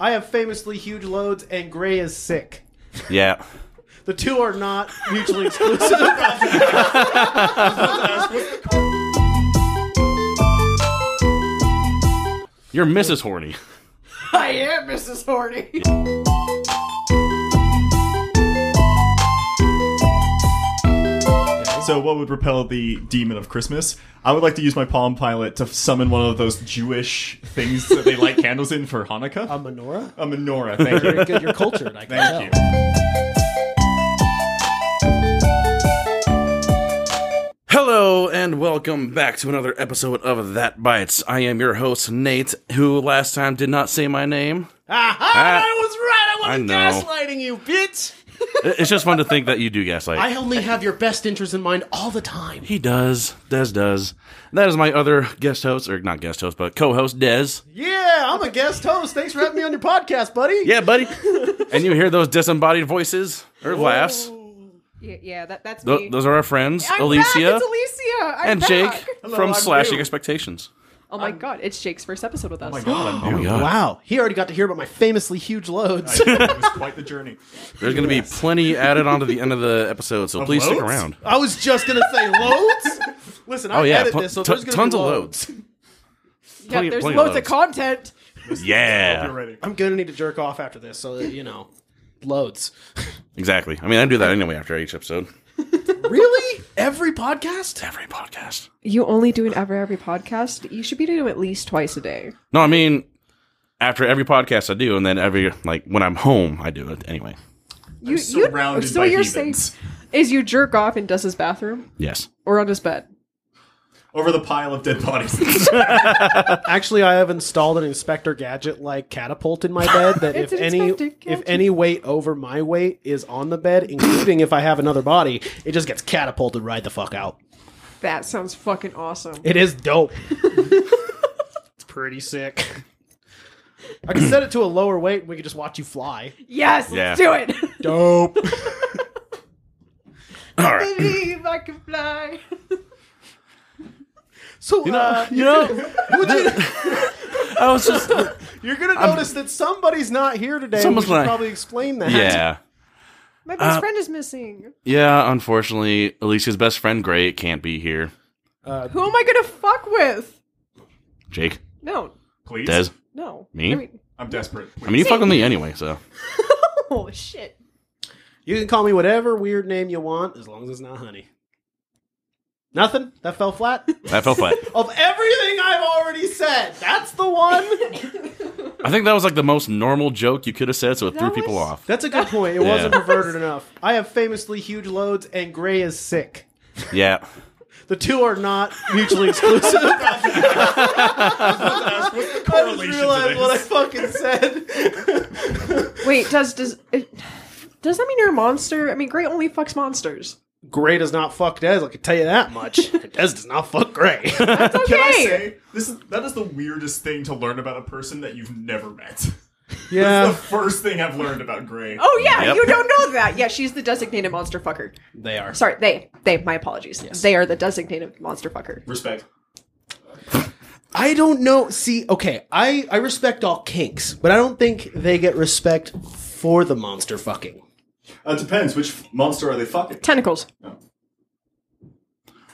have famously huge loads, and Gray is sick. Yeah. The two are not mutually exclusive. You're Mrs. Horny. I am Mrs. Horny. So, what would repel the demon of Christmas? I would like to use my Palm Pilot to summon one of those Jewish things that they light candles in for Hanukkah. Um, A menorah? a menorah. Thank you. Very good. You're cultured. I can tell. Thank you. Hello and welcome back to another episode of That Bites. I am your host Nate, who last time did not say my name. Aha! I Ah, was right. I wasn't I know. gaslighting you, bitch. It- It's just fun to think that you do gaslight. I only have your best interest in mind all the time. he does. Des does. That is my other guest host, or not guest host, but co-host Des. Yeah, I'm a guest host. Thanks for having me on your podcast, buddy. Yeah, buddy. and you hear those disembodied voices or laughs. Yeah, yeah that, that's Tho- me. those are our friends, I'm back, Alicia it's Alicia. I'm and back. Jake from I'm Slashing new. Expectations. Oh my god, it's Jake's first episode with us. Oh my god, I'm new. God. Wow, he already got to hear about my famously huge loads. it was quite the journey. There's going to be plenty added onto the end of the episode, so please stick loads? around. I was just gonna say loads. Listen, I Oh, yeah, edit pl- this, so t- there's gonna tons be of loads. yeah, plenty- there's plenty loads of of, those. content. You're Yeah, ready. I'm gonna need to jerk off after this, so that, you know, loads. exactly. I mean, I do that anyway after each episode. really? Every podcast? Every podcast. You only do it every every podcast. You should be doing it at least twice a day. No, I mean, after every podcast I do, and then every, like, when I'm home, I do it anyway. You, surrounded so by you're heathens. safe. Is you jerk off in Dus's bathroom Yes. or on his bed? Over the pile of dead bodies. Actually, I have installed an Inspector Gadget like catapult in my bed that if It's an any Inspector if Gadget. any weight over my weight is on the bed, including if I have another body, it just gets catapulted right the fuck out. That sounds fucking awesome. It is dope. it's pretty sick. I can set it to a lower weight and we could just watch you fly. yes, let's do Yeah. it. Dope. All right. Believe I can fly. So uh, You know, I was just, you're gonna notice that somebody's not here today. Someone's we should not- probably explain that. yeah. My best friend is missing. Yeah, unfortunately, Alicia's best friend, Gray, can't be here. Who am I gonna fuck with? Jake, No, Please. Des. no. Me? I mean, I'm desperate. Please. I mean, you fuck with me anyway, so. oh shit. You can call me whatever weird name you want, as long as it's not honey. Nothing? That fell flat? That fell flat. of everything I've already said, that's the one. I think that was like the most normal joke you could have said, so it threw That people was- off. That's a good point. It wasn't perverted enough. I have famously huge loads and Gray is sick. Yeah. The two are not mutually exclusive. I What's the just correlation to realized this? what I fucking said. Wait, does does it, does that mean you're a monster? I mean, Gray only fucks monsters. Gray does not fuck Dez, I can tell you that much. Dez does not fuck Gray. That's okay. Can I say this is that is the weirdest thing to learn about a person that you've never met. That's the yeah. first thing I've learned about Gray. Oh yeah, Yep. you don't know that. Yeah, she's the designated monster fucker. They are. Sorry, they they. My apologies. They are the designated monster fucker. Respect. I don't know. See, okay, I, I respect all kinks, but I don't think they get respect for the monster fucking. Uh, it depends. Which f- monster are they fucking? Tentacles.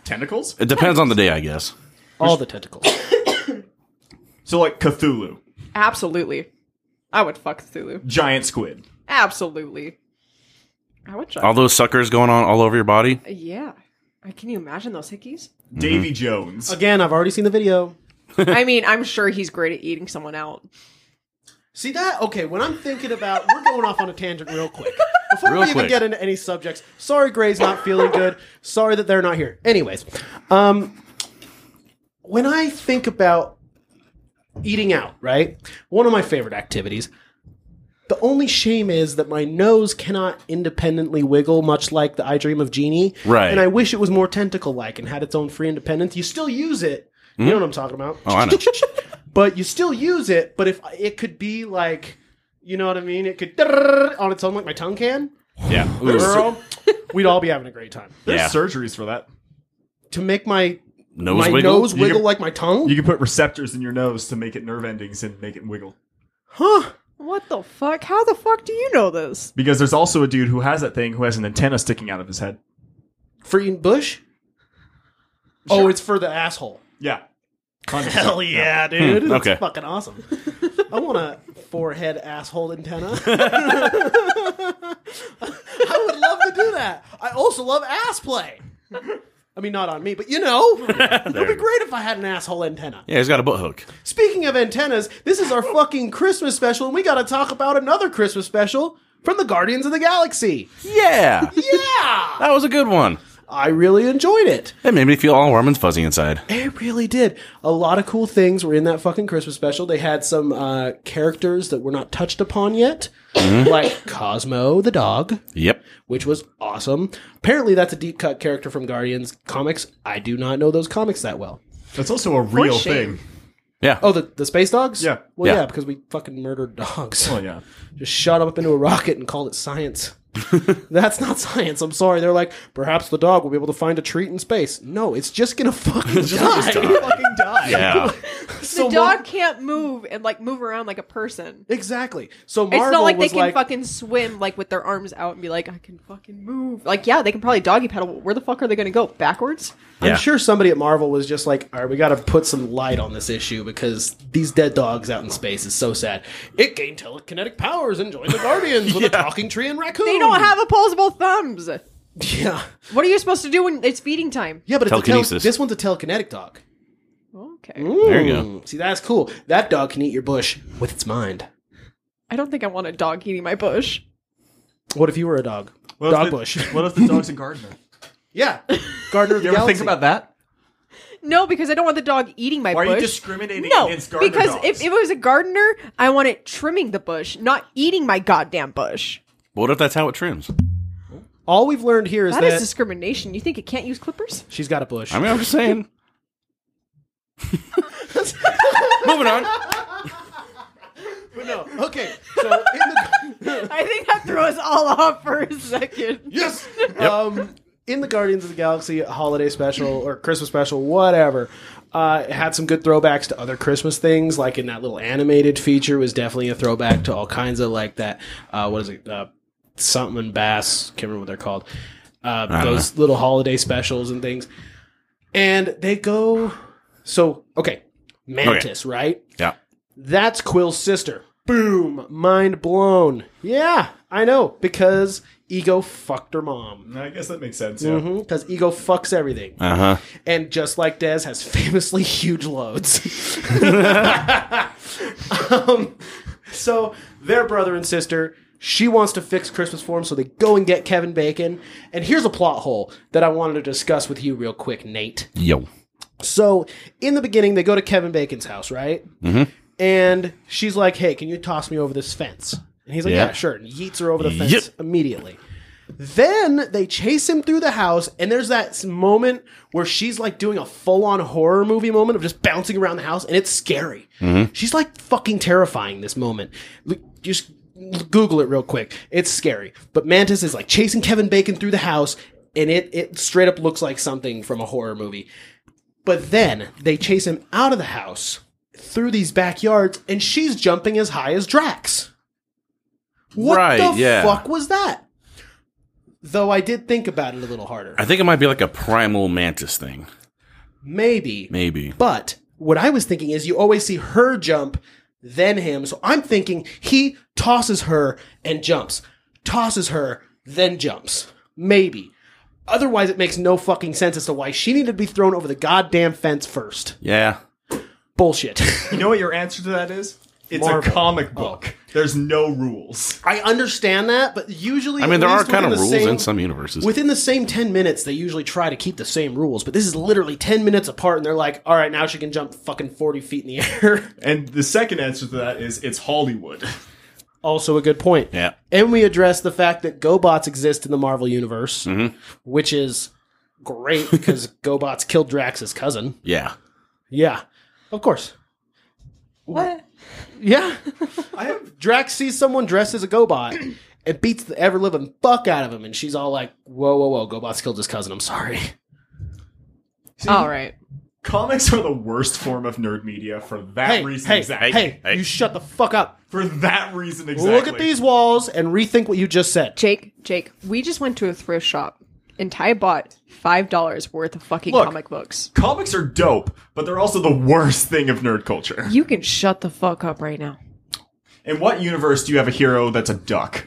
Tentacles? It depends on the day, I guess. All the tentacles. So like Cthulhu, Absolutely. I would fuck Thulu. giant squid. Absolutely. I would try. All those suckers going on all over your body. yeah. I- Can you imagine those hickeys? Davy Jones. Again, I've already seen the video. I mean, I'm sure he's great at eating someone out. See that? Okay, when I'm thinking about, we're going off on a tangent real quick. Before Real we even quick. get into any subjects, sorry Gray's not feeling good. Sorry that they're not here. Anyways, um, when I think about eating out, right? One of my favorite activities. The only shame is that my nose cannot independently wiggle, much like the I Dream of Genie. Right. And I wish it was more tentacle like and had its own free independence. You still use it. You know what I'm talking about. Oh, I know. but you still use it. But if it could be like, you know what I mean? It could on its own like my tongue can. Yeah. Girl, we'd all be having a great time. There's Yeah. surgeries for that. To make my Nose my wiggle? nose You wiggle can- like my tongue, You can put receptors in your nose to make it nerve endings and make it wiggle. huh? What the fuck? How the fuck do you know this? Because there's also a dude who has that thing who has an antenna sticking out of his head. For eating bush? Oh, it's for the asshole. Yeah. Condom. Hell yeah, dude. That's okay. fucking awesome. I want a forehead asshole antenna. I would love to do that. I also love ass play. I mean, not on me, but you know, it would be great if I had an asshole antenna. Yeah, he's got a butt hook. Speaking of antennas, this is our fucking Christmas special, and we got to talk about another Christmas special from the Guardians of the Galaxy. Yeah, Yeah! that was a good one. I really enjoyed it. It made me feel all warm and fuzzy inside. It really did. A lot of cool things were in that fucking Christmas special. They had some uh, characters that were not touched upon yet, like Cosmo the dog, Yep. which was awesome. Apparently, that's a deep cut character from Guardians comics. I do not know those comics that well. That's also a real shame. thing. Yeah. Oh, the, the space dogs? Yeah. Well, yeah. Yeah. because we fucking murdered dogs. Oh yeah. Just shot up into a rocket and called it science. That's not science. I'm sorry. They're like, perhaps the dog will be able to find a treat in space. No, it's just gonna fucking die. Fucking die. yeah. So the dog Mar- can't move and like move around like a person. exactly. So Marvel It's not like they was can like, fucking swim like with their arms out and be like, I can fucking move. Like, yeah, they can probably doggy paddle. But where the fuck are they gonna go? Backwards? Yeah. I'm sure somebody at Marvel was just like, all right, we got to put some light on this issue because these dead dogs out in space is so sad. It gained telekinetic powers and joined the Guardians with a talking tree and raccoon. They don't have opposable thumbs. What Yeah. are you supposed to do when it's feeding time? Yeah, but it's a tel- Telekinesis. this one's a telekinetic dog. Okay. Hmm? There you go. Mm, See, that's cool. That dog can eat your bush with its mind. I don't think I want a dog eating my bush. What if you were a dog? What if dog the- bush. What if the dog's a gardener? yeah. Gardener of the You ever Galaxy. think about that? No, because I don't want the dog eating my Why are bush. you discriminating no, against gardener because dogs? if, if it was a gardener, I want it trimming the bush, not eating my goddamn bush. What if that's how it trims? All we've learned here is that, That is discrimination. You think it can't use clippers? she's got a bush. I mean, I'm just saying. Moving on. no. Okay. So in the. I think that threw us all off for a second. Yes. Um, in the Guardians of the Galaxy holiday special or Christmas special, whatever, uh, it had some good throwbacks to other Christmas things. Like in that little animated feature was definitely a throwback to all kinds of like that. Uh, what is it? Uh, something and bass. Can't remember what they're called. Uh, those little holiday specials and things. And they go. So okay, Mantis, right? Yeah. That's Quill's sister. Boom. Mind blown. Yeah, I know. Because Ego fucked her mom. I guess that makes sense. Yeah. Because Mm-hmm. Ego fucks everything. Uh huh. And just like Dez has famously huge loads. um, so they're brother and sister. She wants to fix Christmas for him, so they go and get Kevin Bacon. And here's a plot hole that I wanted to discuss with you real quick, Nate. Yo. So in the beginning, they go to Kevin Bacon's house, right? Mm-hmm. And she's like, "Hey, can you toss me over this fence?" And he's like, "Yeah, Yeah. sure." And yeets her over the fence Yep. immediately. Then they chase him through the house, and there's that s- moment where she's like doing a full on horror movie moment of just bouncing around the house, and it's scary. She's like fucking terrifying this moment. Look, Just Google it real quick. It's scary. But Mantis is like chasing Kevin Bacon through the house, and it, it straight up looks like something from a horror movie. But then they chase him out of the house through these backyards, and she's jumping as high as Drax. What Right, the yeah. fuck was that? Though I did think about it a little harder. I think it might be like a primal mantis thing. Maybe. Maybe. But what I was thinking is you always see her jump, then him. So I'm thinking he tosses her and jumps, tosses her, then jumps. Maybe. Otherwise, it makes no fucking sense as to why she needed to be thrown over the goddamn fence first. Yeah. Bullshit. You know what your answer to that is? It's Marvel. a comic book. There's no rules. I understand that, but usually I mean, at there are least kind of within rules the same- in some universes. Within the same 10 minutes, they usually try to keep the same rules, but this is literally 10 minutes apart, and they're like, all right, now she can jump fucking 40 feet in the air. And the second answer to that is it's Hollywood. also a good point. yeah. And we address the fact that GoBots exist in the Marvel universe, Mm-hmm. which is great because GoBots killed Drax's cousin. Yeah. Yeah, of course. What? Yeah, I have Drax sees someone dressed as a GoBot and beats the ever living fuck out of him, and she's all like, "Whoa, whoa, whoa! GoBots killed his cousin. I'm sorry." All right. Comics are the worst form of nerd media for that Hey, reason hey, exactly. hey, Hey. you shut the fuck up. For that reason exactly. Look at these walls and rethink what you just said. Jake, Jake, we just went to a thrift shop and Ty bought five dollars worth of fucking Look. comic books. Comics are dope, but they're also the worst thing of nerd culture. You can shut the fuck up right now. In what universe do you have a hero that's a duck?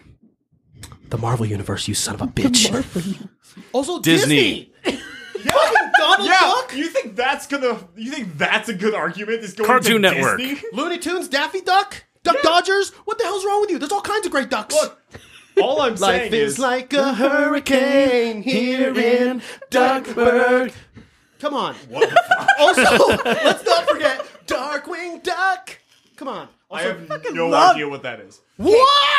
The Marvel Universe, you son of a bitch. also, Disney. Fucking Donald Duck? you think that's gonna? You think that's a good argument? Is going Cartoon to Network. Disney? Looney Tunes, Daffy Duck? Duck Dodgers? What the hell's wrong with you? There's all kinds of great ducks. Look, All I'm saying Life is is like a hurricane here in Duckburg. Come on. What the fuck? Also, let's not forget Darkwing Duck. Come on. I Also, have no love- idea what that is. what?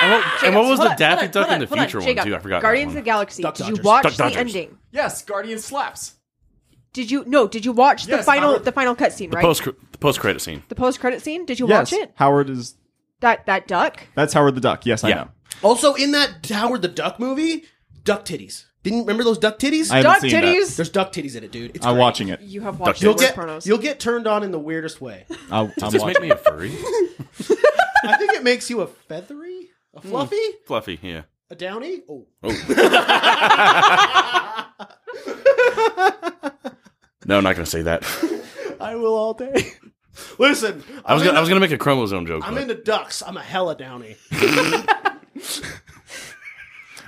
And what, and what was Hold the on, Daffy hold on, Duck hold in the on, hold on, future Jake, one too? I forgot. that Guardians of one. the Galaxy. Duck did you Dodgers. watch Duck the Dodgers. ending? Yes, Guardian slaps. Did you no? Did you watch the Yes, final Howard. the final cut scene? Right, Post the post credit scene. the post credit scene. Did you watch it? Howard is. That that duck. That's Howard the Duck. Yes, Yeah. know. Also, in that Howard the Duck movie, duck titties. Didn't remember those duck titties? I- haven't Duck seen that. titties. There's duck titties in it, dude. It's I'm great. watching it. You have watched You'll You'll the get get, pornos. you'll get turned on in the weirdest way. I, am Does this make me a furry? I think it makes you a feathery, a Hmm. fluffy, Fluffy, yeah. a downy. Oh, No, I'm not gonna say that. I will all day. Listen, I was I'm gonna, I into- was gonna make a chromosome joke. I'm but into ducks. I'm a hella downy.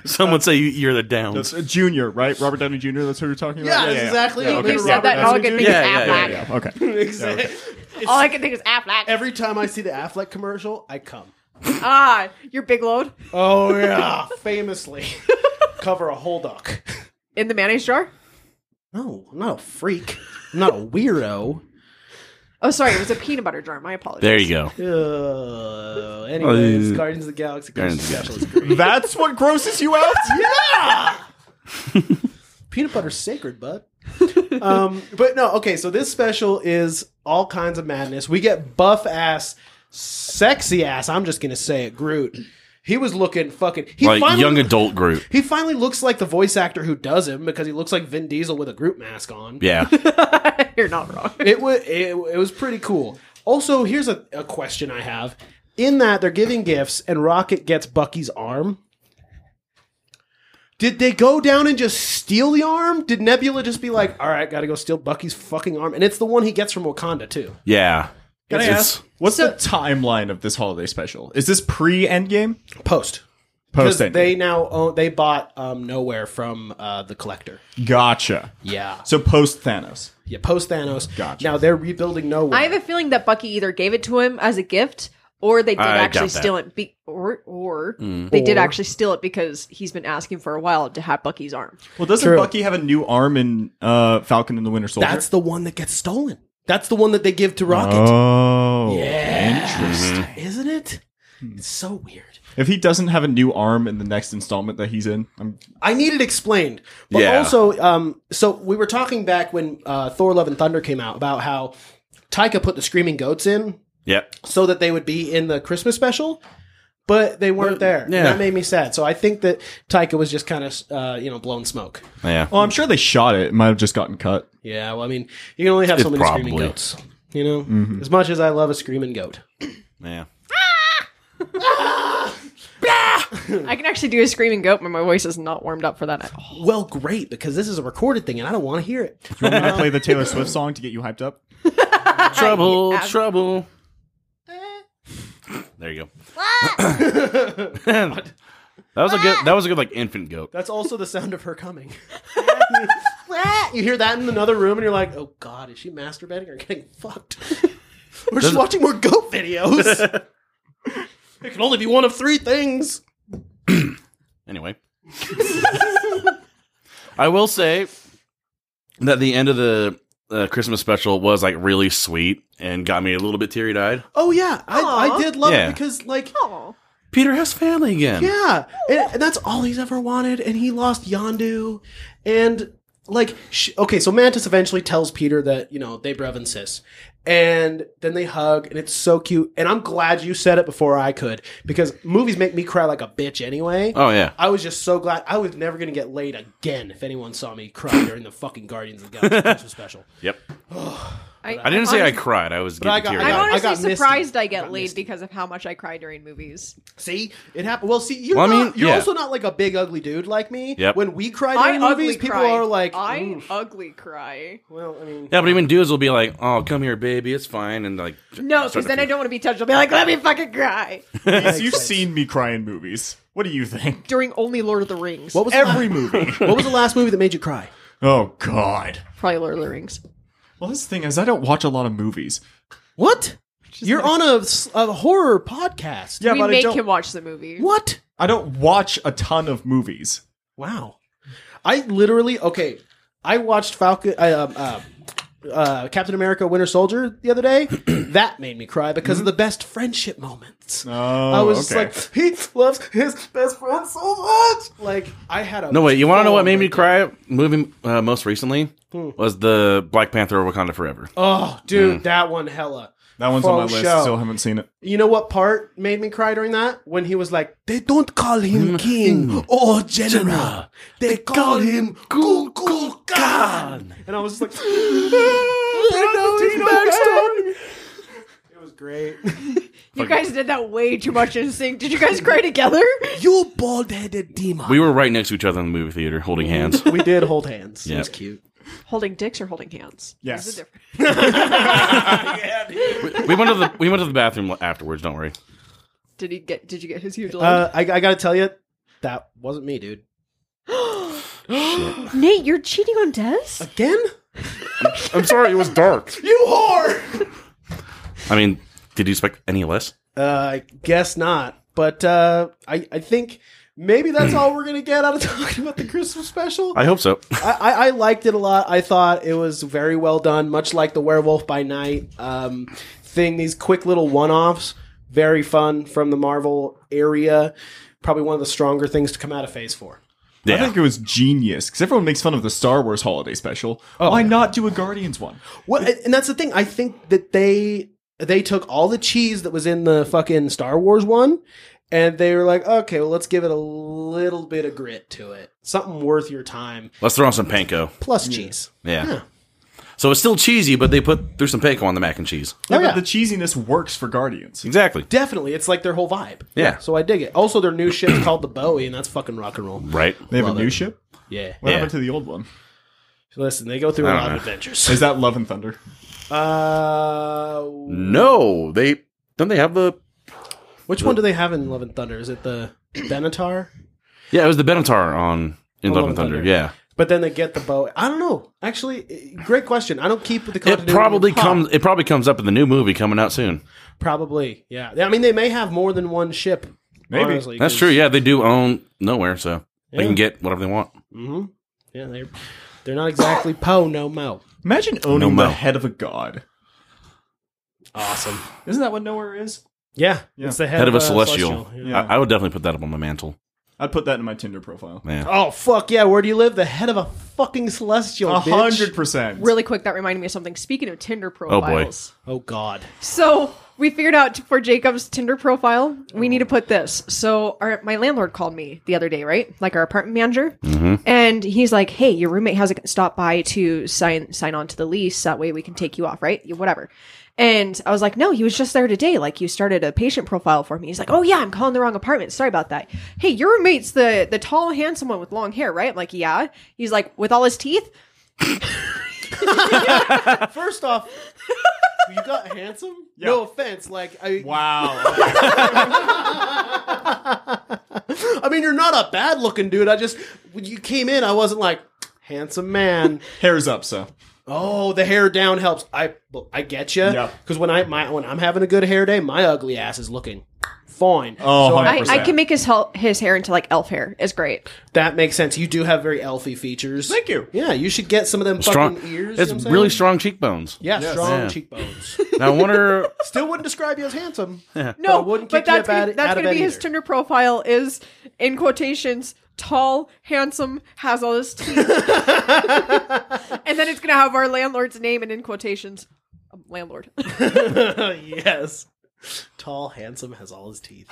Some would say you, you're the downs. That's uh, Junior, right? Robert Downey Jr. That's who you're talking Yeah, about. that's exactly it. You Okay, said Robert that. All I Downey could Jr. think is Yeah, yeah, yeah, Affleck. yeah. Okay. Exactly. It's- All I can think is Affleck. every time I see the Affleck commercial, I come. Ah, your big load Oh yeah, famously cover a whole duck. in the mayonnaise jar. No, I'm not a freak. I'm not a weirdo. Oh, sorry, it was a peanut butter jar. My apologies. There you go. Oh, Uh, anyways, Guardians of the Galaxy. Guardians of the Special is great. That's what grosses you out? yeah. Peanut butter's sacred, bud. Um, but no, okay. So this special is all kinds of madness. We get buff ass, sexy ass. I'm just gonna say it, Groot. He was looking fucking. He Like finally, young adult group. He finally looks like the voice actor who does him because he looks like Vin Diesel with a Groot mask on. Yeah. You're not wrong. It was it, it was pretty cool. Also, here's a, a question I have. In that they're giving gifts and Rocket gets Bucky's arm. Did they go down and just steal the arm? Did Nebula just be like, "All right, got to go steal Bucky's fucking arm," and it's the one he gets from Wakanda too? Yeah. Can I It's- ask, what's the timeline of this holiday special? Is this pre-Endgame? Post because Post-Endgame. they now own, they bought um, Nowhere from uh, the Collector. gotcha. Yeah, So post-Thanos. yeah. Post Thanos. Gotcha. Now they're rebuilding Nowhere. I have a feeling that Bucky either gave it to him as a gift, or they did I actually doubt that. Mm. steal it, be- or or they did Or- actually steal it because he's been asking for a while to have Bucky's arm. Well, doesn't True. Bucky have a new arm in uh, Falcon and the Winter Soldier? That's the one that gets stolen. That's the one that they give to Rocket. oh, Yeah. interesting. Isn't it? It's so weird. If he doesn't have a new arm in the next installment that he's in, I'm, I need it explained. But Yeah. also, um, so we were talking back when uh, Thor Love and Thunder came out about how Taika put the Screaming Goats in Yep. so that they would be in the Christmas special, but they weren't there. And yeah. That made me sad. So I think that Taika was just kind of, uh, you know, blowing smoke. Yeah. well, I'm sure they shot it. It might have just gotten cut. Yeah, well, I mean, you can only have so It many Screaming probably- Goats. You know? As much as I love a Screaming Goat. Yeah. I can actually do a screaming goat, but my voice is not warmed up for that at all. Well, great, because this is a recorded thing and I don't want to hear it. Do you want me to play the Taylor Swift song to get you hyped up? Trouble, trouble. Eh. There you go. that was a good. That was a good like infant goat. That's also the sound of her coming. you hear that in another room, and you're like, "Oh God, is she masturbating or getting fucked?" or is she watching more goat videos? it can only be one of three things. Anyway, I will say that the end of the uh, Christmas special was like really sweet and got me a little bit teary eyed. Oh yeah, I, I Aw. did love Yeah. it because like. Oh, Peter has family again. Yeah, and, and that's all he's ever wanted, and he lost Yondu, and like, sh okay, so Mantis eventually tells Peter that you know they brev and sis, and then they hug, and it's so cute. And I'm glad you said it before I could because movies make me cry like a bitch anyway. Oh yeah. I was just so glad I was never gonna get laid again if anyone saw me cry during the fucking Guardians of the Galaxy Christmas special. Yep. I, I didn't say I honestly- cried. I was But I getting got- teary I I'm got- eyed. I honestly misty. surprised I I get got laid misty. because of how much I cry during movies. See, it happened. Well, see, you're Well, I not, mean, you're yeah. also not like a big ugly dude like me. Yep. When we cry I during movies, ugly people cry. are like, I "Oof." ugly cry. well, I mean, Yeah, but even dudes will be like, "Oh, come here, baby, it's fine," and like, No, start because to then I puke. don't want to be touched. I'll be like, let me fucking cry Please, you've seen me cry in movies. What do you think? during only Lord of the Rings. what was the Every movie. la- what was the last movie that made you cry? Oh God. Probably Lord of the Rings. Well, this thing is, I don't watch a lot of movies. What? You're on a, s- a horror podcast. Yeah, we but I make don't. him watch the movie. What? I don't watch a ton of movies. Wow. I literally okay. I watched Falcon, uh, uh, uh, Captain America: Winter Soldier the other day. that made me cry because of the best friendship moments. Oh, I was okay. just like, he loves his best friend so much. Like I had a No wait, you want to know full what made me breakdown. cry? Movie uh, most recently was the Black Panther: Wakanda Forever. Oh, dude, that one hella. that one's on my for list. show. Still haven't seen it. You know what part made me cry during that? When he was like, "They don't call him king or Mm-hmm. general. They call him Kul Kul Khan." And I was just like, It was great. You guys did that way too much in sync. Did you guys cry together? You bald-headed demon. We were right next to each other in the movie theater, holding hands. We did hold hands. It was Yep. cute. holding dicks or holding hands? Yes. There's a difference. we went to the we went to the bathroom afterwards. Don't worry. Did he get? Did you get his huge? Uh, I, I gotta tell you, that wasn't me, dude. load? Nate, you're cheating on Des? Again? I'm sorry, it was dark. You whore! I mean, did you expect any less? Uh, I guess not. But uh, I, I think maybe that's all we're gonna get out of talking about the Christmas special. I hope so. I, I, I liked it a lot. I thought it was very well done, much like the Werewolf by Night um, thing. These quick little one offs, very fun from the Marvel area. Probably one of the stronger things to come out of Phase 4. I Yeah. think it was genius because everyone makes fun of the Star Wars holiday special. Why not do a Guardians one? Well, and and that's the thing. I think that they they took all the cheese that was in the fucking Star Wars one, and they were like, okay, well, let's give it a little bit of grit to it, something worth your time, Let's throw on some panko. plus cheese. Yeah. So it's still cheesy, but they put threw some panko on the mac and cheese. Oh, Yeah, yeah. but the cheesiness works for Guardians. Exactly. Definitely, it's like their whole vibe. Yeah. So I dig it. Also, their new ship's called the Bowie, and that's fucking rock and roll. Right. They have Love a new it. ship. Yeah. What Yeah. happened to the old one? Listen, they go through a I don't lot of know. adventures. Is that Love and Thunder? Uh, No, they don't. They have the which one do they have in Love and Thunder? Is it the Benatar? yeah. It was the Benatar on in Love and Thunder. Yeah. But then they get the bow. I don't know. Actually, eh, great question. I don't keep the It continuity. probably of pop. comes. It probably comes up in the new movie coming out soon. Probably, yeah. I mean, they may have more than one ship. Maybe. honestly, That's 'cause- true. Yeah, they do own nowhere, so they Yeah. can get whatever they want. Yeah, they're they're not exactly Poe no mo. Imagine owning No the mo. head of a god. Awesome. Isn't that what Nowhere is? Yeah, Yeah. it's the head, uh, Head of a celestial. Yeah. Yeah. I, I would definitely put that up on my mantle. I'd put that in my Tinder profile. Yeah. Oh fuck yeah! Where do you live? The head of a fucking celestial. A bitch. hundred percent. Really quick, that reminded me of something. Speaking of Tinder profiles, Oh god. so we figured out for Jacob's Tinder profile, we need to put this. So our my landlord called me the other day, right? Like our apartment manager, and he's like, "Hey, your roommate hasn't stopped by to sign sign on to the lease. That way we can take you off, right? You- Whatever." And I was like, "No, he was just there today. Like you started a patient profile for me." He's like, "Oh yeah, I'm calling the wrong apartment. Sorry about that. Hey, your roommate's the the tall, handsome one with long hair, right?" I'm like, "Yeah." He's like, "With all his teeth." First off, you got handsome. No offense, like I, Wow. I mean, you're not a bad looking dude. I just when you came in, I wasn't like handsome man. Hair's up, so. oh, the hair down helps. I I get you Yeah. because when I my when I'm having a good hair day, my ugly ass is looking fine. Oh, I- 100%. I, I can make his hel- his hair into like elf hair. It's great. that makes sense. You do have very elfy features. Thank you. Yeah, you should get some of them Strong fucking ears. you It's know what I'm really saying? strong cheekbones. Yeah, Yes. strong Yeah. cheekbones. Now I wonder. Still wouldn't describe you as handsome. No, I wouldn't but, kick you up that's gonna, out- that's out of gonna be bed his either. Tinder profile is in quotations tall, handsome, has all his teeth, and then it's gonna have our landlord's name and in quotations a landlord. yes. Tall, handsome, has all his teeth.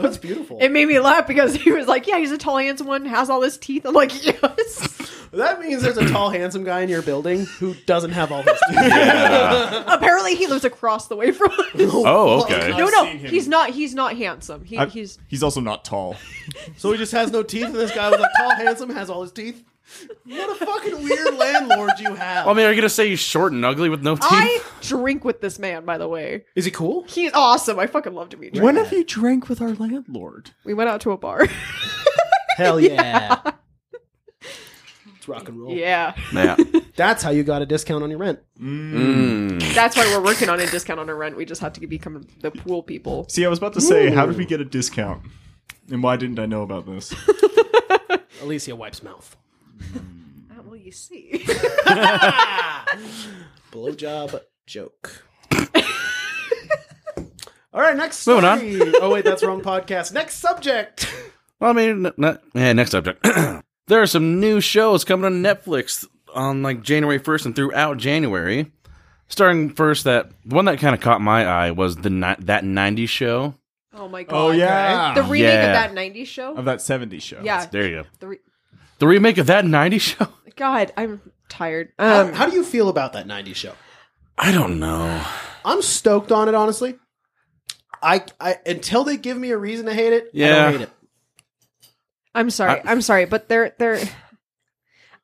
That's beautiful. it made me laugh because he was like, "Yeah, he's a tall, handsome one, has all his teeth." I'm like, "Yes." that means there's a tall, handsome guy in your building who doesn't have all his teeth. Apparently, he lives across the way from us. Oh, Well, okay. I've No, no, seen him. he's not. He's not handsome. He, I- he's he's also not tall. So he just has no teeth, and this guy was like, tall, handsome, has all his teeth. What a fucking weird landlord you have. I mean, are you gonna say he's short and ugly with no teeth? I drink with this man, by the way. Is he cool? He's awesome. I fucking love to meet him. When have you drank with our landlord? We went out to a bar. Hell yeah. it's rock and roll. yeah. yeah. That's how you got a discount on your rent. That's why we're working on a discount on our rent. We just have to become the pool people. See, I was about to say, how did we get a discount? And why didn't I know about this? Alicia wipes mouth. Ah, well, you see. Blowjob joke. All right, next. Moving on. story. Oh wait, that's wrong podcast. Next subject. Well, I mean, n- n- eh, next subject. there are some new shows coming on Netflix on like January 1st and throughout January. Starting first, that the one that kind of caught my eye was the ni- that '90s show. Oh my god. Oh, yeah. The remake Yeah. of that '90s show. of that 70s show. yeah. There you go. The re- The remake of that '90s show. god, I'm tired. Um, Um, how do you feel about that '90s show? I don't know. I'm stoked on it, honestly. I, I until they give me a reason to hate it, I Yeah. don't hate it. I'm sorry. I, am sorry, but they're they're.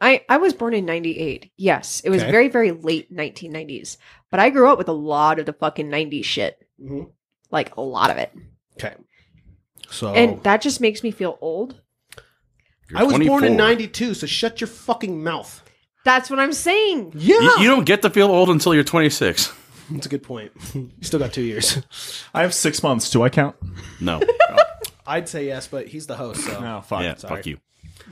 I I was born in '98. Yes, it was Okay. very very late 1990s. But I grew up with a lot of the fucking '90s shit, Mhm. like a lot of it, Okay. So and that just makes me feel old. You're I was born in 24. '92, so shut your fucking mouth. That's what I'm saying. Yeah, You, you don't get to feel old until you're 26. that's a good point. you still got two years. I have six months. Do I count? No. I'd say yes, but he's the host, so No, fuck. yeah. Oh, sorry. Fuck you.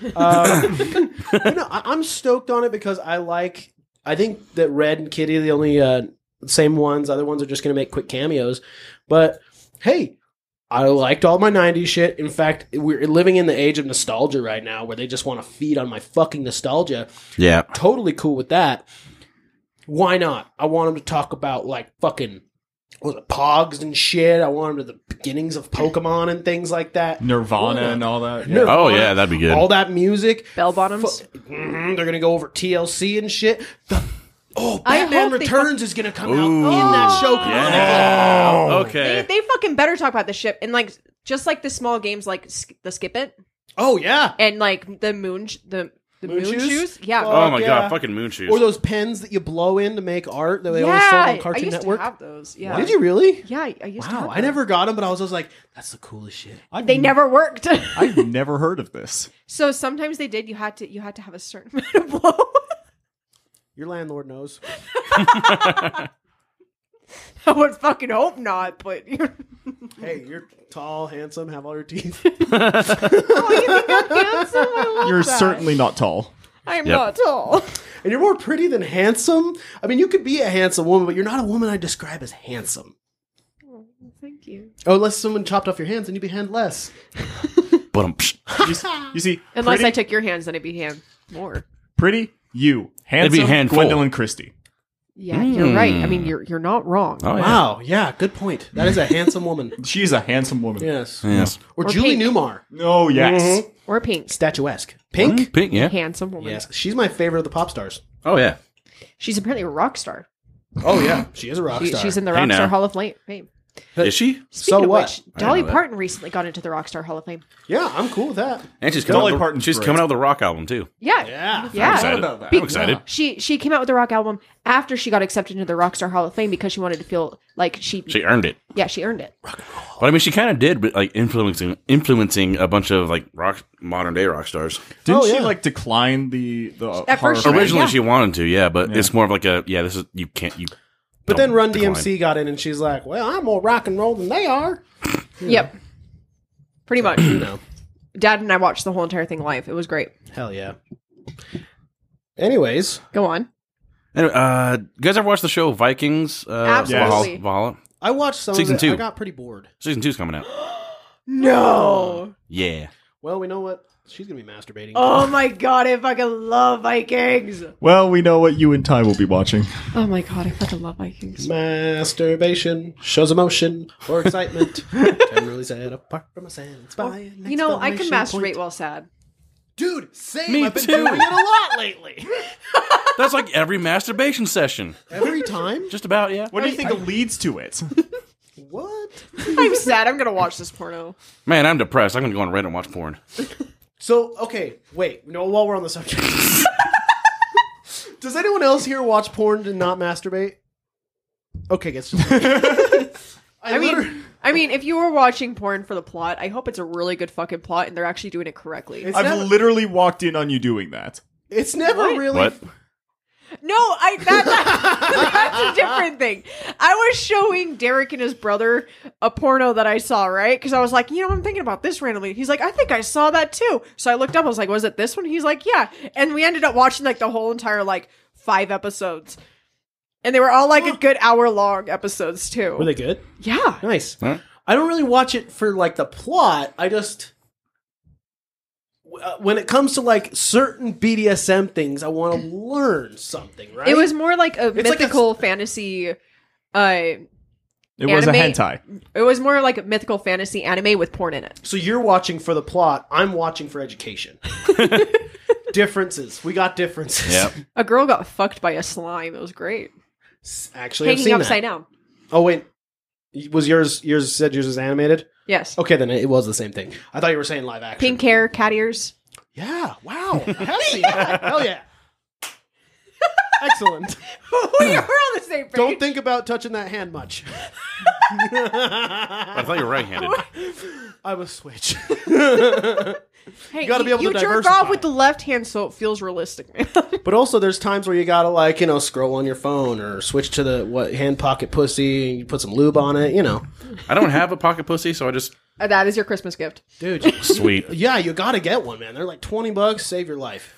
But Um, no, I, I'm stoked on it because I like. I think that Red and Kitty are the only uh, same ones. Other ones are just going to make quick cameos. But hey, I liked all my '90s shit. In fact, we're living in the age of nostalgia right now, where they just want to feed on my fucking nostalgia. Yeah. Totally cool with that. Why not? I want them to talk about like fucking what was it Pogs and shit. I want them to the beginnings of Pokemon and things like that. Nirvana Yeah. and all that. Nirvana, Oh yeah, that'd be good. all that music. Bell bottoms. Mhm, they're gonna go over TLC and shit. The, oh, I Batman hope they Oh. Returns is gonna come Ooh. out in that show. canonically. Yeah. They, Okay. they fucking better talk about the ship and like just like the small games like sk- the skip it Oh yeah. and like the moon sh- the the Moon moon, shoes? shoes. Yeah. Oh, Oh my yeah. god, fucking moon shoes. Or those pens that you blow in to make art that they always yeah, sold on I Cartoon used Network. to have those. Yeah. Did you really? Yeah, I I used to. Wow, have I them. never got them, but I was always like, "That's the coolest shit." Oh. I've, They never worked. I've never heard of this. so sometimes they did. You had to. You had to have a certain amount of blow. Your landlord knows. I would fucking hope not. But you hey, you're tall, handsome, have all your teeth. Oh, handsome. I love You're that. certainly not tall. I'm Yep. not tall. And you're more pretty than handsome. I mean, you could be a handsome woman, but you're not a woman I describe as handsome. Thank you. Oh, unless someone chopped off your hands and you'd be hand less. But um, psh, You, s- you see, Unless pretty, I took your hands, then it became more. pretty you, handsome, handful. Gwendolyn Christie. Yeah, you're right. I mean, you're you're not wrong. Hmm. oh, yeah. Wow, yeah, good point. That is a handsome woman. She's a handsome woman. Yes. Yes. Or, Or Julie pink. Newmar. Oh yes, Mm-hmm. Or pink, Statuesque. Pink? Pink. Yeah. handsome woman. Yes. She's my favorite of the pop stars. Oh yeah. She's apparently a rock star. Oh, yeah. She is a rock She- star. she's in the Hey, Rockstar now. Hall of Fame. Fame. Is she? So what? Which, Dolly know that. Parton recently got into the Rockstar Hall of Fame. yeah, I'm cool with that. And she's coming. Dolly out with- Parton's she's great. coming out with the rock album too. Yeah. Yeah. Yeah. excited. about that. I'm excited. She she came out with the rock album after she got accepted into the Rockstar Hall of Fame because she wanted to feel like she, She earned it. yeah she earned it. But I mean, she kind of did, but like influencing influencing a bunch of like rock modern day rock stars. Didn't Oh, yeah. she like decline the the At first horror- Right, Originally, yeah. she wanted to, yeah, but it's more of like a yeah. This is you can't you. But then Run decline. DMC got in and she's like, well, I'm more rock and roll than they are. Yep. Pretty much. You know, Dad and I watched the whole entire thing live. It was great. hell yeah. Anyways, Go on. Anyway, uh, you guys ever watch the show Vikings? Uh, Absolutely. Valhalla, Valhalla? I watched some Season of it. I two. got pretty bored. Season two's coming out. No. Yeah. Well, we know what She's gonna be masturbating. Oh my god, I fucking love Vikings. Well, we know what you and Ty will be watching. Oh my god, I fucking love Vikings. Masturbation shows emotion or excitement. Generally set apart from a sand. You know, I can masturbate while sad. Dude, same. Me I've been too. doing it a lot lately. That's like every masturbation session. Every time? Just about, yeah. What do you think leads to it? What? I'm sad. I'm gonna watch this porno. Man, I'm depressed. I'm gonna go on Reddit and watch porn. So, okay, wait. No, while we're on the subject. Does anyone else here watch porn and not masturbate? Okay, guess. I, I liter- mean, I mean, if you were watching porn for the plot, I hope it's a really good fucking plot and they're actually doing it correctly. Uh, it's I've never, literally walked in on you doing that. it's never What? really. What? No, I that, that's a different thing. I was showing Derek and his brother a porno that I saw, right? Because I was like, you know, I'm thinking about this randomly. He's like, I think I saw that too. So I looked up. I was like, was it this one? He's like, yeah. And we ended up watching like the whole entire like five episodes, and they were all like a good hour long episodes too. Were they good? yeah. Nice. Huh? I don't really watch it for like the plot. I just w- uh, when it comes to like certain BDSM things, I want to learn something. Right? It was more like a like a- mythical fantasy. Uh, It was a Anime- hentai. it was more like a mythical fantasy anime with porn in it. so you're watching for the plot. I'm watching for education. differences. We got differences. Yep. A girl got fucked by a slime. It was great. S- Actually, I've Hanging seen upside that. down. Oh wait, was yours yours said yours was animated? Yes. Okay, then it was the same thing. I thought you were saying live action. Pink hair, cat ears. Yeah. Wow. I have seen that. Hell yeah. Excellent. we are on the same page. Don't think about touching that hand much. I thought you were right-handed. I was switch. hey, gotta be able you to jerk off diversify. with the left hand, so it feels realistic. man. but also, there's times where you gotta like you know scroll on your phone or switch to the what hand pocket pussy. and You put some lube on it. You know, I don't have a pocket pussy, so I just Uh, that is your Christmas gift. dude. sweet. yeah, you gotta get one, man. They're like twenty bucks. Save your life.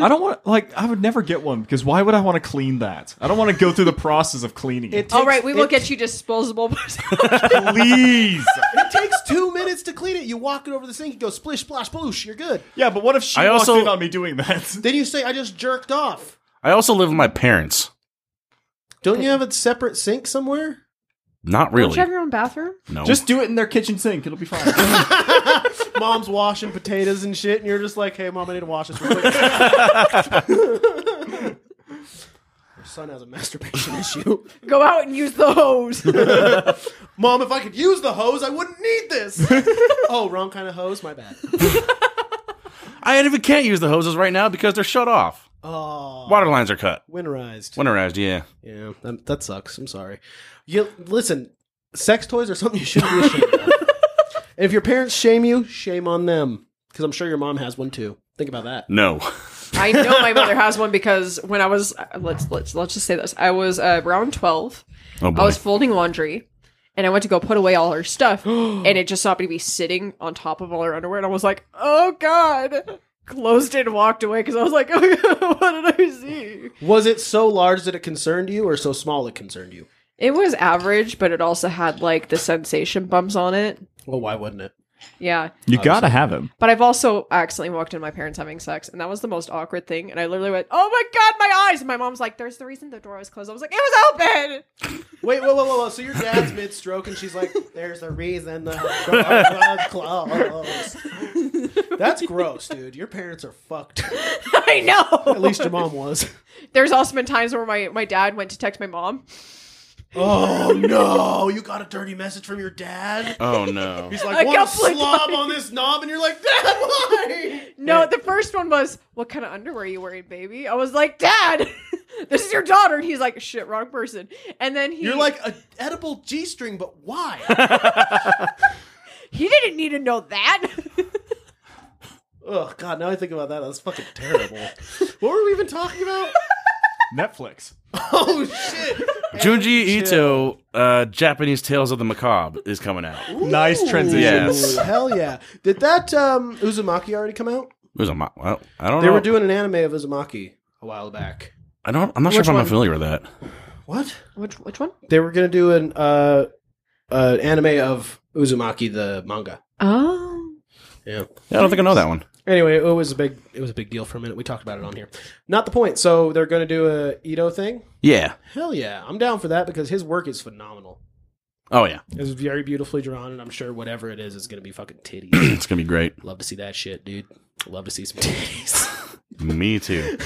I don't want like I would never get one because why would I want to clean that? I don't want to go through the process of cleaning it. All right, we will it- get you disposable. Please. It takes two minutes to clean it. You walk it over the sink. You go splish splash bloosh. You're good. yeah, but what if she I walked also- in on me doing that? Then you say, "I just jerked off." I also live with my parents. Don't you have a separate sink somewhere? Not Don't really. you have your own bathroom? no. Just do it in their kitchen sink. It'll be fine. Mom's washing potatoes and shit, and you're just like, "Hey, mom, I need to wash this." Real quick. Your son has a masturbation issue. Go out and use the hose. Mom, if I could use the hose, I wouldn't need this. oh, wrong kind of hose. My bad. I even can't use the hoses right now because they're shut off. Oh, Water lines are cut. winterized. Winterized, yeah. Yeah, that, that sucks. I'm sorry. You listen, sex toys are something you shouldn't be ashamed of. And if your parents shame you, shame on them. Because I'm sure your mom has one too. Think about that. No. I know my mother has one because when I was uh, let's let's let's just say this. I was uh, around twelve. Oh I boy. was folding laundry. And I went to go put away all her stuff, and it just happened to be sitting on top of all her underwear. And I was like, "Oh God!" Closed it and walked away because I was like, "What did I see?" Was it so large that it concerned you, or so small it concerned you? It was average, but it also had like the sensation bumps on it. Well, why wouldn't it? Yeah. you gotta have him. But I've also accidentally walked into my parents having sex, and that was the most awkward thing. And I literally went, "Oh my god, my eyes!" And my mom's like, "There's the reason the door was closed." I was like, "It was open." Wait, whoa, whoa, whoa, whoa. So your dad's mid stroke, and she's like, "There's a reason the door was closed." That's gross, dude. Your parents are fucked. I know. At least your mom was. There's also been times where my my dad went to text my mom. Oh no! You got a dirty message from your dad. oh no. He's I like, what a got blanked slob on this knob, and you're like, Dad, why? No, the first one was, "What kind of underwear are you wearing, baby?" I was like, "Dad, this is your daughter." And he's like, "Shit, wrong person." And then he You're like a edible G-string, but why? "He didn't need to know that." oh God, now I think about that, that's fucking terrible. what were we even talking about? Netflix. Oh shit! Junji Ito, uh, Japanese Tales of the Macabre is coming out. It Nice transition. Yes. hell yeah. Did that um, Uzumaki already come out? was a mo- well, I don't They know. were doing an anime of Uzumaki a while back. I don't. I'm not sure Which if I'm one? familiar with that. What? which which one? They were gonna do an uh, uh, anime of Uzumaki the manga. Oh. Yeah. Um, Yeah, I don't think I know that one. Anyway, it was a big it was a big deal for a minute. We talked about it on here. Not the point. So they're going to do a Ito thing. Yeah. Hell yeah, I'm down for that because his work is phenomenal. Oh yeah. It's very beautifully drawn, and I'm sure whatever it is is going to be fucking titties. It's gonna be great. Love to see that shit, dude. Love to see some titties. Me too.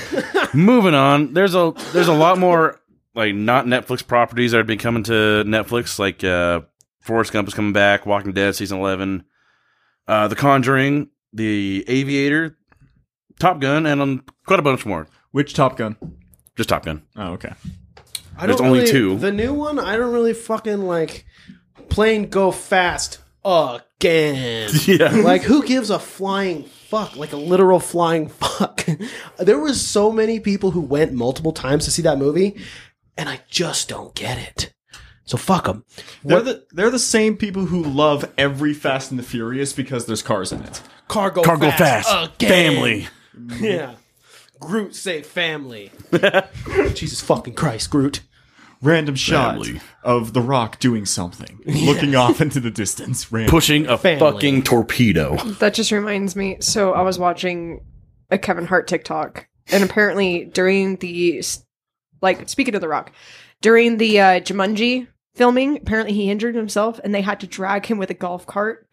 Moving on. There's a there's a lot more like not Netflix properties that are be coming to Netflix. Like uh Forrest Gump is coming back. Walking Dead season eleven. Uh The Conjuring, The Aviator, Top Gun, and um, quite a bunch more. Which Top Gun? Just Top Gun. Oh, okay. I There's only really- two. The new one, I don't really fucking like. Plane go fast again. Yeah. like who gives a flying fuck like a literal flying fuck there was so many people who went multiple times to see that movie and i just don't get it so fuck them They're the they're the same people who love every Fast and the Furious because there's cars in it. cargo Cargo fast. again. Mm-hmm. Family. yeah groot say family jesus fucking christ groot Random shot Family. of The Rock doing something, looking off into the distance. Random. Pushing a Family. fucking torpedo. That just reminds me. So I was watching a Kevin Hart TikTok, and apparently during the like speaking of The Rock, during the uh, Jumanji filming, apparently he injured himself, and they had to drag him with a golf cart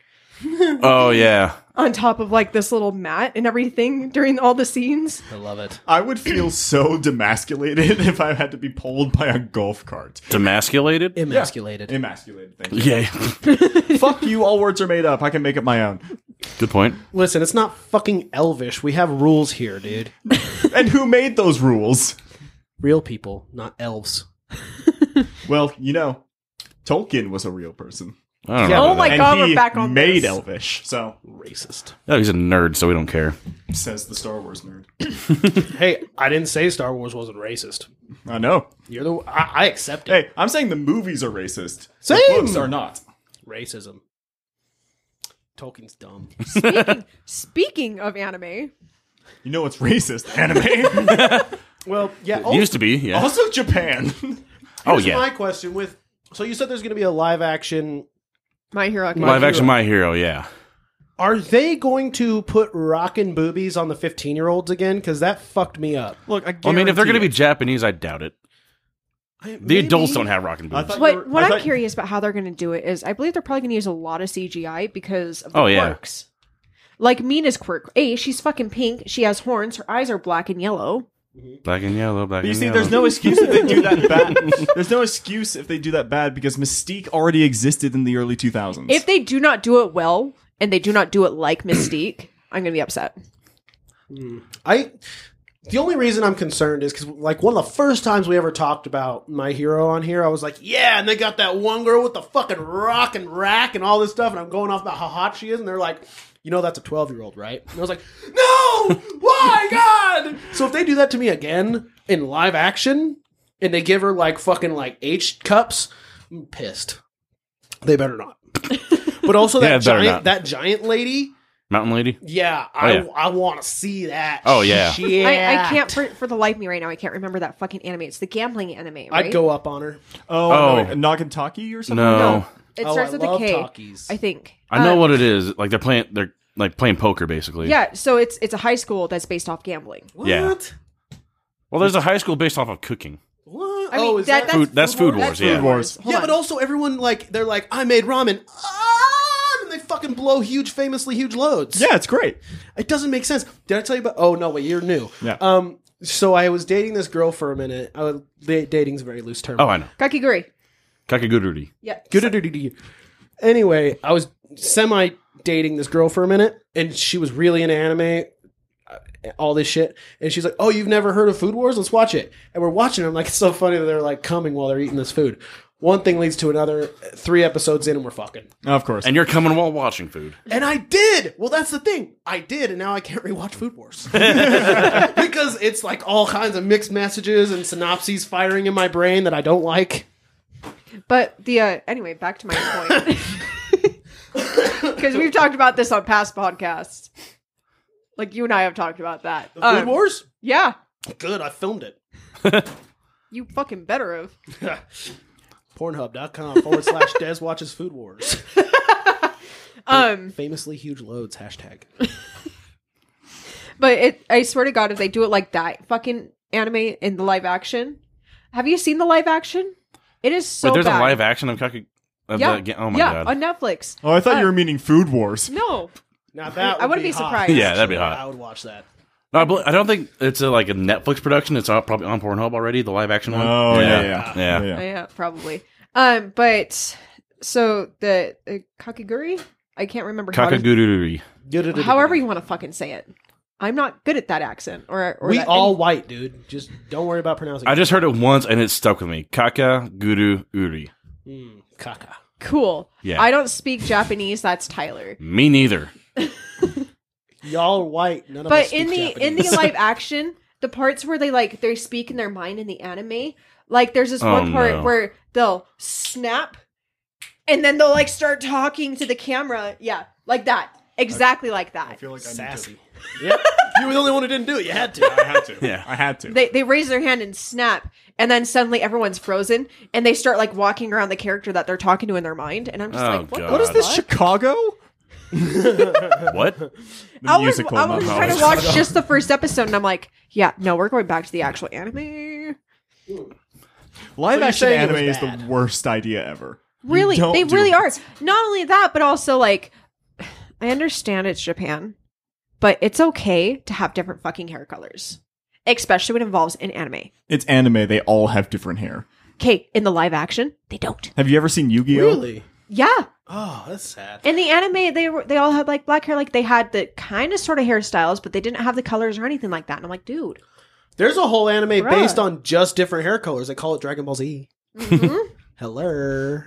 Oh yeah. on top of like this little mat and everything during all the scenes. i love it I would feel so demasculated if I had to be pulled by a golf cart. Demasculated? emasculated Emasculated. Thank Yeah. you. Fuck you. All words are made up. I can make up my own. Good point. listen it's not fucking elvish we have rules here dude And who made those rules? real people not elves Well, you know, Tolkien was a real person. I don't Yeah. know. Oh about my that. and God, he we're back on made this. Elvish. So racist Oh, he's a nerd, so we don't care. says the Star Wars nerd. hey i didn't say star wars wasn't racist I know. you're the i, I accept it Hey, I'm saying the movies are racist. Same. The books are not. racism. Tolkien's dumb. Speaking, speaking of anime, You know what's racist? Anime. well, yeah. He used to be, yeah. also Japan. oh here's yeah. My question with so you said there's going to be a live action. My Hero Academia. Live action My Hero, yeah. Are they going to put rockin' boobies on the 15 year olds again? Because that fucked me up. Look, I, Well, I mean, if they're going to be guarantee Japanese, I doubt it. The The adults don't have rockin' I boobs. thought- What, what I I'm thought- curious about how they're going to do it is, I believe they're probably going to use a lot of CGI because of the Oh, yeah. quirks. Like Mina's quirk. A, she's fucking pink. She has horns. Her eyes are black and yellow. black and yellow, black But you and see, yellow. there's no excuse if they do that bad. There's no excuse if they do that bad because Mystique already existed in the early 2000s. If they do not do it well and they do not do it like Mystique, I'm going to be upset. I. The only reason I'm concerned is because, like, one of the first times we ever talked about My Hero on here, I was like, yeah, and they got that one girl with the fucking rock and rack and all this stuff, and I'm going off about how hot she is, and they're like, you know, that's a 12 year old, right? And I was like, no! Why, God? So if they do that to me again in live action, and they give her, like, fucking, like, H cups, I'm pissed. They better not. But also that Yeah, better giant, not. that giant lady, Mountain Lady? yeah, Oh, I, yeah. I want to see that. Oh, yeah. shit. I, I can't, for, for the life of me right now, I can't remember that fucking anime. It's the gambling anime, right? I'd go up on her. oh, Oh. no, Nagantaki or something? No. No. It Oh, starts I with a love K. I talkies. think. uh, I know Uh, what it is. Like, they're playing, they're like playing poker, basically. Yeah, so it's it's a high school that's based off gambling. What? Yeah. Well, there's a high school based off of cooking. What? Oh, I mean, is that, that's Food- that's Food Wars, yeah. Food Wars. Hold yeah, on. but also everyone like they're like, I made ramen, ah, and they fucking blow huge, famously huge loads. Yeah, it's great. it doesn't make sense. Did I tell you about? Oh no, wait, you're new. Yeah. Um, so I was dating this girl for a minute. I was, da- dating's a very loose term. Oh, I know. Kakiguri. Kakagururi. Yeah. Good-a-do-do-do. Anyway, I was semi dating this girl for a minute, and she was really into anime, uh, all this shit. And she's like, "Oh, you've never heard of Food Wars? Let's watch it." And we're watching. it. I'm like, "It's so funny that they're like coming while they're eating this food." One thing leads to another. Three episodes in, and we're fucking. Of course. And you're coming while watching food. And I did. Well, that's the thing. I did, and now I can't rewatch Food Wars because it's like all kinds of mixed messages and synopses firing in my brain that I don't like. But the uh, anyway, back to my point. Because we've talked about this on past podcasts. Like you and I have talked about that. Um, Food Wars. Yeah. Good. I filmed it. You fucking better have. Pornhub.com forward slash Des watches Food Wars. Um Famously huge loads hashtag. But it, I swear to God, if they do it like that, fucking anime in the live action. Have you seen the live action? It is so. Wait, there's bad. a live action of Kaki. Of Yeah. the ga- oh my yeah, god. on Netflix. Oh, I thought you were meaning Food Wars. No, Now that I wouldn't be hot. surprised. Yeah, that'd be hot. I would watch that. No, I, bel- I don't think it's a, like a Netflix production. It's all, probably on Pornhub already. The live action one. Oh yeah, yeah, yeah. Uh, yeah, probably. Um, but so the uh, kakiguri, I can't remember how to- Kakagururi. however you want to fucking say it. I'm not good at that accent or or we that- all white, dude. Just don't worry about pronouncing. I just heard it once and it stuck with me. Kakagururi. Mm, caca. cool. Yeah. I don't speak Japanese. That's Tyler. Me neither. Y'all white. None of us But speak in the in Japanese. the live action, the parts where they like they speak in their mind in the anime, like there's this Oh, one part no. where they'll snap, and then they'll like start talking to the camera. Yeah, like that. Exactly like that. I feel like I sassy. yep. You were the only one who didn't do it. You had to. I had to. Yeah. I had to. they they raise their hand and snap and then suddenly everyone's frozen and they start like walking around the character that they're talking to in their mind and i'm just Oh, like what, the God. What is fuck? Chicago? What? The I was, musical. I was not trying to Hollywood. watch just the first episode and i'm like yeah no we're going back to the actual Live anime So you're action saying it anime was is the bad. worst idea ever. You really don't they do really it. are not only that but also like i understand it's japan but it's okay to have different fucking hair colors especially when it involves an anime It's anime. They all have different hair. okay in the live action they don't Have you ever seen Yu Gi Oh? Really? yeah Oh, that's sad. In the anime, they were they all had like black hair, like they had the kind of sort of hairstyles, but they didn't have the colors or anything like that. And I'm like, dude, There's a whole anime Bruh. based on just different hair colors. They call it Dragon Ball Z. mhm. Hello.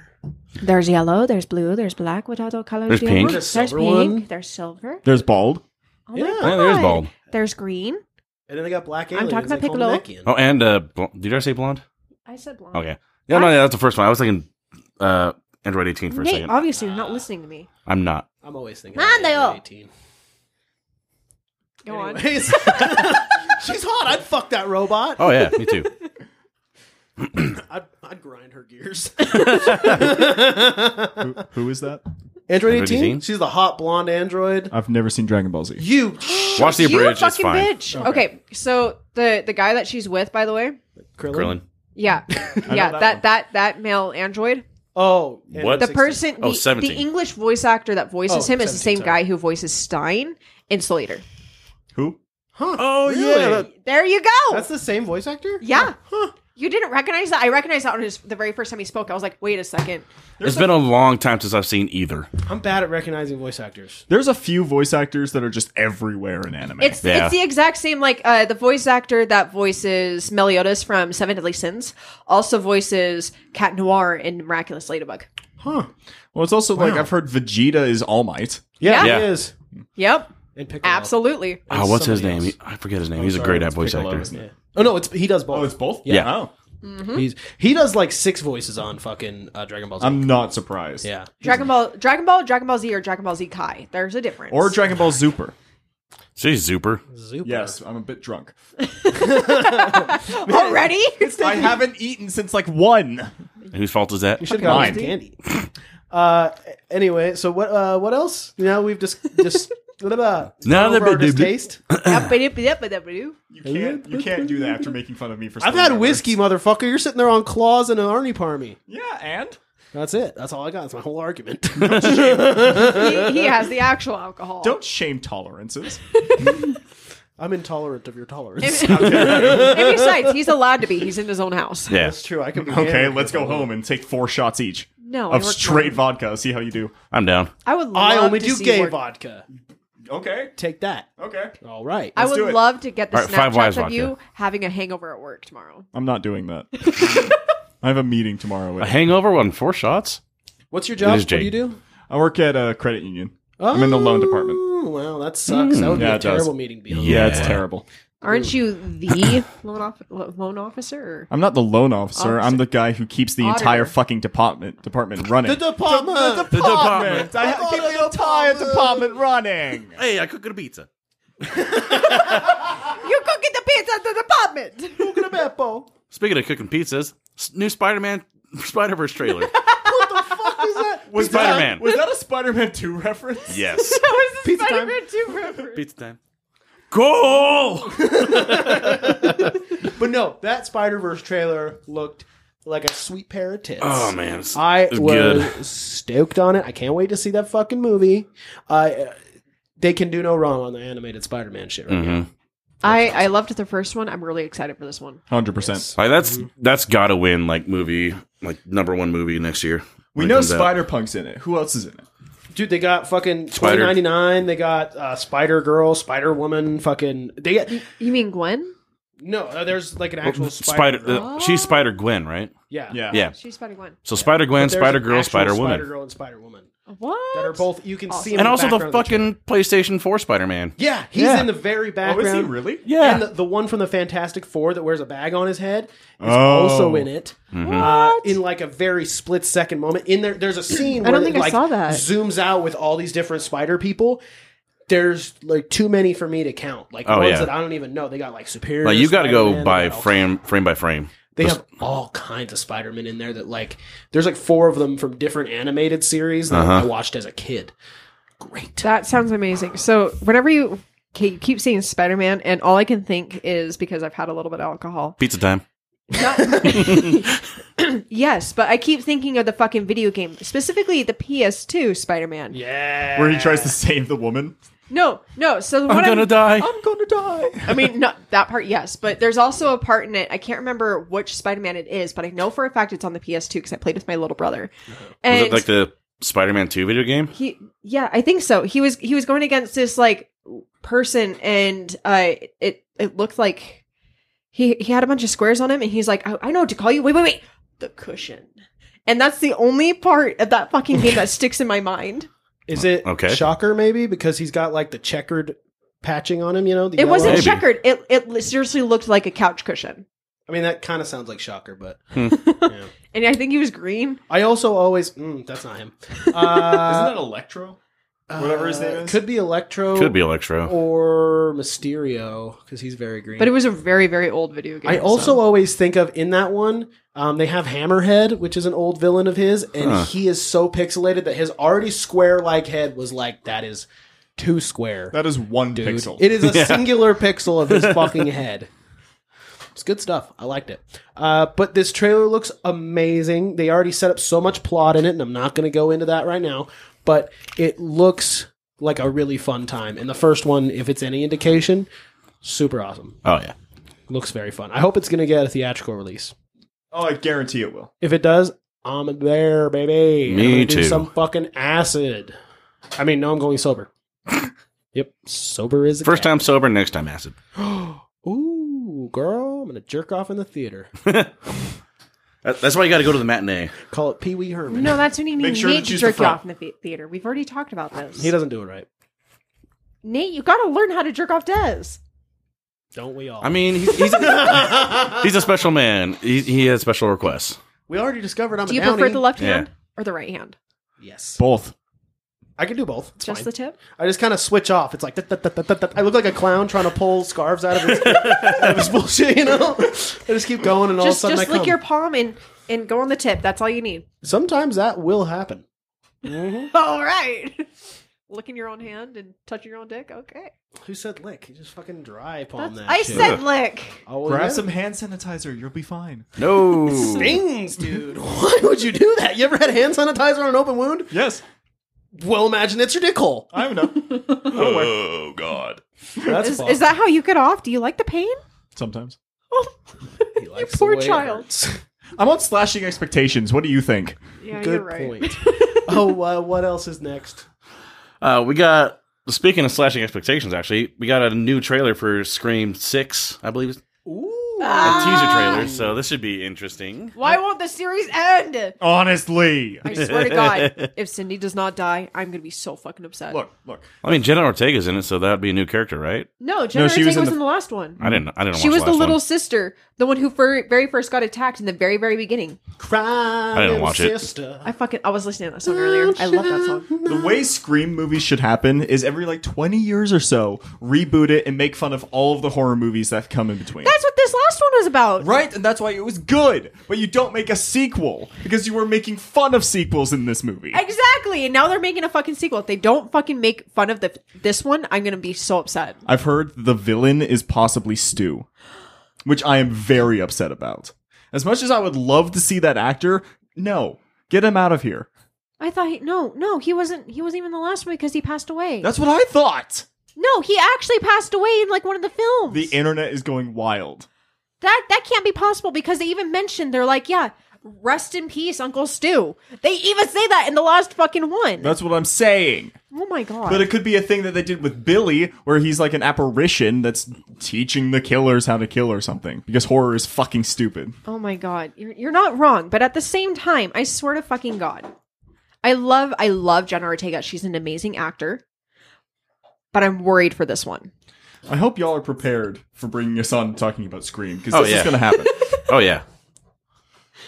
there's yellow, there's blue, there's black. What other colors? There's do you pink. have? There's There's silver pink. one. There's silver. There's bald. Oh Yeah. my Yeah, Yeah, god. there's bald. There's green. And then they got black I'm aliens. talking about They call them Piccolo. Nakian. Oh, and uh, bl- did I say blonde? I said blonde. Okay. Yeah, no, yeah, that's the first one. I was thinking uh, Android 18 for a Nate, second. obviously, you're not listening to me. I'm not. I'm always thinking. Man, about they all- 18. Go on. Anyways. She's hot. I'd fuck that robot. Oh yeah, me too. I'd, I'd grind her gears. Who, who is that? Android 18? 18? She's the hot blonde android. I've never seen Dragon Ball Z. You Watch the you abridged. It's fucking fine. bitch. Okay. so the the guy that she's with, by the way, Krillin. Krillin. yeah, yeah, that that that, one. that male android, Oh, and What? the 16. person, Oh, the, the 17. English voice actor that voices Oh, him is 17, the same sorry. guy who voices Stein in Slater. Who? Huh. Oh, Really? yeah, that- There you go. That's the same voice actor? yeah. You didn't recognize that? I recognized that on his, the very first time he spoke. I was like, wait a second. It's been a long time since I've seen either. I'm bad at recognizing voice actors. There's a few voice actors that are just everywhere in anime. It's Yeah. it's the exact same like uh, the voice actor that voices Meliodas from Seven Deadly Sins also voices Cat Noir in Miraculous Ladybug. huh. Well, it's also like I've heard Vegeta is All Might. Yeah, Yeah. he is. Yep. And Piccolo. Absolutely. Oh, what's his somebody name? else. He- I forget his name. He's a sorry, great it's voice Piccolo, actor. isn't it? Oh, no, it's he does both. Oh, it's both. Yeah. Oh. He's he does like six voices on fucking uh, Dragon Ball Z. I'm not surprised. yeah. Dragon Ball Dragon Ball Dragon Ball Z or Dragon Ball Z Kai. There's a difference. Or Dragon Ball Super. See, Zuper. Zupa. Yes, I'm a bit drunk. already? I haven't eaten since like one. Whose fault is that? You should have gotten Mine. candy. Uh, anyway, so what uh, what else? Now we've just just what about Now over that- our distaste? You can't. You can't do that after making fun of me for. I've had whiskey, motherfucker. You're sitting there on claws and an arnie parmy. Yeah, and That's it. That's all I got. That's my whole argument. he, he has the actual alcohol. don't shame tolerances. I'm intolerant of your tolerance. and and besides, he's allowed to be. He's in his own house. Yeah, That's true. I Oh, can be Okay, hammered let's for go a whole- home and take four shots each No, I of work straight on- vodka. See how you do. I'm down. I would. Love I only to do see gay where- vodka. Okay. Take that. Okay. All right. I Let's do would it. love to get the All right, Five Wives snapshots of vodka. you having a hangover at work tomorrow. I'm not doing that. I have a meeting tomorrow. A With, hangover on four shots. What's your job? is What do Jake. you do? I work at a credit union. I'm in the loan department. Hmm. Oh, Well, that sucks. That would be Yeah, a it does. terrible meeting. to Be on. Yeah. Yeah, it's terrible. Aren't you the loan, off- lo- loan officer? Or- I'm not the loan officer. I'm the guy who keeps the entire Auditor. fucking department department running. The department. department. I I keep thought the the entire department. department running. Hey, I cooked a pizza. you cooking the pizza at the department. Look at that, Bo. Speaking of cooking pizzas, s- new Spider-Man Spider Verse trailer. Fuck is that? Was that- Spider-Man. Was that a Spider-Man 2 reference? yes, that was the Pizza time. Spider-Man 2 reference. pizza time. Cool. But no, that Spider Verse trailer looked like a sweet pair of tits. Oh man, it's- I it's was stoked on it. I can't wait to see that fucking movie. I they can do no wrong on the animated Spider Man shit right Mm-hmm. now. I, I loved the first one. I'm really excited for this one. Hundred percent. Like that's that's gotta win like movie like number one movie next year. We when it know comes out. Spider Punk's in it. Who else is in it? Dude, they got fucking Spider. twenty ninety nine. They got uh, Spider Girl, Spider Woman. Fucking they got You mean Gwen? no. uh, there's like an actual Oh. Well, Spider. Spider. uh, she's Spider Gwen, right? yeah, Yeah. She's Spider Gwen. So Spider Gwen, There's an Spider Girl, actual Spider Woman, Spider Girl, and Spider Woman What? that are both. You can see Awesome. them and in also the, background of trailer. fucking PlayStation Four Spider Man. yeah, he's Yeah. in the very Oh, background. is he really? Yeah. And the, the one from the Fantastic Four that wears a bag on his head is Oh. also in it. Mm-hmm. Uh, in like a very split second moment. In there, there's a scene. I Where don't it, think I like, saw that. Zooms out with all these different spider people. There's like too many for me to count. Like Oh, ones yeah. that I don't even know. They got like superior. Like you got to go Spider-Man, they by got all- frame, frame by frame. They have all kinds of Spider Men in there that like. There's like four of them from different animated series that Uh-huh. I watched as a kid. Great. That sounds amazing. So whenever you, okay, you keep saying Spider Man, and all I can think is because I've had a little bit of alcohol. Pizza time. Yes, but I keep thinking of the fucking video game, specifically the PS2 Spider Man. Yeah. Where he tries to save the woman. No, no. So what I'm gonna die. I'm gonna die. I mean, not that part, yes, but there's also a part in it. I can't remember which Spider Man it is, but I know for a fact it's on the PS2 because I played with my little brother. Was And it like the Spider Man Two video game? he, yeah, I think so. He was he was going against this like person, and uh, it it looked like he he had a bunch of squares on him, and he's like, I, I know what to call you. Wait, wait, wait, the cushion. And that's the only part of that fucking game that sticks in my mind. Is it Uh, Okay. Shocker maybe because he's got like the checkered patching on him? You know, the It yellow? wasn't Maybe. checkered. It it li- seriously looked like a couch cushion, I mean, that kind of sounds like Shocker, but and I think he was green. I also always mm, that's not him. Uh, Isn't that Electro? whatever his name uh, is? could be Electro, Could be Electro. or Mysterio because he's very green. But it was a very, very old video game. I so- also always think of in that one, um, they have Hammerhead, which is an old villain of his, and Huh. he is so pixelated that his already square like head was like that is too square. That is one dude. pixel. It is a singular pixel of his fucking head. It's good stuff. I liked it. Uh, but this trailer looks amazing. They already set up so much plot in it, and I'm not going to go into that right now. But it looks like a really fun time. And the first one, if it's any indication, super awesome. Oh yeah. Looks very fun. I hope it's going to get a theatrical release. oh, I guarantee it will. If it does, I'm there, baby. Me I'm gonna do too. Some fucking acid. I mean, no, I'm going sober. yep, sober is a First cat. time sober, next time acid. Ooh, girl, I'm gonna jerk off in the theater. That- That's why you got to go to the matinee. Call it Pee Wee Herman. No, that's when you need Make sure to Nate to choose the jerk you front. off in the thea- theater. We've already talked about this. He doesn't do it right. Nate, you gotta learn how to jerk off Des. Don't we all? I mean, he's he's, he's a special man. He, he has special requests. we already discovered I'm Do a you downy. prefer the left Yeah. hand or the right hand? yes, Both. I can do both. It's Just fine. the tip. I just kind of switch off. It's like "Tut, tut, tut, tut, tut, tut." I look like a clown trying to pull scarves out of his, out of his bullshit. You know, I just keep going, and all just of a sudden just I lick come. your palm and and go on the tip. That's all you need. Sometimes that will happen. All right. Licking your own hand and touching your own dick. Okay. Who said lick? You just fucking dry palm That's, that. I shit. said lick. Oh, well, Grab yeah. some hand sanitizer. You'll be fine. No. stings, dude. Why would you do that? You ever had hand sanitizer on an open wound? Yes, Well, imagine it's your dick hole. I don't know. oh God. That's Is, is that how you get off? Do you like the pain? Sometimes Oh, you poor child. I'm on slashing expectations. What do you think? Yeah, Good you're right. point. oh, uh, what else is next? Uh, we got speaking of slashing expectations. Actually, we got a new trailer for Scream Six, I believe, it's Ooh, a Ah. teaser trailer. So this should be interesting. Why won't the series end? Honestly, I swear to God, if Cindy does not die, I'm gonna be so fucking upset. look, look. I mean, Jenna Ortega's in it, so that'd be a new character, right? No, Jenna she Ortega was was, in in, the- the last one. I didn't. I didn't. She watch was the last little One. sister, the one who fir- very first got attacked in the very, very beginning. cry. I didn't little watch it. sister. I fucking I was listening to that song earlier. I love that song. The way Scream movies should happen is every like 20 years or so, reboot it and make fun of all of the horror movies that come in between. That's what this last one was about. Right, and that's why it was good. But you don't make a sequel because you were making fun of sequels in this movie. Exactly. And now they're making a fucking sequel. If they don't fucking make fun of the, this one, I'm going to be so upset. I've heard the villain is possibly Stu, which I am very upset about. As much as I would love to see that actor, no, get him out of here. I thought he, no, no, he wasn't, he wasn't even the last one because he passed away. That's what I thought. no, he actually passed away in like one of the films. The internet is going wild. that, that can't be possible because they even mentioned, they're like, yeah, rest in peace, Uncle Stu. They even say that in the last fucking one. That's what I'm saying. oh my God. But it could be a thing that they did with Billy, where he's like an apparition that's teaching the killers how to kill or something. Because horror is fucking stupid. Oh my god, you're you're not wrong, but at the same time, I swear to fucking god, I love I love Jenna Ortega. She's an amazing actor, but I'm worried for this one. I hope y'all are prepared for bringing us on and talking about Scream, because Oh, this yeah. is going to happen. Oh yeah.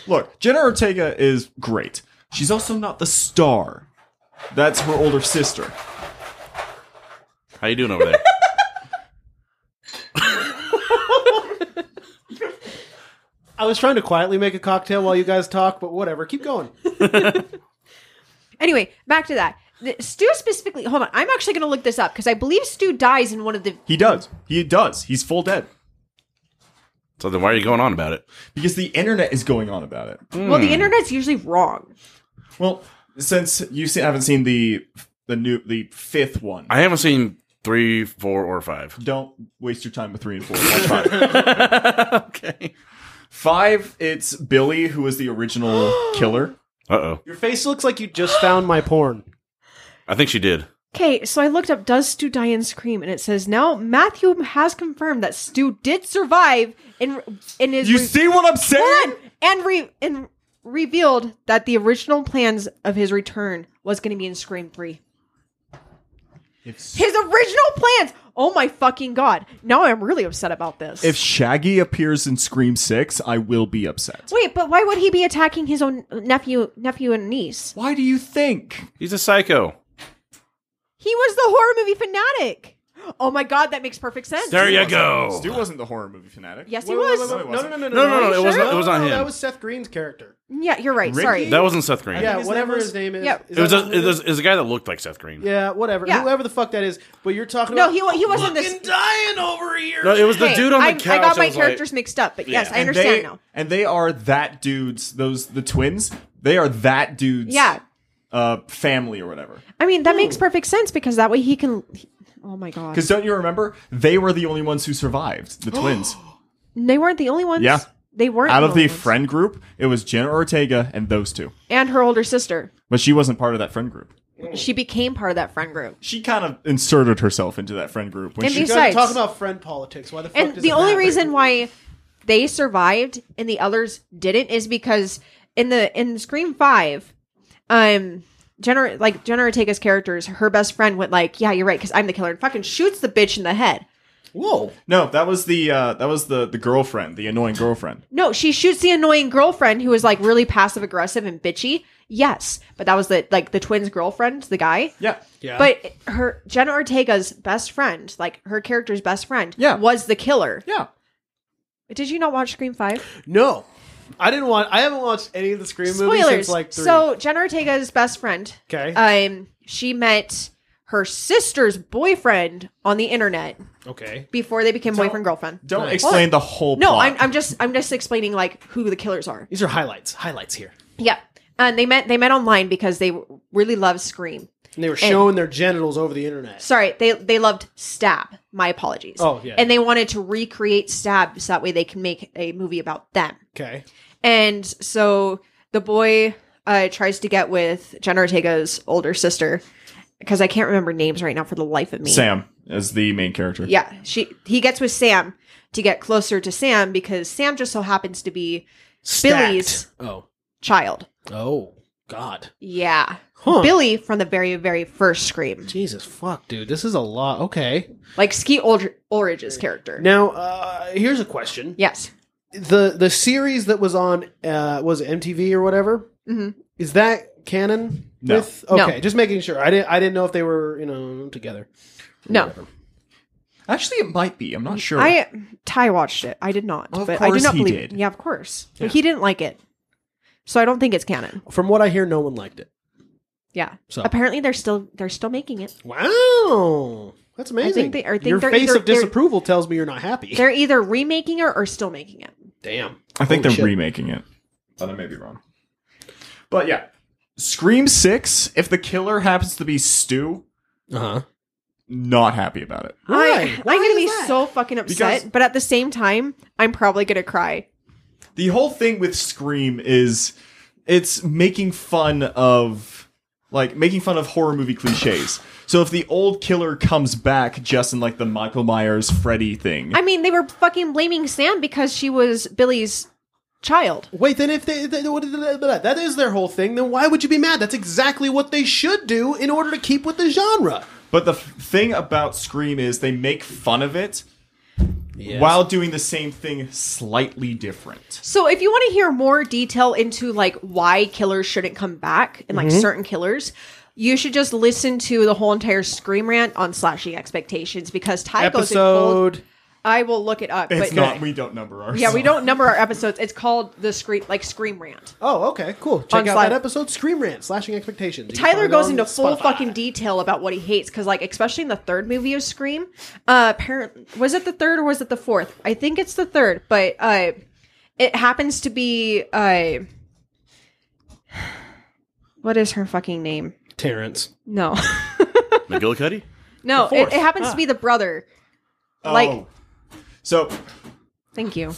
Look, Jenna Ortega is great. She's also not the star. That's her older sister. How you doing over there? I was trying to quietly make a cocktail while you guys talk, but whatever. Keep going. Anyway, back to that. The- Stu specifically, hold on, I'm actually going to look this up because I believe Stu dies in one of the. He does. He does. He's full dead. so then why are you going on about it? Because the internet is going on about it. Well, the internet's usually wrong. Well, since you se- haven't seen the the new the fifth one, I haven't seen three, four, or five. don't waste your time with three and four. Watch five. okay. five, it's Billy who was the original killer. Uh oh. Your face looks like you just found my porn. I think she did. Okay, so I looked up does Stu die in Scream, and it says now Matthew has confirmed that Stu did survive in in his. You re- see what I'm saying? Hold on. and re- and revealed that the original plans of his return was going to be in Scream Three. If, His original plans. Oh my fucking god! Now I'm really upset about this. if Shaggy appears in Scream Six, I will be upset. Wait, but why would he be attacking his own nephew, nephew and niece? Why do you think? He's a psycho. He was the horror movie fanatic. Oh my god, that makes perfect sense. There you go. Stu wasn't the horror movie fanatic. yes, he was. wait, wait, wait. No, no, no, no, no, No, no, no, Are you it wasn't- sure? it was not No, him. That was Seth Green's character. Yeah, you're right. Ricky? Sorry. That wasn't Seth Green. Yeah, his whatever name was- his name is. Yeah. Is It was, that a, what it was it was a guy that looked like Seth Green. Yeah, whatever. Yeah. Whoever the fuck that is. But you're talking no, about. he wa- he wasn't this. dying over here. No, it was the Hey, dude on the I, I couch. got my was like- characters mixed up, but yes, Yeah. I And understand they, now. And they are that dude's those the twins. They are that dude's Yeah. uh family or whatever. I mean, that makes perfect sense because that way he can. he- oh my god. Because don't you remember they were the only ones who survived the twins They weren't the only ones. Yeah. They weren't out of only the ones. friend group. It was Jenna Ortega and those two, and her older sister. but she wasn't part of that friend group. She became part of that friend group. She kind of inserted herself into that friend group when And she these- Guys, Besides- talk about friend politics. Why the fuck And does the it only matter? reason why they survived and the others didn't is because in the in Scream Five, um, Jenna like Jenna Ortega's characters, her best friend went like, "Yeah, you're right," because I'm the killer, and fucking shoots the bitch in the head. Whoa. no, that was the uh, that was the the girlfriend, the annoying girlfriend. No, she shoots the annoying girlfriend who was like really passive aggressive and bitchy. Yes, but that was the like the twins' girlfriend, the guy. Yeah, Yeah. But her Jenna Ortega's best friend, like her character's best friend, Yeah. was the killer. yeah. Did you not watch Scream Five? No. I didn't want. I haven't watched any of the Scream movies Spoilers. since like three. so Jenna Ortega's best friend, okay. um, she met her sister's boyfriend on the internet okay. before they became boyfriend girlfriend. Don't Nice. explain the whole. No, plot. I'm, I'm just I'm just explaining like who the killers are. These are highlights. Highlights here. Yeah, and they met they met online because they really love Scream. And they were showing their genitals over the internet. Sorry, they they loved Stab. My apologies. Oh, yeah. And they wanted to recreate Stab so that way they can make a movie about them. Okay. And so the boy uh, tries to get with Jenna Ortega's older sister because I can't remember names right now for the life of me. Sam as the main character. Yeah, she he gets with Sam to get closer to Sam because Sam just so happens to be Billy's Stacked. Oh. child. Oh. God. Yeah. Huh. Billy from the very, very first Scream. Jesus fuck, dude. This is a lot. Okay. Like Ski Ulr- Ulrich's character. Now, uh, here's a question. Yes. The the series that was on uh was it MTV or whatever? Mhm. Is that canon? No. With okay, just making sure. I didn't I didn't know if they were, you know, together. No. Whatever. Actually, it might be. I'm not sure. I Ty watched it. I did not, Of but I course did not he believe. did. Yeah, of course, but he didn't like it, so I don't think it's canon. From what I hear, no one liked it. Yeah. Oh. So- apparently they're still they're still making it. Wow, that's amazing. they- I think Your they're face either- of they're- disapproval tells me you're not happy. They're either remaking it or still making it. Damn. I Holy think they're shit. remaking it. But I may be wrong. But yeah. Scream 6, if the killer happens to be Stu, Uh huh. not happy about it. Why? I, Why I'm gonna is be that? so fucking upset, Because- but at the same time, I'm probably gonna cry. The whole thing with Scream is it's making fun of like making fun of horror movie cliches. So if the old killer comes back just in like the Michael Myers Freddy thing. I mean, they were fucking blaming Sam because she was Billy's child. Wait, then if they, they- what- that is their whole thing, then why would you be mad? That's exactly what they should do in order to keep with the genre. but the f- thing about Scream is they make fun of it Yes. while doing the same thing slightly different. So if you want to hear more detail into like why killers shouldn't come back and like Mm-hmm. certain killers, you should just listen to the whole entire scream rant on slashing expectations because Ty goes in cold. episode. I will look it up, It's but not. We don't number ours. yeah, we don't number our episodes. It's called the scream like scream rant. Oh, okay, cool. Check On out Sly- that episode, Scream Rant, Slashing Expectations. You can Tyler find it goes on into full Spotify. fucking detail about what he hates because, like, especially in the third movie of Scream, uh, apparently was it the third or was it the fourth? I think it's the third, but uh, it happens to be uh, what is her fucking name? Terrence. No, McGillicuddy? no, The it, fourth. Ah. it happens to be the brother. Like, Oh. so thank you.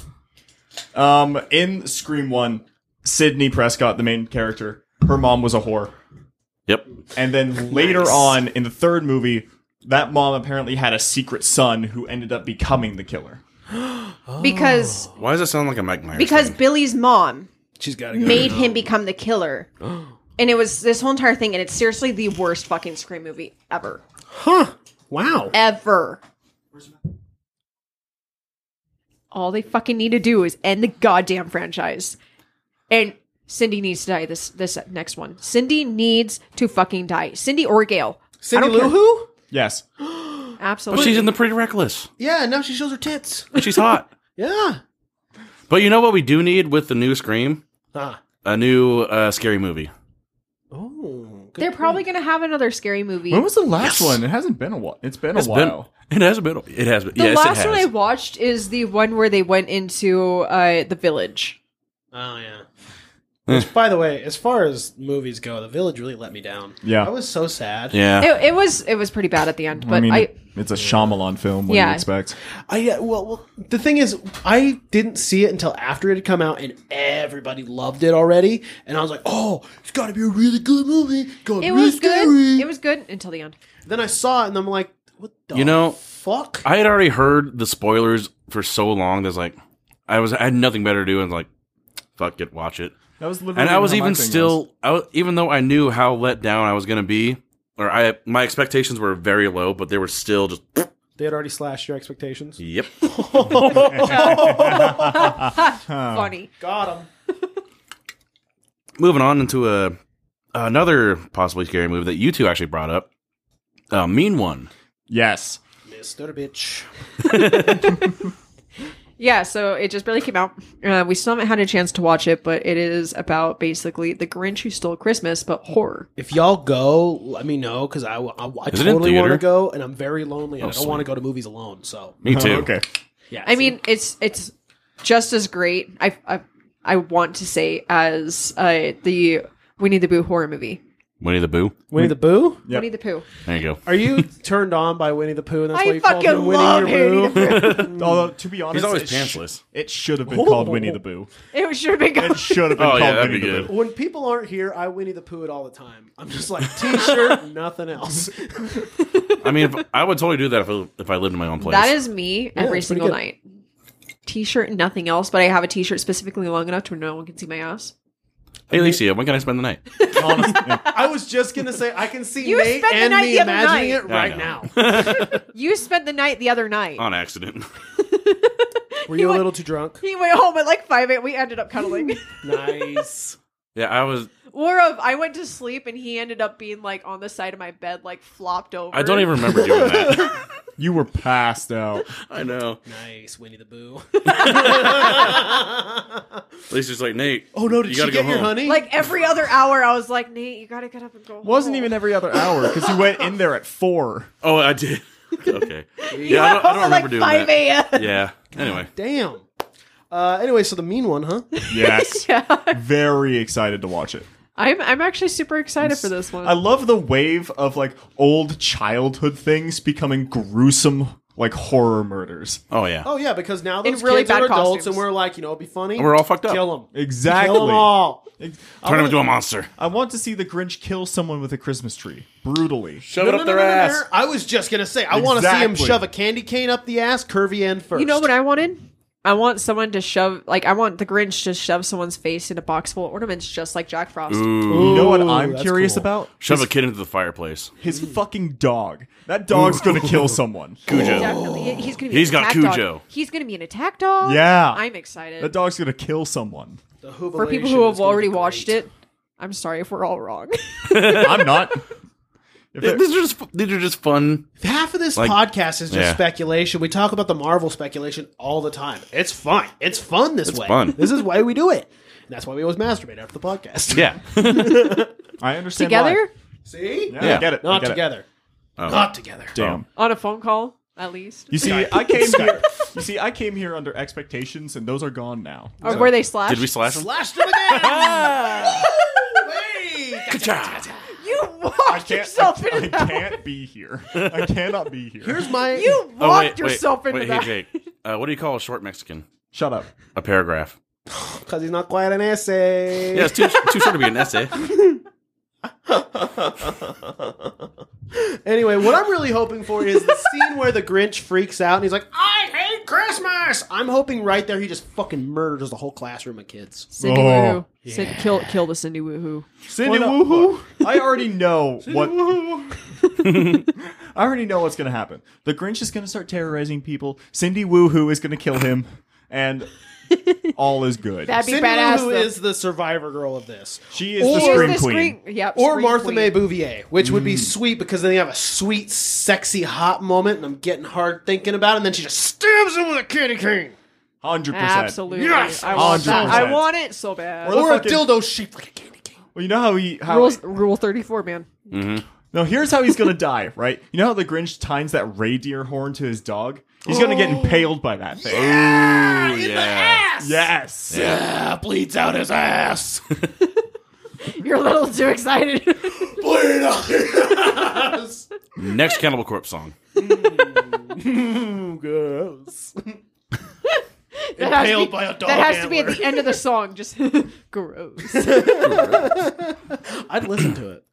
um, in Scream One, Sydney Prescott, the main character, her mom was a whore, Yep. and then later on in the third movie, that mom apparently had a secret son who ended up becoming the killer. Oh. Because Why does that sound like a Mike Myers? because thing? Billy's mom She's got to go. made him become the killer. And it was this whole entire thing, and it's seriously the worst fucking Scream movie ever. Huh. Wow. Ever. All they fucking need to do is end the goddamn franchise. And Cindy needs to die this this next one. Cindy needs to fucking die. Cindy or Gail. Cindy I don't Lou care. Who? Yes, Absolutely. But she's in the Pretty Reckless. Yeah, and now she shows her tits. And she's hot. Yeah. but you know what we do need with the new Scream? Ah. A new uh, scary movie. Oh. good They're probably gonna have another scary movie. when was the last Yes. one? It hasn't been a while. It's been It's a while. been. It has been. It has been. the yes, last it has. one I watched is the one where they went into uh, the village. Oh yeah. Eh. Which, by the way, as far as movies go, The Village really let me down. Yeah. I was so sad. yeah. It, it was it was pretty bad at the end, but I mean, I it's a Shyamalan film. What do Yeah. you expect? I uh, well, well, the thing is, I didn't see it until after it had come out, and everybody loved it already. And I was like, "Oh, it's got to be a really good movie. It's gotta be It really was scary." good. It was good until the end. then I saw it, and I'm like, "What the? You know, fuck." I had already heard the spoilers for so long. That's like, I was I had nothing better to do, and like, fuck it, watch it. That was literally And I was how my even thing was. still, I was, even though I knew how let down I was gonna be, or I my expectations were very low, but they were still just they had already slashed your expectations. yep. Funny. Got him. Moving on into a another possibly scary movie that you two actually brought up, uh, Mean One. yes. Mister bitch. Yeah, so it just barely came out. Uh, we still haven't had a chance to watch it, but it is about basically the Grinch who stole Christmas, but horror. If y'all go, let me know because I, I, I Is it in totally want theater? Oh, to go, and I'm very lonely, and I don't sweet. want to go to movies alone. So Me too. Oh, okay. yeah, I mean, it's it's just as great. I I, I want to say as uh, the Winnie the Pooh horror movie. Winnie the Boo. Winnie the Pooh. Yep. Winnie the Pooh. There you go. Are you turned on by Winnie the Pooh? And that's why I you called fucking him love Winnie Winnie your Pooh. the Pooh. Although to be honest, He's always it sh- pantsless. it should have been called Winnie the Boo. It should have been It called. should have been Oh, called yeah, that'd Winnie be the good. Boo. When people aren't here, I Winnie the Pooh it all the time. I'm just like T-shirt, nothing else. I mean, if, I would totally do that if I, if I lived in my own place. That is me every it's pretty single good. night. T-shirt, nothing else, but I have a T-shirt specifically long enough to no one can see my ass. hey, Alicia, when can I spend the night? Honest- yeah. I was just gonna say I can see You Nate spent the and night me the other imagining night. it right know. now. You spent the night the other night. Uh, On accident. Were you a little too drunk? He went home at like five. and We ended up cuddling. Nice. yeah, I was. or of I went to sleep and he ended up being like on the side of my bed, like flopped over. I don't even remember doing that. You were passed out. I know. Nice, Winnie the Boo. At least it's like Nate. Oh no, did you, gotta get go your home. honey? Like every other hour, I was like, Nate, you gotta get up and go. Wasn't home." even every other hour because you went in there at four. Oh, I did. okay. You Yeah, I don't, got I home don't at, remember like doing 5 that. a.m. Yeah. Anyway, damn. Uh, anyway, so the mean one, huh? Yes. Very excited to watch it. I'm I'm actually super excited for this one. I love the wave of like old childhood things becoming gruesome like horror murders. oh yeah, Oh yeah, because now In those really kids are bad adults, costumes. and we're like, you know, it'd be funny. we're all fucked up. kill them. Exactly. Kill them all. Ex- I Turn oh, him wanna- into a monster. I want to see the Grinch kill someone with a Christmas tree brutally. Shove it No, up no, their no, no, no, ass. no. I was just gonna say, I want to see him Exactly. shove a candy cane up the ass, curvy end first. you know what I wanted? I want someone to shove like I want the Grinch to shove someone's face into box full of ornaments, just like Jack Frost. Ooh. you know what Ooh, I'm that's curious cool. about? Shove a kid into the fireplace. His Mm. fucking dog. That dog's gonna kill someone. Cujo. Definitely, He- he's gonna be. He's an got attack Cujo. dog. He's gonna be an attack dog. Yeah. I'm excited. That dog's gonna kill someone. The For people Hoobalation who is have gonna be already great. watched it, I'm sorry if we're all wrong. I'm not. If These it- are just these are just fun. half of this Like- podcast is just Yeah. speculation. We talk about the Marvel speculation all the time. It's fun. It's fun this way. fun. This is why we do it. And that's why we always masturbate after the podcast. Yeah. I understand. why. Together See? Yeah, I Yeah. get it. I Not get it. together. Oh. Not together. Damn. on a phone call, at least. You see, I came here. You see, I came here under expectations, and those are gone now. Or were they slashed? Did we slash him? Slashed him again. Wait. You walked yourself I, into I that. can't be here. I cannot be here. Here's my. You walked Oh wait, wait, yourself into wait, that. hey Jake. Uh, what do you call a short Mexican? Shut up. A paragraph. Because he's not quite an essay. Yeah, it's too too short to be an essay. Anyway, what I'm really hoping for is the scene where the Grinch freaks out and he's like, I hate Christmas. I'm hoping right there he just fucking murders the whole classroom of kids. Cindy Oh. Woohoo. Cindy, kill, kill the Cindy Woohoo. Cindy Woohoo. I already know what. I already know what's gonna happen. The Grinch is gonna start terrorizing people. Cindy Woohoo is gonna kill him, and all is good. That'd be Cindy badass. Lou though. is the survivor girl of this. She is Or- the She is scream the queen. scream- yep, Or scream Martha queen. May Bouvier, which would be sweet because then you have a sweet, sexy, hot moment, and I'm getting hard thinking about it, and then she just stabs him with a candy cane. Hundred percent. Absolutely. Yes! I want that. 100%. I want it so bad. Or the Or a fucking- dildo shaped like a candy cane. Well, you know how he how Rules, rule 34, man. No, here's how he's gonna die, right? You know how the Grinch tines that reindeer horn to his dog? He's gonna Oh. get impaled by that thing. Ooh, yeah. Yes. Ah, bleeds out his ass. You're a little too excited. Bleed out his ass. Next Cannibal Corpse song. Ooh, gross. That has to Impaled be- by a dog That has to be at antler. the end of the song. Just gross. I'd listen to it.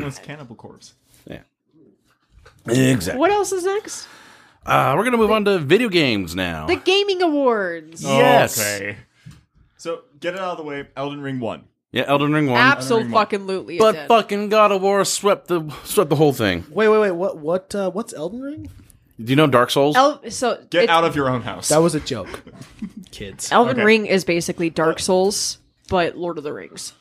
That's Cannibal Corpse. Yeah. Exactly. What else is next? Uh, we're gonna move on to video games now. The Gaming Oh, Awards. Yes. Okay. So get it out of the way. Elden Ring one. Yeah, Elden Ring one. Absolutely fucking lootly. but fucking God of War swept the swept the whole thing. Wait, wait, wait. What? What? Uh, what's Elden Ring? Do you know Dark Souls? El- so Get it's- out of your own house. That was a joke, kids. Elven Okay. Uh, Ring is basically Dark Souls, but Lord of the Rings.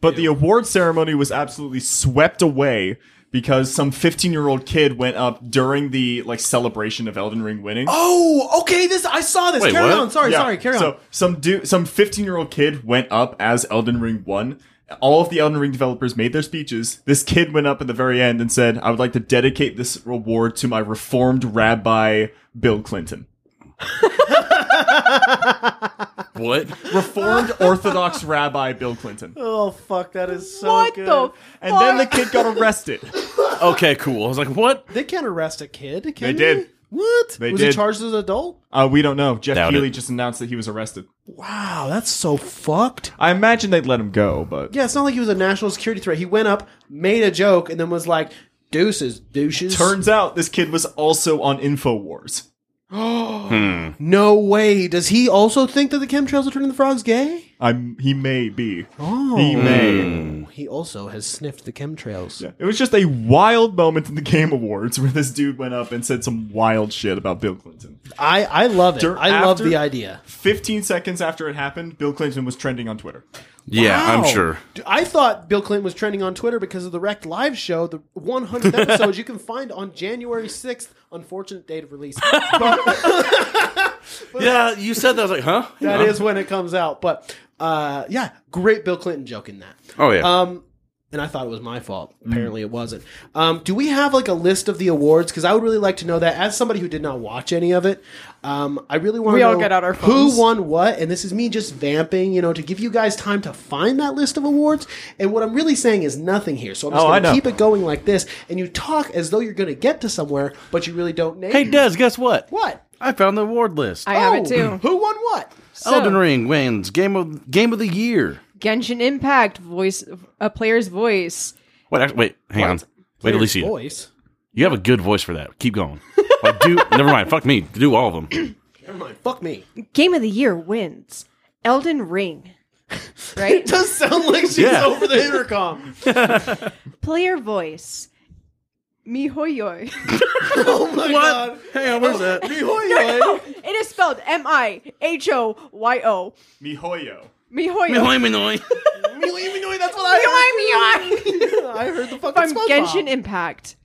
but the award ceremony was absolutely swept away because some 15 year old kid went up during the like celebration of Elden Ring winning. Oh, okay. This I saw this. Wait, carry what? on. Sorry, Yeah. sorry. Carry on. So some dude, some 15 year old kid went up as Elden Ring one. All of the Elden Ring developers made their speeches. This kid went up at the very end and said, "I would like to dedicate this reward to my reformed rabbi Bill Clinton." what? Reformed Orthodox Rabbi Bill Clinton. Oh fuck, that is so what good. the? And then the kid got arrested. Okay, cool. I was like, what? They can't arrest a kid. Can They did. What? They was he did. charged as an adult? Uh, we don't know. Jeff Doubt Healy it. just announced that he was arrested. Wow, that's so fucked. I imagine they'd let him go, but Yeah, it's not like he was a national security threat. He went up, made a joke, and then was like, "Deuces, douches." turns out this kid was also on Infowars. No way. Does he also think that the chemtrails are turning the frogs gay? I'm. He may be. Oh. He may. He also has sniffed the chemtrails. Hmm. Yeah, It was just a wild moment in the Game Awards where this dude went up and said some wild shit about Bill Clinton. I I love it. Dur- I love after- the idea. 15 seconds after it happened, Bill Clinton was trending on Twitter. Yeah, I'm Wow. sure. D- I thought Bill Clinton was trending on Twitter because of the Wrecked Live show, the 100th episode you can find on January 6th, unfortunate date of release. But Yeah, you said that. I was like, huh? that is when it comes out. But uh, yeah, great Bill Clinton joke in that. Oh yeah. Um, and I thought it was my fault. Mm. Apparently, it wasn't. Um, do we have like a list of the awards? Because I would really like to know that. As somebody who did not watch any of it, um, I really want to We all know get out our phones. who won what. And this is me just vamping, you know, to give you guys time to find that list of awards. And what I'm really saying is nothing here. So I'm just Oh, I going to know. keep it going like this. And you talk as though you're going to get to somewhere, but you really don't name. hey, Des, guess what? what? I found the award list. I have it Oh, too. Who won what? So, Elden Ring wins game of game of the year. Genshin Impact voice, a player's voice. Wait, actually, wait, hang on. Wait, Player's Alicia, voice. you have a good voice for that. Keep going. Like, do never mind. Fuck me. Do all of them. Never mind. Fuck me. Game of the year wins. Elden Ring. Right? Does sound like she's Yeah. over the intercom. Player voice. Mihoyoi. Oh my god. Hang on, where's that? Mihoyo. it is spelled M I H O Y O. Mihoyo. Mihoyo. Mihoy, Mihoy. Mihoyo, that's what I heard. I heard the fucking SpongeBob. From Genshin Impact.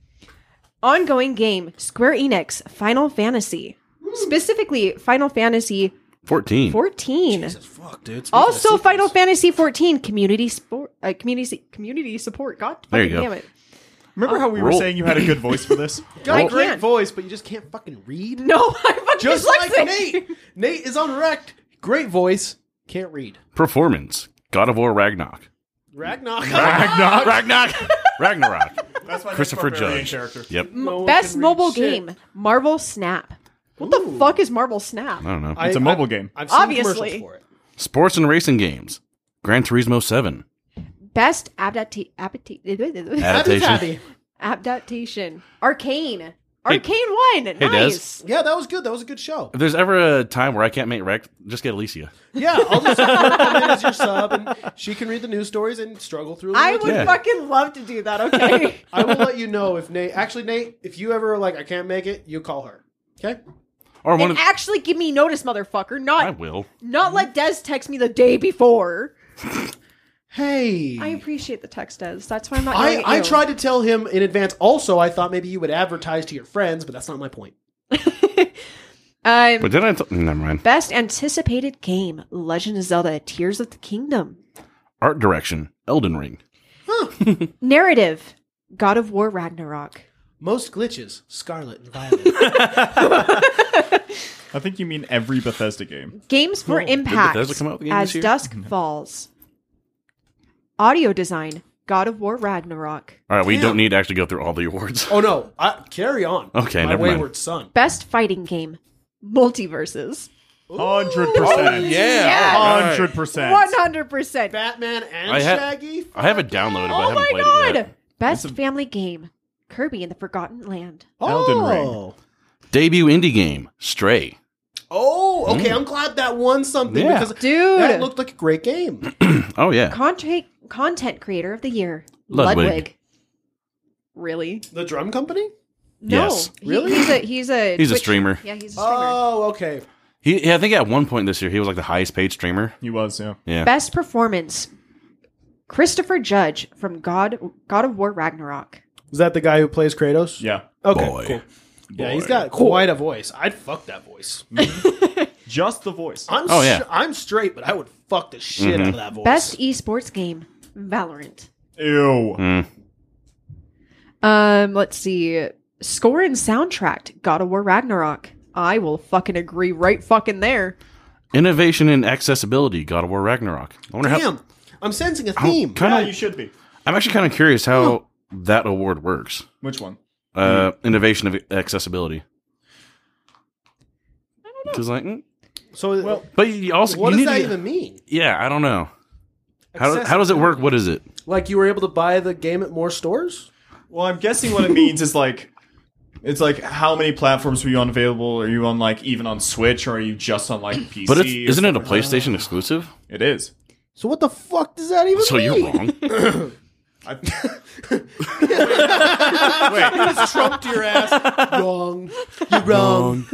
Ongoing game Square Enix Final Fantasy. Specifically, Final Fantasy 14. 14. Jesus, fuck, dude. Speaking Also, of sequels. Final Fantasy 14 community support, uh, community community support. God, There you fucking go. damn it! Remember how we were Roll. saying you had a good voice for this? Got I a great can't. voice, but you just can't fucking read. No, I'm fucking Just dyslexic. like Nate. Nate is on Wrecked. Great voice, can't read. Performance. God of War Ragnarok. Ragnarok. Ragnarok. Ragnarok. Ragnarok. That's my Christopher Judge. Yep. No one Best can read mobile shit. game: Marvel Snap. What the fuck is Marvel Snap? I don't know. I- It's a mobile game. I've seen Obviously. commercials for it. Sports and racing games. Gran Turismo 7. Best adapta- adapta- Happy Adaptation. Tabby. adaptation: Arcane. Arcane one. nice. Yeah, that was good. That was a good show. If there's ever a time where I can't make rec, just get Alicia. Yeah, I'll just come in as your sub, and she can read the news stories and struggle through. them I with would Yeah. fucking love to do that. Okay. I will let you know if Nate. Actually, Nate, if you ever are like I can't make it, you call her. Okay. Or one and of actually, give me notice, motherfucker. I Not will. not let Des text me the day before. Hey. I appreciate the text, Des. That's why I'm not. I, yelling at I you. tried to tell him in advance. Also, I thought maybe you would advertise to your friends, but that's not my point. Um, But then I t- never mind. best anticipated game: Legend of Zelda: Tears of the Kingdom. Art direction. Elden Ring. Narrative: God of War Ragnarok. Most glitches, Scarlet and Violet. I think you mean every Bethesda game. Games for Impact: Bethesda come out with a game As this year? Dusk Falls. Audio design: God of War Ragnarok. All right, we Damn. don't need to actually go through all the awards. oh no! I, carry on. Okay, my never mind. wayward son. Best fighting game: Multiverses. Hundred Oh, percent. Yeah. Oh, Hundred percent. One hundred percent. Batman and I had- Shaggy. I have it downloaded, but I Oh haven't my played it god! yet. Best family game: Kirby and the Forgotten Land. Elden Ring. Oh. Debut indie game, Stray. Oh, okay. I'm glad that won something Mm. Yeah. because Dude. that looked like a great game. Oh yeah, Content content creator of the year, Ludwig. Ludwig. Really? the drum company. No. Yes. He- Really? He's a he's a He's a streamer. Yeah, he's a streamer. Oh, okay. he. yeah, I think at one point this year he was like the highest paid streamer. He was, yeah. Yeah, Best performance. Christopher Judge from God God of War Ragnarok. Is that the guy who plays Kratos? Yeah. Okay. Boy. Cool. Yeah, Boy. he's got quite a voice. I'd fuck that voice. Just the voice. I'm Oh, yeah. sh- I'm straight, but I would fuck the shit out of that voice. Best esports game, Valorant. Ew. Hmm. Um, let's see. Score and soundtrack, God of War Ragnarok. I will fucking agree right fucking there. innovation and accessibility. God of War Ragnarok. I wonder how. Damn, I'm sensing a theme. Yeah, Kind you of. should be. I'm actually kind of curious how that award works. Which one? Uh, Mm-hmm. innovation of accessibility. Because like, mm. So, Well, but you also what you does need that to- even mean? Yeah, I don't know. How, how does it work? What is it? Like you were able to buy the game at more stores? Well, I'm guessing what it means is like it's like how many platforms were you on available? Are you on like even on Switch or are you just on like PC? But it's, or isn't it a something? PlayStation exclusive? It is. So what the fuck does that even So mean? you're wrong. I, Trumped your ass. wrong. You're wrong.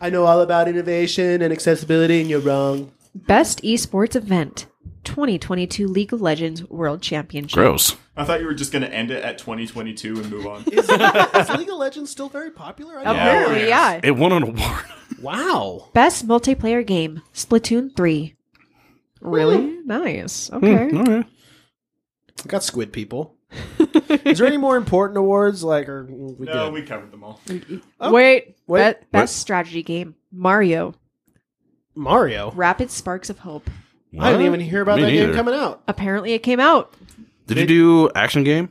I know all about innovation and accessibility, and you're wrong. Best esports event, 2022 League of Legends World Championship. Gross. I thought you were just going to end it at 2022 and move on. Is, is League of Legends still very popular? I don't know. Apparently, Oh, yeah. It won an award. Wow. Best multiplayer game, Splatoon 3. Really? Nice. Okay. All right. I got squid people. Is there any more important awards? Like, or we no, good? we covered them all. Wait. Wait. Be- best strategy game, Mario, Mario. Rapid Sparks of Hope. I didn't even hear about Me that neither. game coming out. Apparently, it came out. Did you do action game?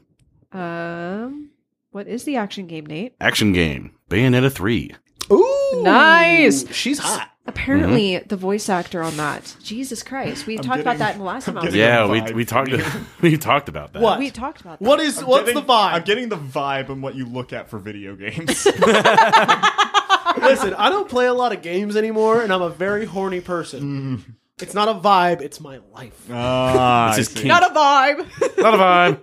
Um, what is the action game, Nate? Action game. Bayonetta three. Ooh, Nice. She's hot. Apparently, the voice actor on that. Jesus Christ, we talked getting- about that in the last I'm one. getting- Yeah, a we vibe we from talked we talked about that. What? We talked about that. What is I'm what's the getting- vibe? I'm getting the vibe on what you look at for video games. Listen, I don't play a lot of games anymore, and I'm a very horny person. Mm. It's not a vibe; it's my life. Ah, I This is see. king. Not a vibe. Not a vibe.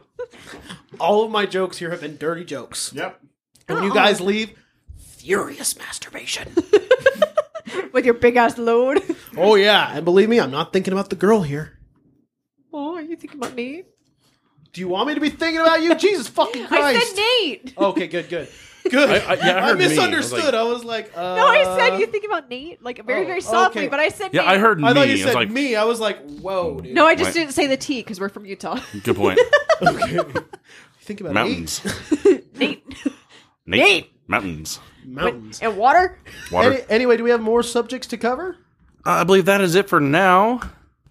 All of my jokes here have been dirty jokes. Yep. And when you guys leave, furious masturbation. With your big ass load. oh yeah, and believe me, I'm not thinking about the girl here. Oh, are you thinking about Nate? Do you want me to be thinking about you? Jesus fucking Christ! I said Nate. Okay, good, good, good. I- I- yeah, I heard me. I was like- misunderstood. I was like, uh, No, I said you think about Nate, like very, oh, very softly, okay. but I said Yeah, Nate. I heard me. I thought you was said like, me. I was like, whoa, dude. No, I just Right. didn't say the T because we're from Utah. Good point. think about Mountains. Nate. Nate. Nate. Mountains. it. mountains. And water? Water. Any- anyway, do we have more subjects to cover? Uh, I believe that is it for now.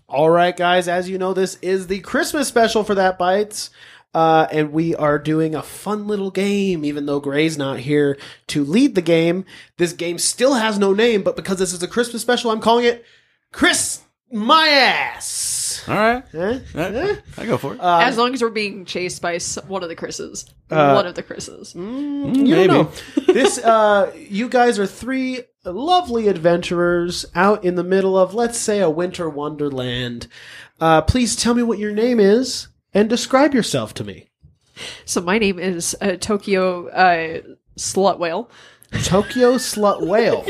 All right, guys. As you know, this is the Christmas special for That Bites. Uh, and we are doing a fun little game, even though Gray's not here to lead the game. This game still has no name, but because this is a Christmas special, I'm calling it Chris My Ass. Eh? All right. Huh? I, I go for it. Uh, as long as we're being chased by s- one of the Chris's. one of the Chris's. You Maybe. don't know. this, uh, you guys are three lovely adventurers out in the middle of, let's say, a winter wonderland. Uh, please tell me what your name is and describe yourself to me. So my name is uh, Tokyo uh, Slut Whale. Tokyo slut whale.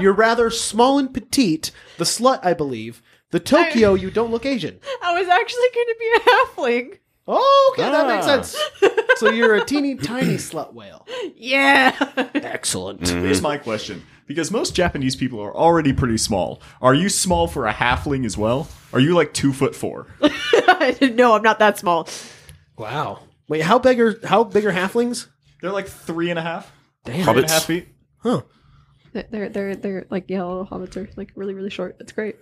You're rather small and petite. The slut, I believe. The Tokyo, you don't look Asian. I was actually going to be a halfling. Oh, okay, that makes Ah. sense. So you're a teeny tiny slut whale. Yeah. Excellent. Mm-hmm. Here's my question. Because most Japanese people are already pretty small. Are you small for a halfling as well? Are you like two foot four? no, I'm not that small. Wow. Wait, how big are how big are halflings? They're like three and a half, three and a half Hobbits. feet. Huh. They're they're they're like yeah, little hobbits are like really really short. It's great.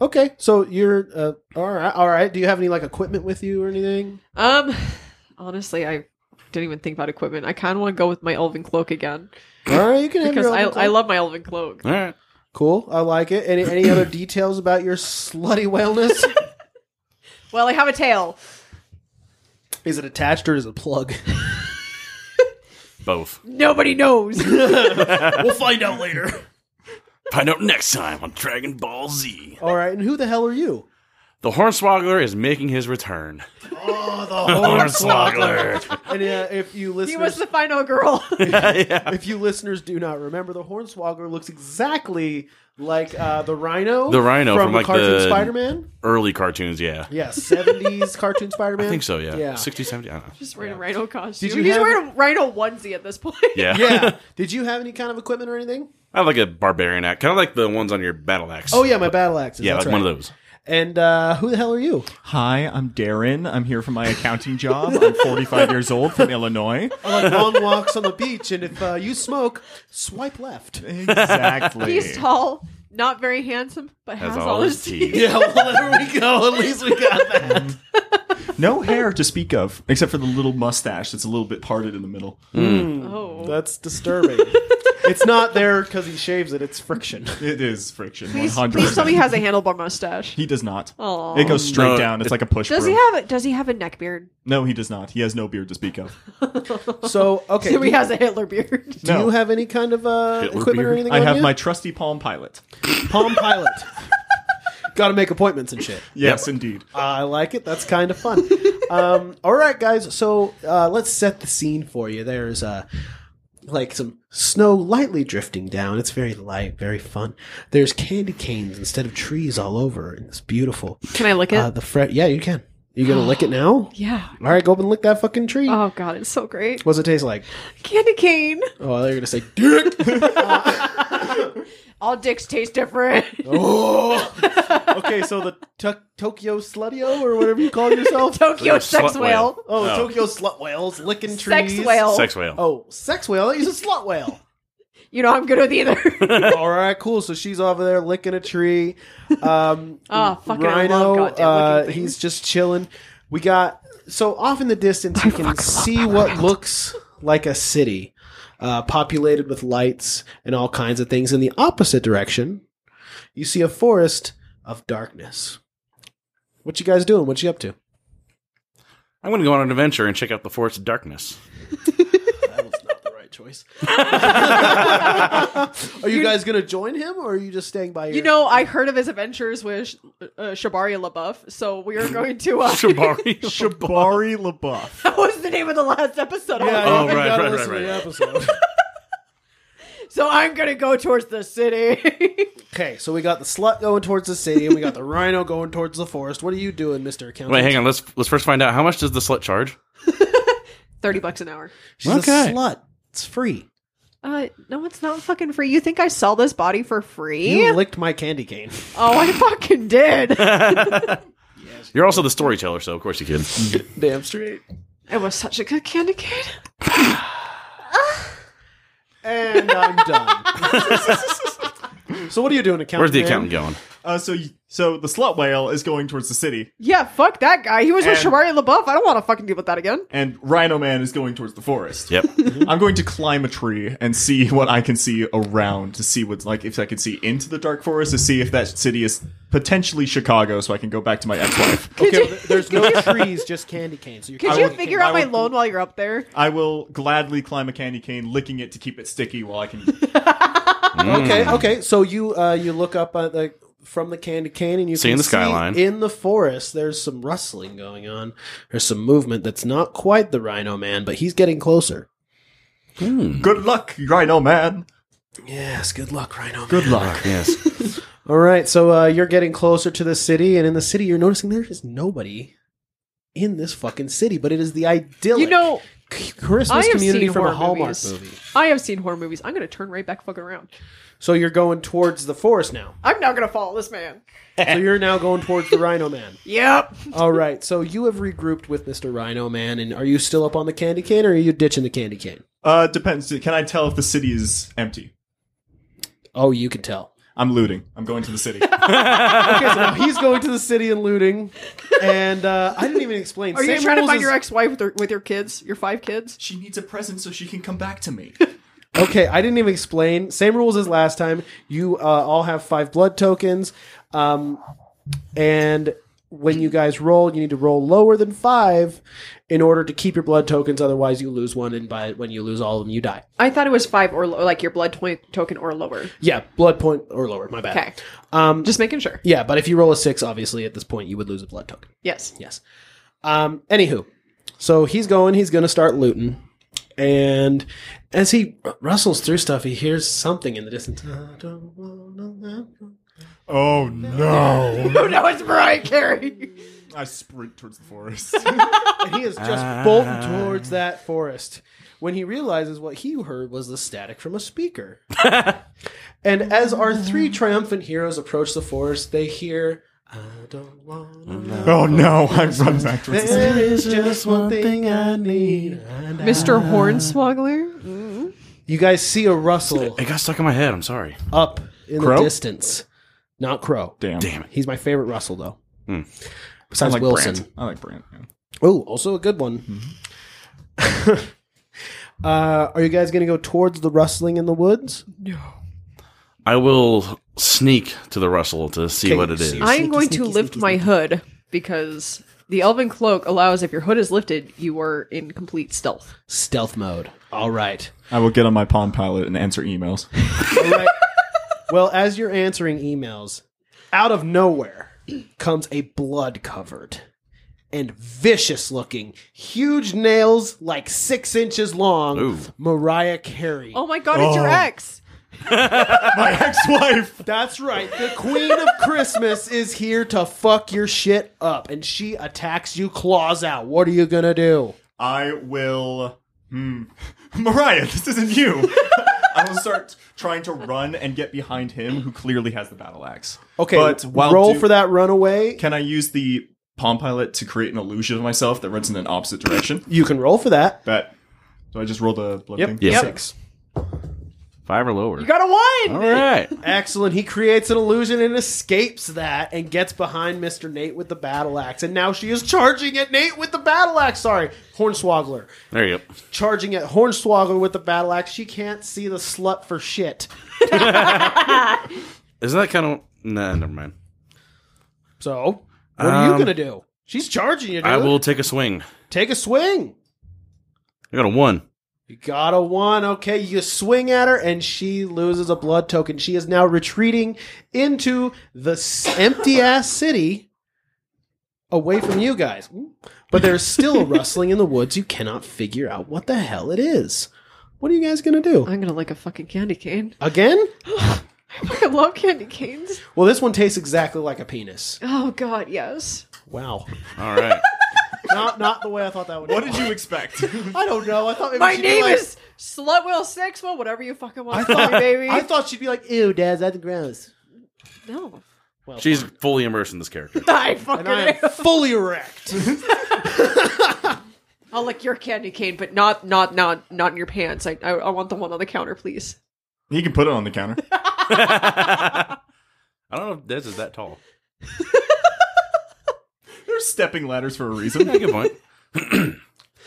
Okay, so you're uh, all right. All right. Do you have any like equipment with you or anything? Um, honestly, I didn't even think about equipment. I kind of want to go with my elven cloak again All right, you can have because your I own I clothes. love my elven cloak. All right. Cool. I like it. Any any other details about your slutty whaleness? Well, I have a tail. is it attached or is it a plug? Both. Nobody knows. we'll find out later. Find out next time on Dragon Ball Z. All right, and who the hell are you? The Hornswoggler is making his return. Oh, the Hornswoggler. and uh, if you he listeners, was the final girl. yeah. if you listeners do not remember, the Hornswoggler looks exactly like uh, the Rhino, The Rhino from, from, the like, cartoon the- Spider-Man. Early cartoons, yeah. Yeah, seventies cartoon Spider-Man. I think so, yeah. Yeah. 60, 70, I don't know. Just wearing a rhino costume. Did you He's have- wearing a rhino onesie at this point. Yeah. Yeah. Did you have any kind of equipment or anything? I have like a barbarian axe, kind of like the ones on your battle axe. Oh yeah, my battle axes. Yeah, that's like one of right. those. And uh, who the hell are you? Hi, I'm Darren. I'm here for my accounting job. I'm 45 years old from Illinois. I like long walks on the beach, and if uh, you smoke, swipe left. Exactly. He's tall, not very handsome, but has, all, his teeth. Yeah, well there we go. At least we got that. No hair to speak of, except for the little mustache that's a little bit parted in the middle. Oh, That's disturbing. it's not there because he shaves it. It's friction. It is friction. please, 100%. please tell me he has a handlebar mustache. He does not. Aw. It Oh, goes straight No, down. It's like a push. Does he broom. have a Does he have a neck beard? No, he does not. He has no beard to speak of. So okay, So he has a Hitler beard. do no. you have any kind of uh, Hitler equipment or beard? anything? I on have you? my trusty Palm Pilot. Palm Pilot. got to make appointments and shit. Yes, indeed. I like it. That's kind of fun. um, all right, guys. So uh, let's set the scene for you. There's uh, like some snow lightly drifting down. It's very light, very fun. There's candy canes instead of trees all over, and it's beautiful. Can I lick it? Uh, the fre- yeah, you can. You gonna lick it now? yeah. All right, go up and lick that fucking tree. Oh god, it's so great. What's it taste like? Candy cane. Oh, they're gonna say dick. All dicks taste different. Oh, okay, so the Tok Tokyo Slutio or whatever you call yourself. Tokyo Slut sex whale. whale. Oh, Oh. Tokyo slut whales licking trees. Sex whale. Sex whale. Oh, sex whale. He's a slut whale. You know I'm good with either. All right, cool. So she's over there licking a tree. Um, Ah, fucking I love Rhino, goddamn uh, looking things. he's just chilling. We got so off in the distance, you can see what looks like a city, uh, populated with lights and all kinds of things. In the opposite direction, you see a forest of darkness. What you guys doing? What you up to? I'm going to go on an adventure and check out the Forest of Darkness. That was not the right choice. are you guys gonna join him, or are you just staying by? Your- you know I heard of his adventures with uh, Shabaria LaBeouf, so we are going to. Uh, Shabari. Shabari LaBeouf. that was the name of the last episode. Yeah, Oh, you right, gotta right, listen right, to the right. episode. So I'm gonna go towards the city. Okay, so we got the slut going towards the city, and we got the rhino going towards the forest. What are you doing, Mister Accountant? Wait, hang on. Let's let's first find out how much does the slut charge. Thirty bucks an hour. She's Okay. a slut. It's free. Uh, no, it's not fucking free. You think I sell this body for free? You licked my candy cane. oh, I fucking did. You're also the storyteller, so of course you can. Damn straight. it was such a good candy cane. And I'm done. so what are you doing, accountant? Where's the man? accountant going? Uh, so, y- so the slut whale is going towards the city, Yeah, fuck that guy. He was with And- Shabaria LaBeouf. I don't want to fucking deal with that again. and Rhino Man is going towards the forest. Yep. I'm going to climb a tree and see what I can see around to see what's like if I can see into the dark forest to see if that city is potentially Chicago, so I can go back to my ex-wife. Okay, well, there's no trees, just candy canes. So you Could can't you lick figure it. out my would- loan while you're up there? I will gladly climb a candy cane, licking it to keep it sticky while I can. Mm. Okay, okay. So you uh, you look up at the from the candy cane and you Seeing can the skyline. see in the forest. There's some rustling going on. There's some movement that's not quite the Rhino Man, but he's getting closer. Good luck, Rhino Man. Yes. Good luck, Rhino. Man. Good luck. Yes. All right, so uh, you're getting closer to the city, and in the city, you're noticing there is nobody in this fucking city, but it is the idyllic, You know, c- I Christmas have community seen from a horror Hallmark movies. movie. I have seen horror movies. I'm gonna turn right back fucking around. So you're going towards the forest now. I'm not gonna follow this man. so you're now going towards the Rhino Man. Yep. All right, so you have regrouped with Mister Rhino Man, and are you still up on the candy cane, or are you ditching the candy cane? Uh, depends. Can I tell if the city is empty? Oh, you can tell. I'm looting. I'm going to the city. Okay, so now he's going to the city and looting, and uh, I didn't even explain. Are you Same trying to rules find as- your ex-wife with, her, with your kids, your five kids? she needs a present so she can come back to me. Okay, I didn't even explain. Same rules as last time. You uh, all have five blood tokens, um, and when you guys roll, you need to roll lower than five in order to keep your blood tokens. Otherwise, you lose one, and by when you lose all of them, you die. I thought it was five or lo- like your blood to- token or lower. Yeah, blood point or lower. My bad. Okay. Um, Just making sure. yeah, but if you roll a six, obviously at this point you would lose a blood token. Yes. Yes. Um, anywho, so he's going. He's going to start looting, and as he rustles through stuff, he hears something in the distance. I don't wanna let oh no! Oh no, it's Mariah Carey. I sprint towards the forest. and he is just bolting towards that forest when he realizes what he heard was the static from a speaker. and as our three triumphant heroes approach the forest, they hear, I don't want to know. oh no! I run back towards the city. There is just one thing I need. and I-" Mr. Hornswoggler. You guys see a rustle It got stuck in my head. I'm sorry. up in Crow? the distance. Not Crow. Damn. Damn it. He's my favorite Russell, though. Hmm. I Besides like Wilson. Brant. I like Brant. yeah. Oh, also a good one. Mm-hmm. uh, are you guys going to go towards the rustling in the woods? I will sneak to the Russell to see Okay, what it you is. see- I'm Sneaky, going to sneaky, lift sneaky, my hood because the elven cloak allows if your hood is lifted, you are in complete stealth. Stealth mode. All right. I will get on my Palm Pilot and answer emails. All right. well, as you're answering emails, out of nowhere comes a blood covered and vicious looking, huge nails like six inches long, Ooh. Mariah Carey. Oh my god, it's your Oh. ex. My ex-wife. That's right. The Queen of Christmas is here to fuck your shit up, and she attacks you claws out. What are you gonna do? I will. Hmm. Mariah, this isn't you. I will start trying to run and get behind him, who clearly has the battle axe. Okay, but while roll do- for that runaway. Can I use the palm pilot to create an illusion of myself that runs in an opposite direction? you can roll for that. Bet. So I just roll the blood thing. Yes. Six. Five or lower. You got a one. All right. Excellent. He creates an illusion and escapes that and gets behind Mr. Nate with the battle axe. And now she is charging at Nate with the battle axe. Sorry, Hornswoggler. There you go. Charging at Hornswoggler with the battle axe. She can't see the slut for shit. Isn't that kind of. Nah, never mind. So, what are you Um, going to do? She's charging you, dude. I will take a swing. Take a swing. I got a one. You got a one. Okay, you swing at her and she loses a blood token. She is now retreating into the empty ass city away from you guys. But there's still a rustling in the woods. You cannot figure out what the hell it is. What are you guys going to do? I'm gonna like a fucking candy cane. Again? I fucking love candy canes. Well, this one tastes exactly like a penis. Oh god, yes. Wow. All right. Not not the way I thought that would What did you expect? I don't know. I thought maybe My she'd be name like- is Slutwell Sexwell, whatever you fucking want I to call thought, me, baby. I thought she'd be like, ew, Dad, that's gross. no. Well, She's fully immersed in this character. I fucking and I am fully erect. I'll lick your candy cane, but not not not not in your pants. I I, I want the one on the counter, please. you can put it on the counter. I don't know if Dez is that tall. There's stepping ladders for a Yeah, reason. good point.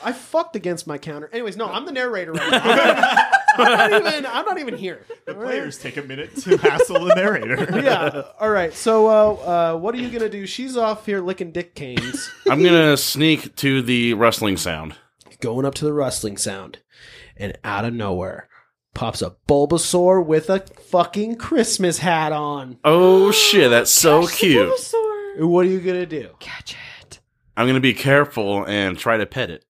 I fucked against my counter. Anyways, no, I'm the narrator right now. I'm not even. I'm not even here. The players take a minute to hassle the narrator. Yeah. All right. So, uh, uh, what are you gonna do? She's off here licking dick canes, I'm gonna sneak to the rustling sound. going up to the rustling sound, and out of nowhere pops a Bulbasaur with a fucking Christmas hat on. Oh shit, that's so Catch the cute. Bulbasaur. What are you gonna do? Catch it. I'm gonna be careful and try to pet it.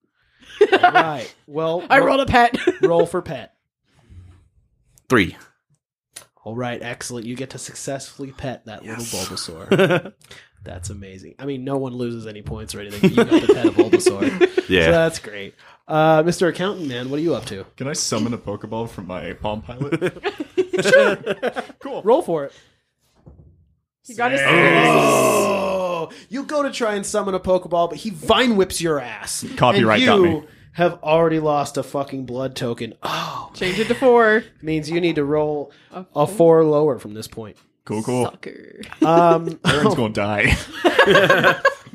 All right. Well, I ro- rolled a pet. roll for pet. Three. All right. Excellent. You get to successfully pet that little Bulbasaur. That's amazing. I mean, no one loses any points or anything. You got to pet a Bulbasaur. So Yeah. that's great. Uh, Mr. Accountant Man, what are you up to? Can I summon a Pokeball from my Palm Pilot? Roll for it. You got Sick. to Oh, you go to try and summon a Pokeball, but he vine whips your ass. Copyright and you got me. have already lost a fucking blood token. Oh, change it to four. means you need to roll a four lower from this point. Cool, cool. Sucker. Um, Aaron's gonna die.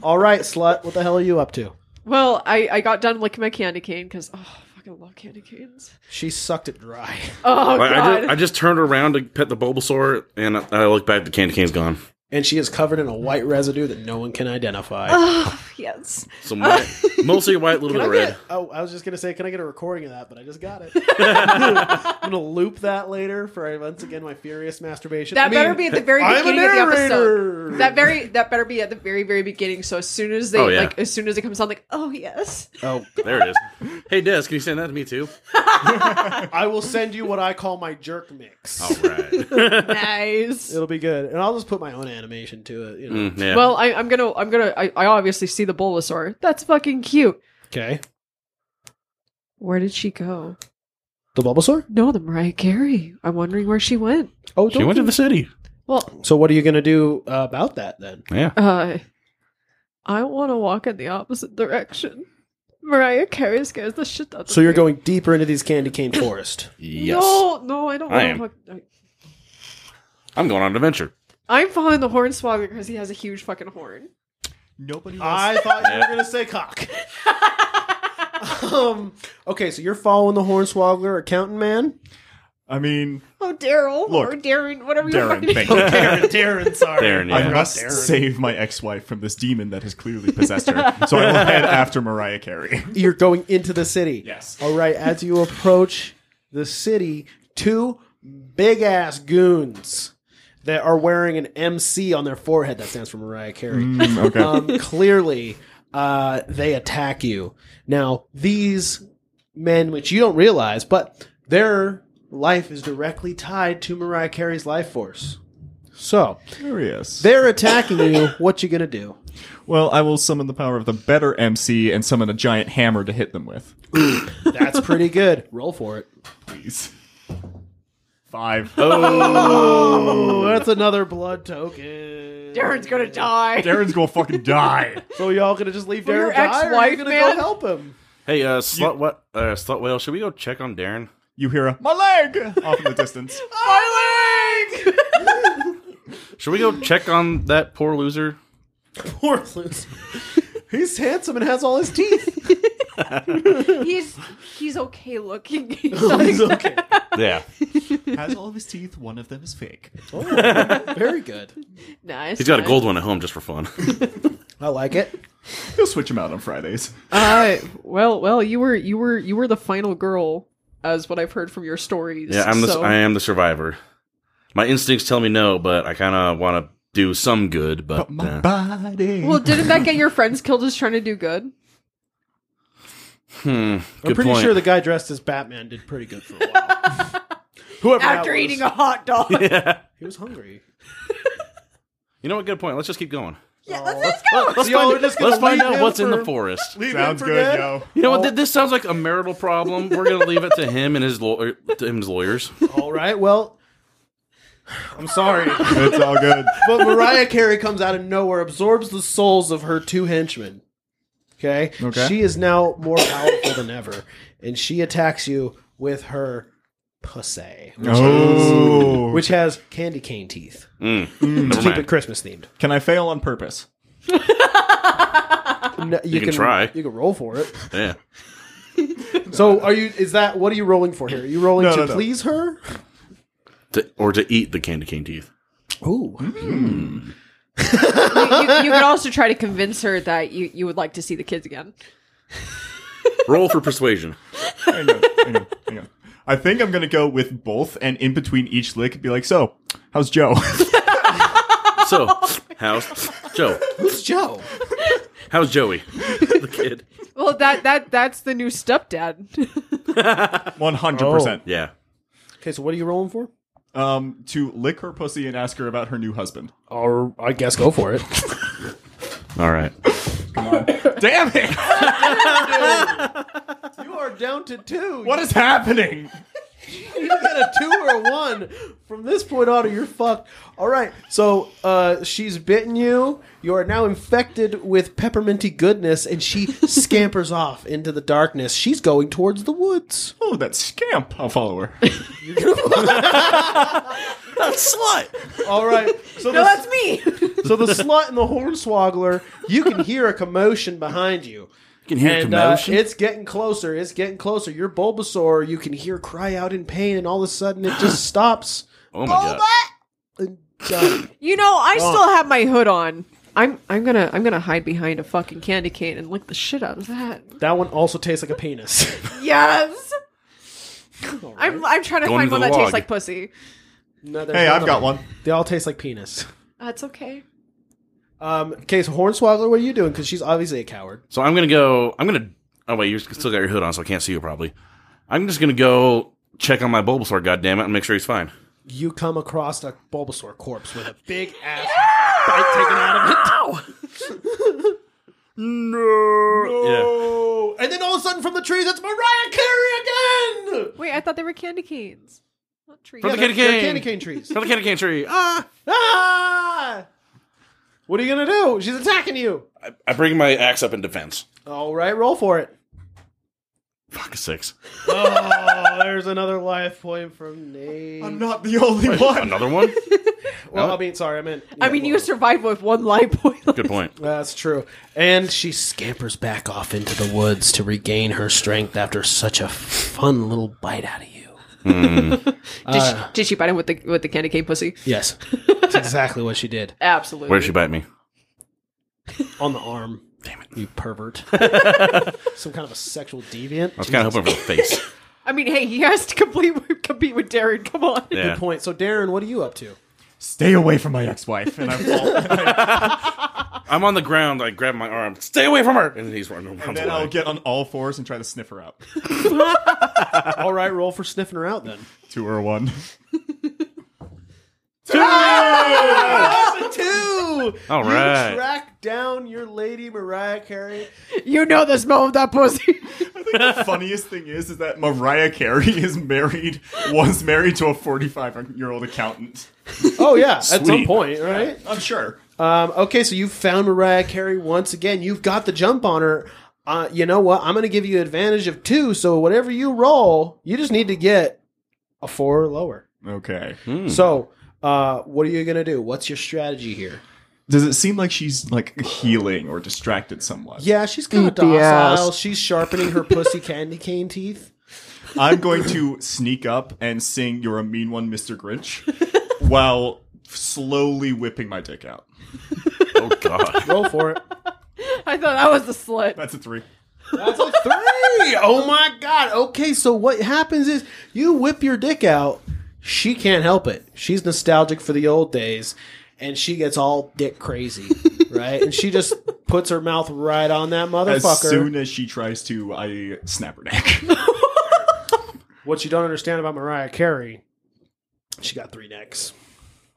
all right, slut. What the hell are you up to? Well, I I got done licking my candy cane because oh, I fucking love candy canes. She sucked it dry. Oh I, I god. just, I just turned around to pet the Bulbasaur, and I, I look back. The candy cane's gone. And she is covered in a white residue that no one can identify. Oh, yes. Some white, mostly white, a little bit Can of I get- red. oh, I was just gonna say, can I get a recording of that? But I just got it. I'm gonna loop that later for once again my furious masturbation. That I mean, better be at the very I'm a beginning of the narrator. episode. That very that better be at the very very beginning. So as soon as they Oh, yeah. like as soon as it comes on, like oh yes, Oh, There it is. Hey, Des, can you send that to me too? I will send you what I call my jerk mix. All right. nice. It'll be good, and I'll just put my own animation to it. You know. Mm, yeah. Well, I, I'm gonna I'm gonna I, I obviously see the Bulbasaur. That's fucking cute. Okay, Where did she go? the Bulbasaur. No, the Mariah Carey. I'm wondering where she went. Oh, she went to the city. Well, So what are you gonna do uh, about that then? Yeah. uh, I want to walk in the opposite direction. Mariah Carey scares the shit out of So me. you're going deeper into these candy cane forest. Yes. No, no, I don't I want am. to. Fuck- I'm going on an adventure. I'm following the hornswoggle because he has a huge fucking horn. Nobody I thought you were gonna say cock. um. Okay, so you're following the Hornswoggler accountant man. I mean, Oh, Daryl Look. or Darren, whatever you Darren, fucking thank you. Darren, Darren, sorry. Darren, I Yeah. must Darren. save my ex-wife from this demon that has clearly possessed her. so I will head after Mariah Carey. You're going into the city. Yes. All right. As you approach the city, two big ass goons that Mm. are wearing an MC on their forehead. That stands for Mariah Carey. okay. Um, clearly. uh, they attack you. Now, these men, which you don't realize, but their life is directly tied to Mariah Carey's life force. So Curious. they're attacking you. What you gonna do? well, I will summon the power of the better MC and summon a giant hammer to hit them with. That's pretty good. Roll for it. Please. Five. Oh, that's another blood token. Darren's gonna die. Darren's gonna fucking die. So y'all gonna just leave your Darren die, or are you ex-wife, gonna go man? help him? Hey, uh, slut what? Uh, slut whale. Should we go check on Darren? You hear a my leg off in the distance. My leg! Should we go check on that poor loser? Poor loser. He's handsome and has all his teeth. he's he's okay looking. He's He's like- okay. Yeah, Has all of his teeth. One of them is fake. Oh, very good. nice. he's got a gold one at home just for fun. I like it. He'll switch them out on Fridays. Uh, well, well, you were you were you were the final girl, as what I've heard from your stories. yeah, I'm the so- I am the survivor. My instincts tell me no, but I kind of want to do some good. But, uh, body. well, didn't that get your friends killed just trying to do good? hmm, I'm good pretty point. sure the guy dressed as Batman did pretty good for a while. Whoever that was. hot dog. Yeah, he was hungry. you know what? Good point. Let's just keep going. let's, let's Oh. go. Let's y'all are just gonna Let's find leave out him what's in for- the forest. leave him Sounds for good, dead? yo. You know what? th- This sounds like a marital problem. We're gonna leave it to him and his law- to him and his lawyers. All right. Well, I'm sorry, It's all good. but Mariah Carey comes out of nowhere, absorbs the souls of her two henchmen. Okay. Okay. She is now more powerful than ever, and she attacks you with her pussy, which, Oh. which has candy cane teeth. Mm. to Never keep it mind. Christmas themed. Can I fail on purpose? No, you, can try. You can roll for it. Yeah. So are you? Is that what are you rolling for here? Are you rolling No, to no, no. please her? To, or to eat the candy cane teeth. Ooh, you, you, you could also try to convince her that you, you would like to see the kids again. Roll for persuasion. Hang on, hang on, hang on. I think I'm gonna go with both, and in between each lick, be like, "So, how's Joe?" So, how's Joe? who's Joe? How's Joey? the kid. Well, that that that's the new stepdad. One hundred percent. Yeah. Okay, so what are you rolling for? Um, to lick her pussy and ask her about her new husband. Or I guess go for it. All right. Damn it! you are down to two. What is happening? you got a two or a one from this point on, or you're fucked. All right, so uh, she's bitten you. You are now infected with pepperminty goodness, and she scampers off into the darkness. She's going towards the woods. Oh, that scamp! I'll follow her. That's slut. All right, so no, the- that's me. So the slut and the hornswoggler, you can hear a commotion behind you. You can hear And uh, commotion. it's getting closer. It's getting closer. Your Bulbasaur, you can hear cry out in pain, and all of a sudden it just stops. oh my god. And, uh, You know, I still have my hood on. I'm I'm gonna I'm gonna hide behind a fucking candy cane and lick the shit out of that. that one also tastes like a penis. Yes. I'm I'm trying to Going to find one the that log. tastes like pussy. No, there's Hey, I've another got one. They all taste like penis. That's okay. Um, okay, so Hornswoggler, what are you doing? Because she's obviously a coward. So I'm gonna go. I'm gonna. Oh wait, you still got your hood on, so I can't see you probably. I'm just gonna go check on my Bulbasaur, goddammit, and make sure he's fine. You come across a Bulbasaur corpse with a big ass bite taken out of it. Yeah. Oh, and then all of a sudden from the trees, it's Mariah Carey again! Wait, I thought they were candy canes, not trees. From the Yeah, candy they're- they're cane. candy cane trees. From the candy cane tree. Ah! Ah! What are you gonna do? She's attacking you. I, I bring my axe up in defense. All right, roll for it. Fuck a six. Oh, there's another life point from Nate. I'm not the only one. Another one. well, I mean, sorry, I meant. I mean, you survived with one light point. Good point. That's true. And she scampers back off into the woods to regain her strength after such a fun little bite out of you. Did, she, did she bite him with the with the candy cane pussy? Yes, that's exactly what she did Absolutely. Where'd she bite me? on the arm. Damn it, you pervert! Some kind of a sexual deviant. I was kind of hoping for the face. I mean, hey, he has to complete compete with Darren. Come on. Yeah. Good point. So, Darren, what are you up to? Stay away from my ex-wife, and I fall. I'm on the ground, like grab my arm, stay away from her, and he's running. And runs then away. I'll get on all fours and try to sniff her out. All right, roll for sniffing her out then. Two or one. That's a two. All You right. track down your lady Mariah Carey. You know the smell of that pussy. the funniest thing is, is that Mariah Carey is married, was married to a 45 year old accountant. Oh yeah, at some Sweet. point, right? I'm sure. Um, okay, so you found Mariah Carey once again. You've got the jump on her. Uh, you know what? I'm going to give you advantage of two. So whatever you roll, you just need to get a four or lower. Okay. Hmm. So uh, what are you going to do? What's your strategy here? Does it seem like she's like healing or distracted somewhat? Yeah, she's kind of Eat the ass. docile. She's sharpening her pussy candy cane teeth. I'm going to sneak up and sing "You're a Mean One, Mr. Grinch," while slowly whipping my dick out. Oh god. Roll for it. I thought that was the slut. That's a three. That's a three. Oh my god. Okay, so what happens is you whip your dick out. She can't help it. She's nostalgic for the old days, and she gets all dick crazy, right? And she just puts her mouth right on that As motherfucker. soon as she tries to, I snap her neck. what you don't understand about Mariah Carey, she got three necks.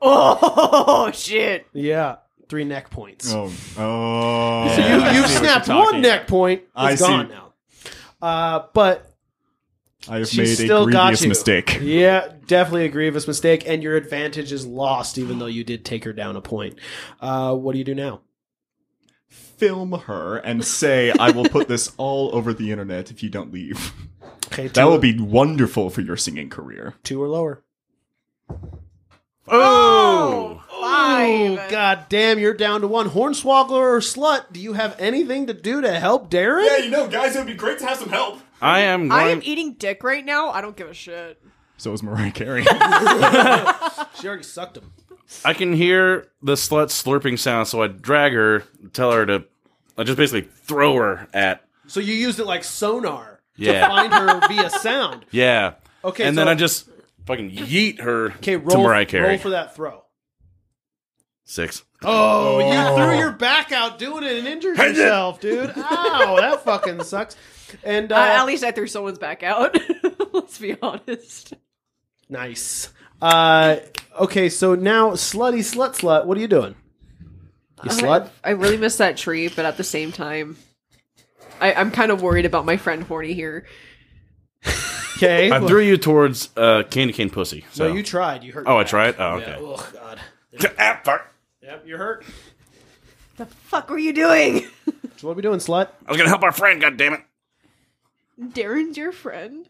Oh shit! Yeah, three neck points. oh, oh! So you, you've snapped one neck point. It's I see. gone now. Uh, but I have She's made a still got grievous you. mistake. Yeah, definitely a grievous mistake, and your advantage is lost, even though you did take her down a point. Uh, what do you do now? Film her and say, "I will put this all over the internet if you don't leave." Okay, two, That will be wonderful for your singing career. two or lower. Oh. Oh, god damn, you're down to one. Hornswoggler or slut, do you have anything to do to help Darren? you know, guys, it would be great to have some help. I am. Going, I am e- eating dick right now. I don't give a shit. So is Mariah Carey. She already sucked him. I can hear the slut slurping sound, so I drag her, tell her to, I just basically throw her at. So you used it like sonar Yeah. to find her via sound. Yeah. Okay, And then so- I just fucking yeet her Okay, to roll, Mariah Carey. roll for that throw. Six. Oh, you threw your back out doing it and injured yourself, dude. Ow, that fucking sucks. And uh, Uh, at least I threw someone's back out. Let's be honest. Nice. Uh, okay, so now slutty slut slut. What are you doing? You Uh-huh. slut. I really miss that tree, but at the same time, I, I'm kind of worried about my friend Horny here. Okay. I threw you towards uh, candy cane pussy. So No, you tried. You hurt. Oh, your I back. tried? Oh, Yeah. okay. Oh God. Ah, fuck. Yep, you're hurt. The fuck were you doing? So what are we doing, slut? I was gonna help our friend. God damn it. Darren's your friend.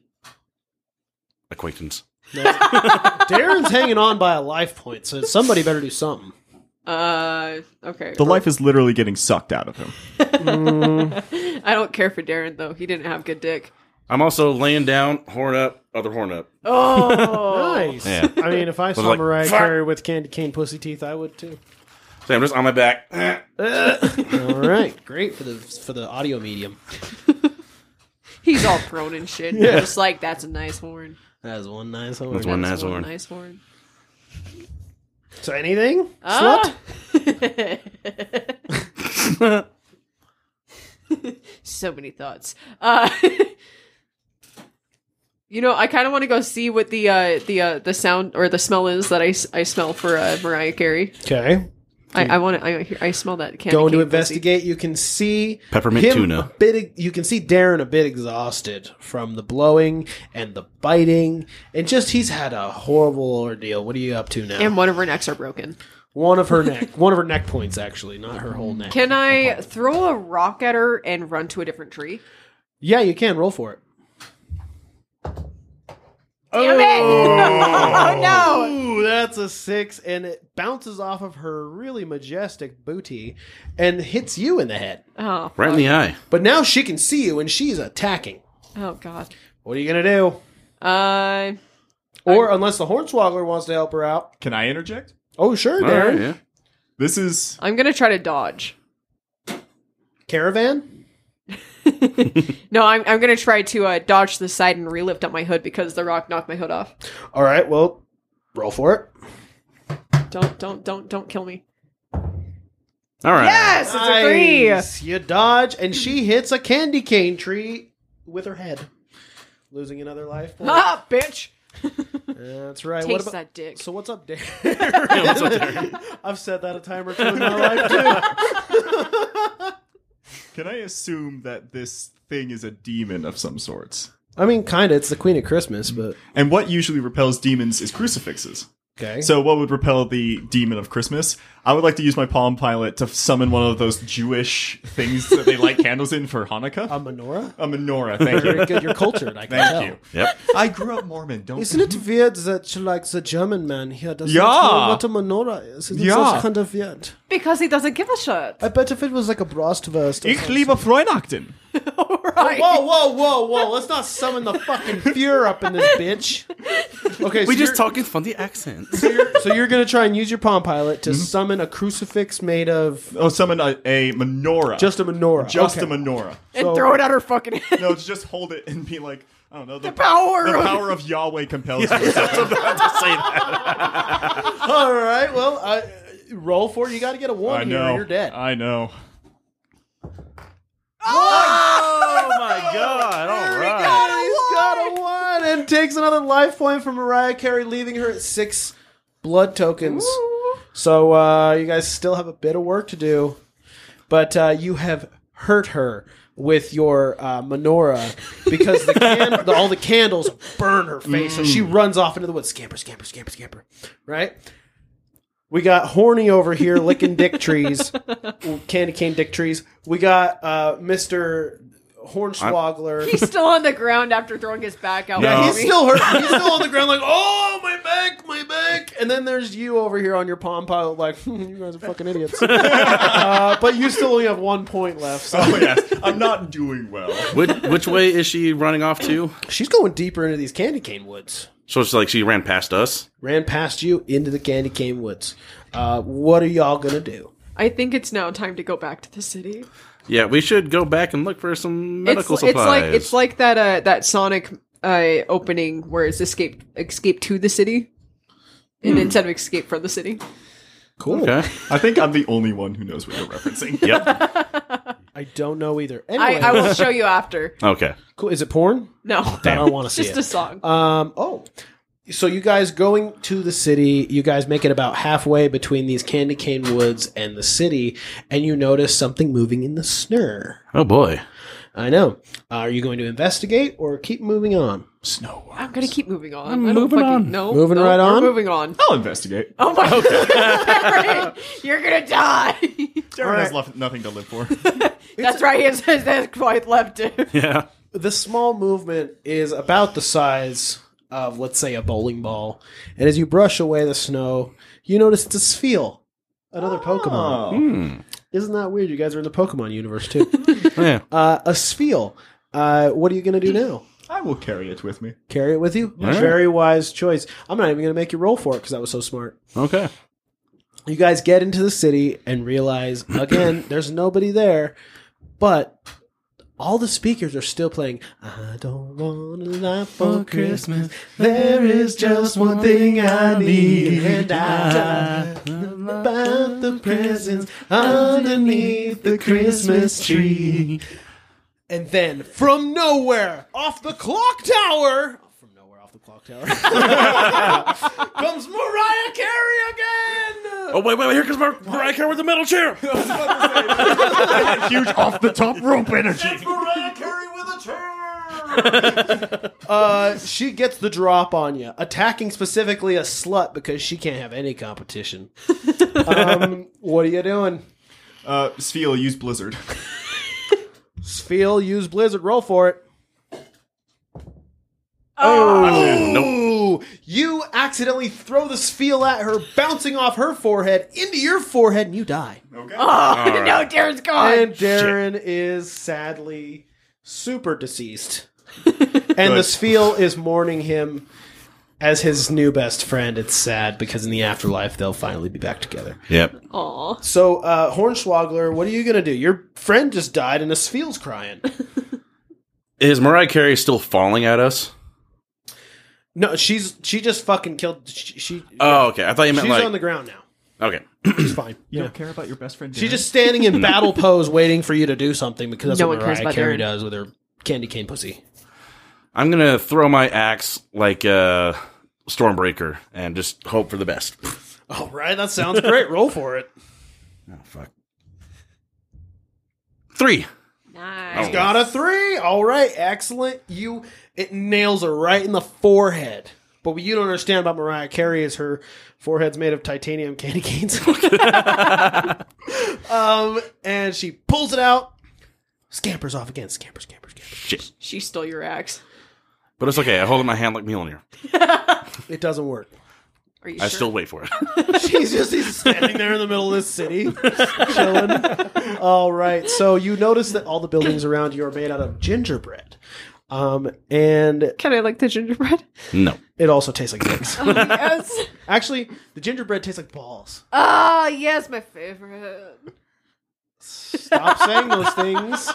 Acquaintance. Darren's hanging on by a life point, so somebody better do something. Uh, okay. the life is literally getting sucked out of him. I don't care for Darren though. He didn't have good dick. I'm also laying down, horn up, other horn up. Oh, Nice. Yeah. I mean, if I saw like, Mariah fuck. Carey with candy cane pussy teeth, I would too. So I'm just on my back. Ah. All right, great for the for the audio medium. he's all prone and shit. Just like that's a nice horn. That is one nice horn. That's one nice That's a horn. Nice horn. So anything? Ah. Slut. so many thoughts. Uh, you know, I kind of want to go see what the uh, the uh, the sound or the smell is that I, s- I smell for uh, Mariah Carey. Okay. I, I want to. I, hear- I smell that. Candy going to cane investigate. You can see Peppermint him tuna. A bit, you can see Darren a bit exhausted from the blowing and the biting, and just he's had a horrible ordeal. What are you up to now? pussy. And one of her necks are broken. one of her neck, one of her neck points actually, not her whole neck. Can I throw a rock at her and run to a different tree? yeah, you can roll for it. Damn it! Oh no! Ooh, that's a six, and it bounces off of her really majestic booty and hits you in the head. Oh, Right in the eye. But now she can see you, and she's attacking. oh god. What are you gonna do? Uh, Or unless the Hornswoggler wants to help her out. Can I interject? Oh, sure, All Darren. right, yeah. This is I'm gonna try to dodge. Caravan. No, I'm, I'm gonna try to uh, dodge to the side and relift up my hood because the rock knocked my hood off. All right, well, roll for it. Don't don't don't don't kill me. All right. Yes, it's a three. Nice. You dodge, and she hits a candy cane tree with her head, losing another life. point. Ah, bitch. That's right. Taste what about, that dick. So what's up, Derek? I've said that a time or two in my life too. Can I assume that this thing is a demon of some sorts? I mean, kind of. It's the Queen of Christmas, but And what usually repels demons is crucifixes. okay. So, what would repel the demon of Christmas? I would like to use my Palm Pilot to summon one of those Jewish things that they light candles in for Hanukkah. a Uh, menorah. a menorah, thank you. Very good. You're cultured. I can Thank tell. you. Yep. I grew up Mormon, don't Isn't it weird that like the German man here doesn't Yeah. know what a menorah is? It's Yeah. kind of weird. Because he doesn't give a shit. I bet if it was like a Brastwurst. or Ich something- liebe Freundachten. Right. Whoa, whoa, whoa, whoa! Let's not summon the fucking fear up in this bitch. Okay, We so just you're- talking funny accents. So you're, so you're gonna try and use your palm pilot Mm-hmm. to summon a crucifix made of Oh, summon a, a menorah. just a menorah. Just Okay. a menorah. and so- throw it at her fucking head. No, it's just hold it and be like, I don't know. The, power The of- power of Yahweh compels you. All right. Well, I, roll for it. You got to get a one I here. know. Or you're dead. I know. Oh my god! All right. He's got a one and takes another life point from Mariah Carey, leaving her at six blood tokens. So uh, you guys still have a bit of work to do, but uh, you have hurt her with your uh, menorah because the, can- the all the candles burn her face, so she runs off into the woods. Scamper, scamper, scamper, scamper. Right. We got horny over here licking dick trees, candy cane dick trees. We got uh, Mister Hornswoggler. He's still on the ground after throwing his back out. Yeah, for He's me. still hurt. He's still on the ground, like, oh, my back, my back. And then there's you over here on your palm pilot, like, hmm, you guys are fucking idiots. uh, but you still only have one point left. So Oh, yes. I'm not doing well. Which, which way is she running off to? she's going deeper into these candy cane woods. So it's like she ran past us. Ran past you into the candy cane woods. Uh, what are y'all gonna do? I think it's now time to go back to the city. Yeah, we should go back and look for some medical it's, it's supplies. like it's like that uh that Sonic uh opening where it's escape escape to the city. And instead of escape from the city. Cool. okay. I think I'm the only one who knows what you're referencing. Yep. I don't know either. I, Anyway, I will show you after. Okay. cool. Is it porn? No. I don't want to It's see just it. a song. Um, oh. So you guys going to the city, you guys make it about halfway between these candy cane woods and the city, and you notice something moving in the snur. Oh boy. I know. Uh, are you going to investigate or keep moving on? Snow worm. I'm gonna keep moving on. I'm I don't moving fucking- on. No, Moving no, right we're on? Moving on. I'll investigate. Oh my god, you're gonna die. Darren Alright. has left nothing to live for. That's right. It says that quite left. Yeah. The small movement is about the size of, let's say, a bowling ball. And as you brush away the snow, you notice it's a Sfeel, another Pokemon. Hmm. Isn't that weird? You guys are in the Pokemon universe, too. Yeah. uh, a Sfeel. Uh, what are you going to do now? I will carry it with me. carry it with you. All right. Very wise choice. I'm not even going to make you roll for it because that was so smart. Okay. You guys get into the city and realize again, there's nobody there, but all the speakers are still playing. I don't want a lot for Christmas. There is just one thing I need, and I about the presents underneath the Christmas tree. And then, from nowhere, off the clock tower, from nowhere, off the clock tower, comes Mariah Carey again. Oh wait, wait, wait! Here comes Mar- Mariah Carey with the metal chair. Huge off the top rope energy. Mariah Carey with a chair. uh, she gets the drop on you, attacking specifically a slut because she can't have any competition. um, what are you doing? Uh, Sfeel, use Blizzard. Feel use Blizzard. Roll for it. Ooh, you accidentally throw the spiel at her, bouncing off her forehead into your forehead, and you die. Okay. Oh, no, Darren's gone. And Darren is sadly super deceased. and the Good. spiel is mourning him as his new best friend. It's sad because in the afterlife they'll finally be back together. Yep. Aw. So, uh, Hornswoggler, what are you gonna do? Your friend just died, and the spiel's crying. Is Mariah Carey still falling at us? No, she's she just fucking killed. She, she Oh, okay. I thought you meant she's like. on the ground now. Okay. It's fine. You don't care about your best friend. She's just standing in battle pose, waiting for you to do something because that's No what one cares Mariah about Carey Darren. does with her candy cane pussy. I'm gonna throw my axe like a stormbreaker and just hope for the best. All right, that sounds great. Roll for it. Oh fuck. Three. Nice. Got a three. All right, excellent. You it nails her right in the forehead. But what you don't understand about Mariah Carey is her forehead's made of titanium candy canes. um, and she pulls it out, scampers off again. Scampers, scampers, scampers. Shit. She stole your axe. But it's okay. I hold it in my hand like Mjolnir. It doesn't work. Are you I sure? still wait for it. She's just he's standing there in the middle of this city, chilling. All right. So you notice that all the buildings around you are made out of gingerbread. Um, and Can I like the gingerbread? no. it also tastes like dicks. yes. Actually, the gingerbread tastes like balls. Ah, yes, my favorite. Stop saying those things.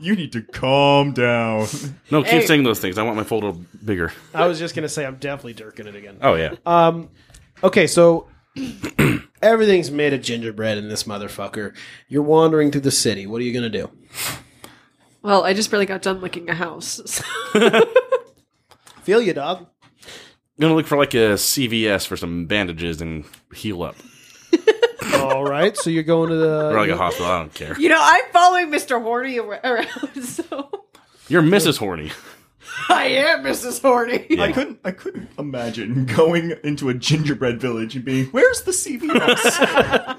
you need to calm down. No, keep Hey. saying those things. I want my folder bigger. I was just gonna say I'm definitely dirking it again. Oh yeah. Uh, Okay, so everything's made of gingerbread in this motherfucker. You're wandering through the city. What are you gonna do? Well, I just barely got done licking a house. so- Feel you, dog. I'm gonna look for like a CVS for some bandages and heal up. All right, so you're going to the. Or like a hospital. I don't care. you know, I'm following Mr. Horny ar- around, so You're Mrs. Horny. I am Mrs. Horny. I couldn't. I couldn't imagine going into a gingerbread village and being, "Where's the CVS?"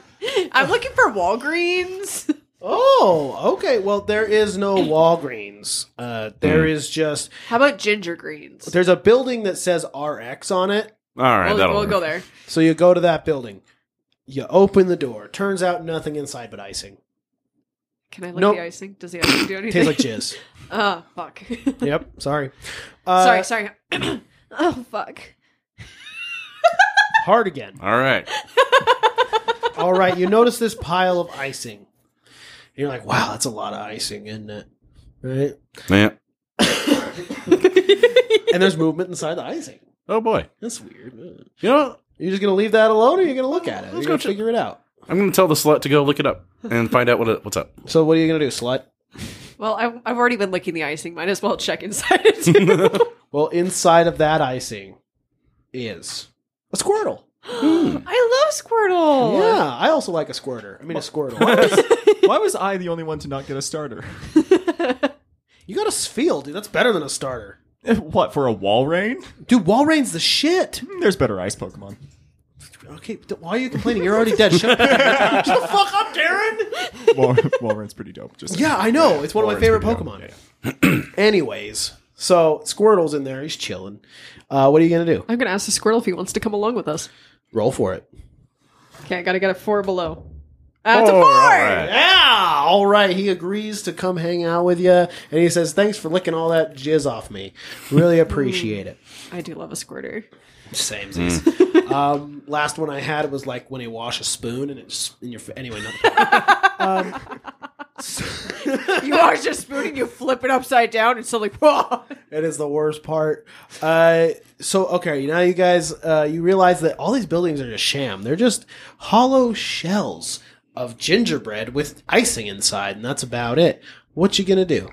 I'm looking for Walgreens. Oh, okay. Well, there is no Walgreens. Uh, there is just How about ginger greens? there's a building that says RX on it. All right, We'll, that'll we'll work. go there. So you go to that building. You open the door. Turns out nothing inside but icing. Can I lick Nope. the icing? Does the icing do anything? Tastes like jizz. oh, fuck. yep. Sorry. Uh, sorry, sorry. oh, fuck. Hard again. All right. All right, you notice this pile of icing. And you're like, wow, that's a lot of icing, isn't it? Right? Yeah. And there's movement inside the icing. Oh boy. That's weird. You know, what? You're just gonna leave that alone, or you're gonna look at it? You're go gonna check- figure it out. I'm gonna tell the slut to go look it up and find out what it, what's up. So what are you gonna do, slut? Well, I, I've already been licking the icing. Might as well check inside it. too. Well, inside of that icing is a squirtle. I love Squirtle. Yeah, I also like a squirter. I mean, a squirtle. Why was I the only one to not get a starter? you got a spheel, dude. That's better than a starter. What for a wall rain? Dude, Walreign's the shit. There's better ice Pokemon. Okay, d- why are you complaining? You're already dead. Shut, Shut the fuck up, Darren. Wall, wall rain's pretty dope. Just Yeah, I know. it's one of my favorite pretty dope. Pokemon. Anyways, so Squirtle's in there. He's chilling. Uh, what are you gonna do? I'm going to ask the Squirtle if he wants to come along with us. Roll for it. Okay, I got to get a four below. Uh, it's a Oh, four. all right. Yeah. All right. He agrees to come hang out with you, and he says, "Thanks for licking all that jizz off me. Really appreciate it." I do love a squirter. Same. um, last one I had was like when you wash a spoon and it's in your. fa- Anyway, not, You wash your spoon and you flip it upside down and suddenly, whoa. it is the worst part. Uh, so okay, now you guys, uh, you realize that all these buildings are just sham. They're just hollow shells of gingerbread with icing inside, and that's about it. What you gonna do?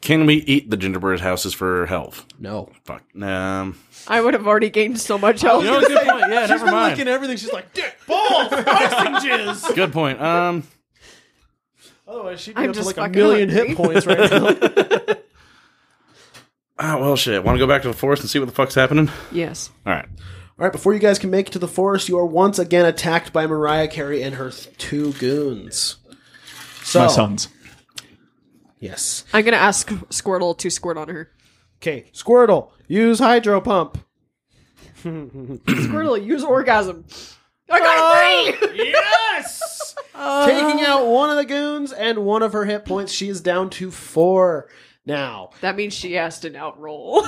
Can we eat the gingerbread houses for health? No. Fuck. Um. I would have already gained so much Oh, health. You know, good point. Yeah, never mind. at everything. She's like, dick, balls, icing jizz. Good point. Um. Otherwise, she'd be I'm up to just like a fucking million hungry. hit points right now. Oh well, shit. Want to go back to the forest and see what the fuck's happening? Yes. All right. All right, before you guys can make it to the forest, you are once again attacked by Mariah Carey and her th- two goons. So, my sons. yes. I'm going to ask Squirtle to squirt on her. Okay, Squirtle, use hydro pump. Squirtle, use orgasm. I Uh, got a three! Yes! Taking out one of the goons and one of her hit points. She is down to four now. That means she has to outroll.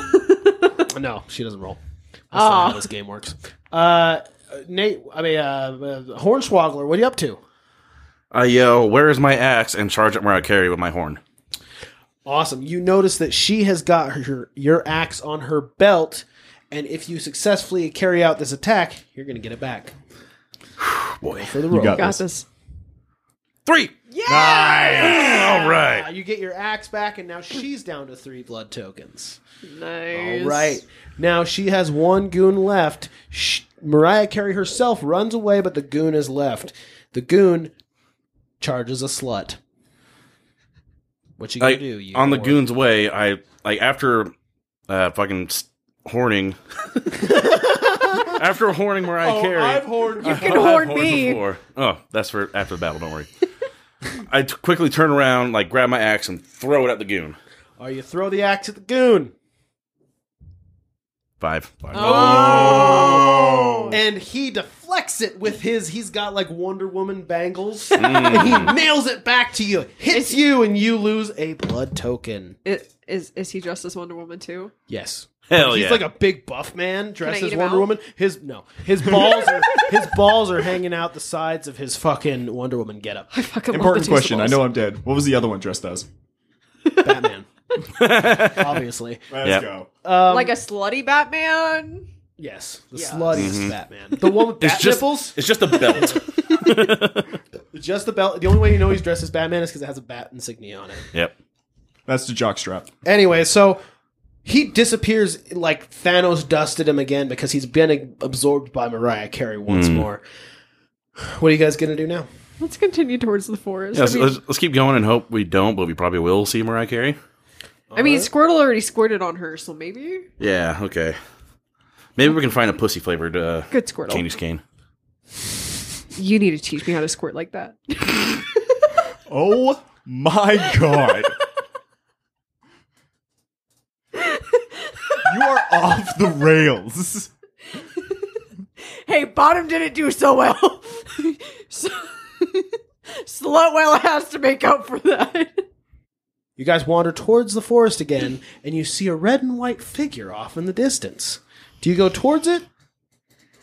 No, she doesn't roll. That's not how Oh. this game works. Uh, Nate, I mean, uh, uh, Hornswoggler, what are you up to? I yell, "Where is my axe?" and charge at Mariah Carey with my horn. Awesome. You notice that she has got her your axe on her belt, and if you successfully carry out this attack, you're going to get it back. Boy. for the roll. got- Got this. Three. Mm, Nice. All Uh, right. you get your axe back, and now she's down to three blood tokens. Nice. All right. Now she has one goon left. Sh Mariah Carey herself runs away, but the goon is left. The goon charges a slut. What you gonna I, do? You on the whore? goon's way, I like after uh, fucking s- horning. after horning Mariah Oh, Carey. horned. Oh, can I've horn horned me. before. Oh, that's for after the battle. Don't worry. I t- quickly turn around, like grab my axe and throw it at the goon. Or you throw the axe at the goon, Five. Five. Oh! Oh. and he deflects it with his. He's got like Wonder Woman bangles, Mm. and he nails it back to you, hits you, and you lose a blood token. It, is is he dressed as Wonder Woman too? Yes. Hell He's Oh, yeah. like a big buff man dressed Can I as eat him Wonder out? Woman. His no, his balls are his balls are hanging out the sides of his fucking Wonder Woman getup. I fucking love Important the taste question. I of know balls. I'm dead. What was the other one dressed as? Batman, obviously. Let's Yeah. go. like a slutty Batman. Yes, the Yeah. sluttiest Batman, the one with bat Mm-hmm. it's just nipples, it's just a belt. just the belt. The only way you know he's dressed as Batman is because it has a bat insignia on it. yep. That's the jockstrap. Anyway, so he disappears like Thanos dusted him again because he's been absorbed by Mariah Carey Mm. once more. What are you guys gonna do now? Let's continue towards the forest. Yeah, let's, I mean, let's, let's keep going and hope we don't, but we probably will see Mariah Carey. I mean, Squirtle already squirted on her, so maybe Yeah. Okay. Maybe we can find a pussy flavored uh, good Squirtle. Chinese cane. You need to teach me how to squirt like that. Oh my god. you are off the rails. hey, Bottom didn't do so well. so, Slutwell has to make up for that. You guys wander towards the forest again, and you see a red and white figure off in the distance. Do you go towards it,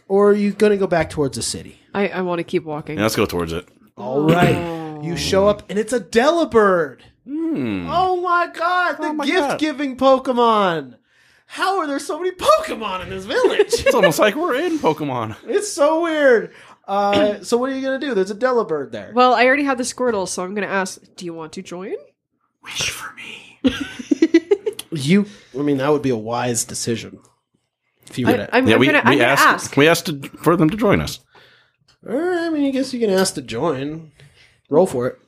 or are you going to go back towards the city? I, I want to keep walking. Yeah, let's go towards it. All right. You show up, and it's a Delibird. Hmm. Oh my god, the gift giving Pokemon. How are there so many Pokemon in this village? It's almost like we're in Pokemon. it's so weird. Uh, so, what are you going to do? There's a Delibird there. Well, I already have the Squirtle, so I'm going to ask, do you want to join? Wish for me. You, I mean, that would be a wise decision. If you were I, to. I'm, Yeah, I'm we, going we to asked ask. we asked to, for them to join us. Or, I mean, I guess you can ask to join. Roll for it.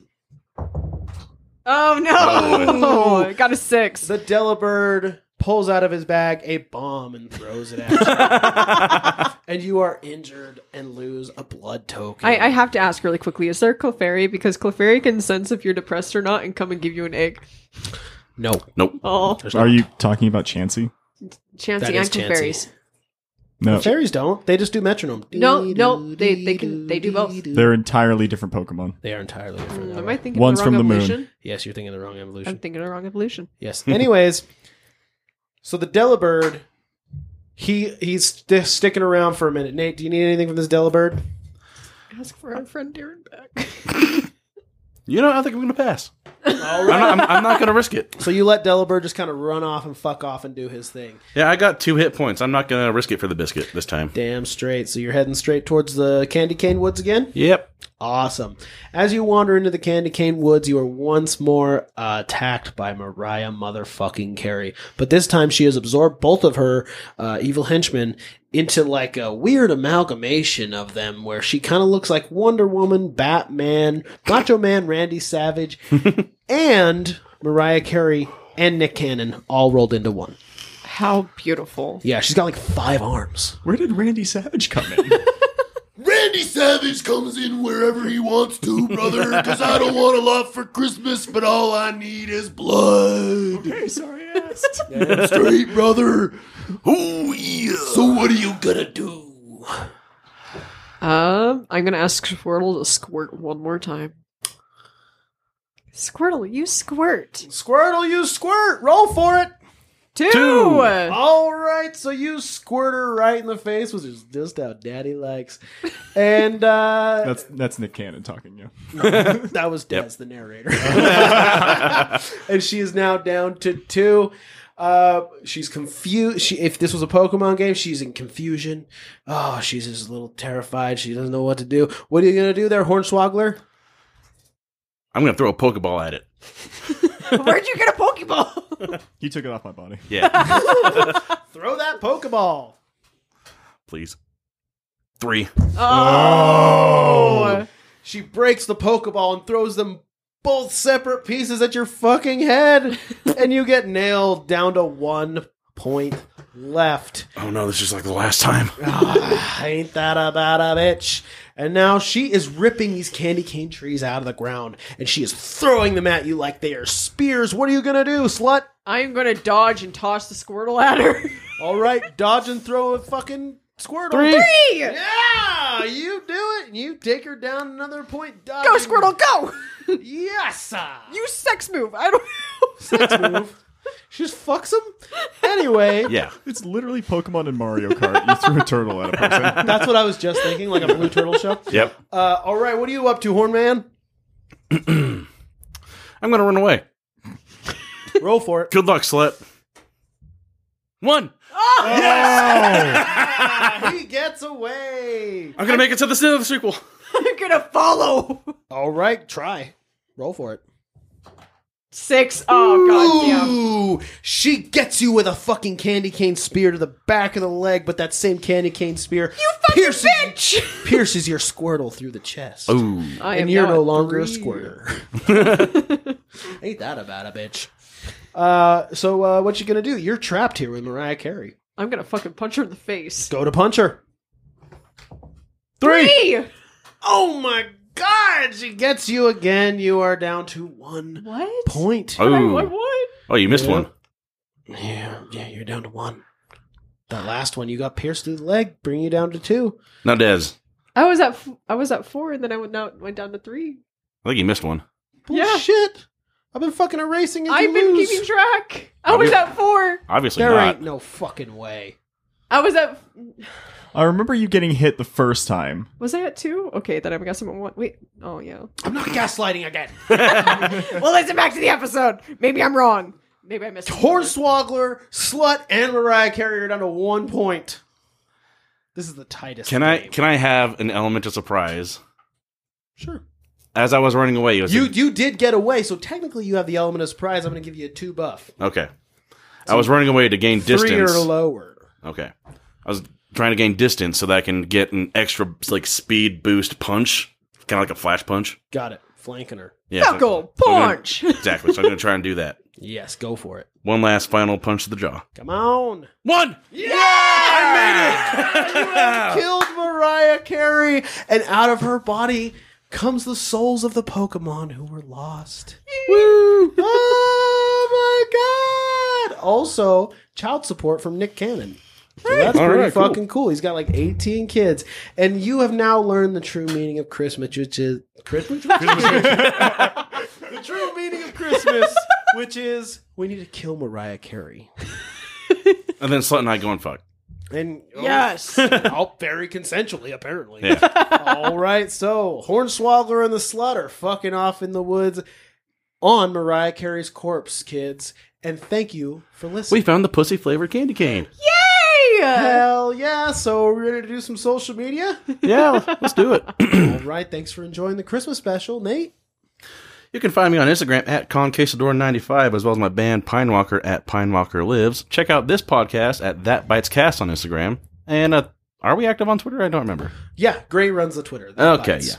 Oh, no. I got a six. The Delibird pulls out of his bag a bomb and throws it at you. and you are injured and lose a blood token. I, I have to ask really quickly, is there Clefairy? Because Clefairy can sense if you're depressed or not and come and give you an egg. no. Nope. Oh, There's Are no- you talking about Chansey? That Chansey is and Chansey. Clefairies. No. Fairies don't. They just do metronome. No, no, they- they can- they do both. They're entirely different Pokemon. They are entirely different. Am though, I right? thinking One's of the from wrong the moon. evolution? Yes, you're thinking of the wrong evolution. I'm thinking of the wrong evolution. Yes. Anyways, so the Delibird, he he's sti sticking around for a minute. Nate, do you need anything from this Delibird? Ask for our friend Darren back. You know, I think I'm going to pass. I'm not, I'm, I'm not going to risk it. So you let Delibird just kind of run off and fuck off and do his thing. Yeah, I got two hit points. I'm not going to risk it for the biscuit this time. Damn straight. So you're heading straight towards the Candy Cane Woods again? Yep. Awesome. As you wander into the Candy Cane Woods, you are once more uh, attacked by Mariah motherfucking Carey. But this time she has absorbed both of her uh, evil henchmen into like a weird amalgamation of them where she kind of looks like Wonder Woman, Batman, Macho Man, Randy Savage, and Mariah Carey and Nick Cannon all rolled into one. How beautiful. Yeah, she's got like five arms. Where did Randy Savage come in? Randy Savage comes in wherever he wants to, brother, because I don't want a lot for Christmas, but all I need is blood. hey, sorry I asked. Straight, brother. Oh, yeah. So, what are you gonna do? Um, I'm gonna ask Squirtle to squirt one more time. Squirtle, you squirt. Squirtle, you squirt! Roll for it! Two. Two. All right, so you squirt her right in the face, which is just how daddy likes. And uh, That's that's Nick Cannon talking, yeah. that was Des, the narrator. and she is now down to two. Uh, she's confused. She, if this was a Pokemon game, she's in confusion. Oh, she's just a little terrified. She doesn't know what to do. What are you gonna do there, Hornswoggler? I'm gonna throw a Pokeball at it. Where'd you get a Pokeball? He took it off my body. Yeah, Throw that Pokeball. please. Three. Oh. She breaks the Pokeball and throws them both separate pieces at your fucking head, and you get nailed down to one point left. Oh no, this is like the last time. Ah, ain't that about a bitch? And now she is ripping these candy cane trees out of the ground, and she is throwing them at you like they are spears. What are you gonna do, slut? I'm gonna dodge and toss the Squirtle at her. All right, dodge and throw a fucking Squirtle. Yeah, you do it. and You take her down another point. Go dodging. Squirtle, go! Yes. ah. You sex move. I don't know. Sex move. She just fucks him. Anyway, Yeah. It's literally Pokemon and Mario Kart. You threw a turtle at a person. that's what I was just thinking, like a blue turtle show. Yep. Uh, all right, what are you up to, Horn Man? I'm gonna run away. Roll for it. Good luck, slut. One. he gets away. I'm gonna make it to the end of the sequel. I'm gonna follow. All right, try. Roll for it. Six. Oh goddamn. Ooh, she gets you with a fucking candy cane spear to the back of the leg, but that same candy cane spear you fucking pierces, bitch! pierces your squirtle through the chest. Ooh. I am and you're now no at longer three. a squirter. Ain't that about a bitch? Uh, so uh, what you gonna do? You're trapped here with Mariah Carey. I'm gonna fucking punch her in the face. Go to punch her. Three. Oh my god! She gets you again. You are down to one What? point. I, Ooh. what? What? Oh, you missed Yeah. one. Yeah, yeah, you're down to one. That last one you got pierced through the leg, bring you down to two. No, Dez. I was at f- I was at four, and then I went down went down to three. I think you missed one. Yeah. Bullshit! I've been fucking erasing. And I've been keeping track. I was at four. Obviously There not. ain't no fucking way. I was at. I remember you getting hit the first time. Was I at two? Okay, then I got someone one. Wait. Oh yeah. I'm not gaslighting again. well, listen back to the episode. Maybe I'm wrong. Maybe I missed. Hornswoggler, slut, and Mariah Carey are down to one point. This is the tightest. Can I game. can I have an element of surprise? Sure. As I was running away, you, was You you did get away, so technically you have the element of surprise. I'm going to give you a two buff, okay. I was running away to gain three distance. or lower. Okay. I was trying to gain distance so that I can get an extra like speed boost punch, kind of like a flash punch. Got it. Flanking her. Yeah. so- Knuckle so I'm gonna- punch. exactly. So I'm going to try and do that. Yes, go for it. One last final punch to the jaw. Come on. One. Yeah! I made it! killed Mariah Carey, and out of her body comes the souls of the Pokemon who were lost. Woo! Oh my god! Also, child support from Nick Cannon. So that's All pretty right, cool. fucking cool. He's got like 18 kids. And you have now learned the true meaning of Christmas, which is Christmas? the true meaning of Christmas, which is we need to kill Mariah Carey. And then Slut and I go and fuck. And yes. all very consensually, apparently. Yeah. all right, so Hornswoggler and the Slut are fucking off in the woods on Mariah Carey's corpse, kids. And thank you for we listening. found the pussy flavored candy cane. Yay! Hell yeah! So we're gonna do some social media. Yeah, let's do it. all right, thanks for enjoying the Christmas special, Nate. You can find me on Instagram at Conquistador95 as well as my band Pinewalker at Pinewalker Lives. Check out this podcast at That Bites Cast on Instagram. And uh, are we active on Twitter? I don't remember. Yeah, Gray runs the Twitter. Okay, Bites. yeah.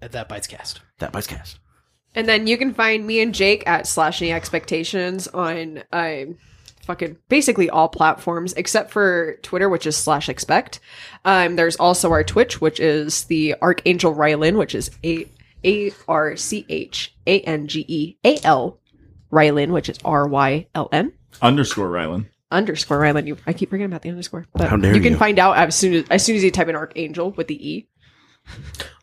At that bites cast. That Bites Cast. And then you can find me and Jake at slash any expectations on um, fucking basically all platforms except for Twitter, which is slash expect. Um, there's also our Twitch, which is the Archangel Rylan, which is A A R C H A N G E A L Rylan, which is R Y L N Underscore Rylan. underscore Rylan. You, I keep forgetting about the underscore, but How dare you can you. find out as soon as as soon as you type in Archangel with the E.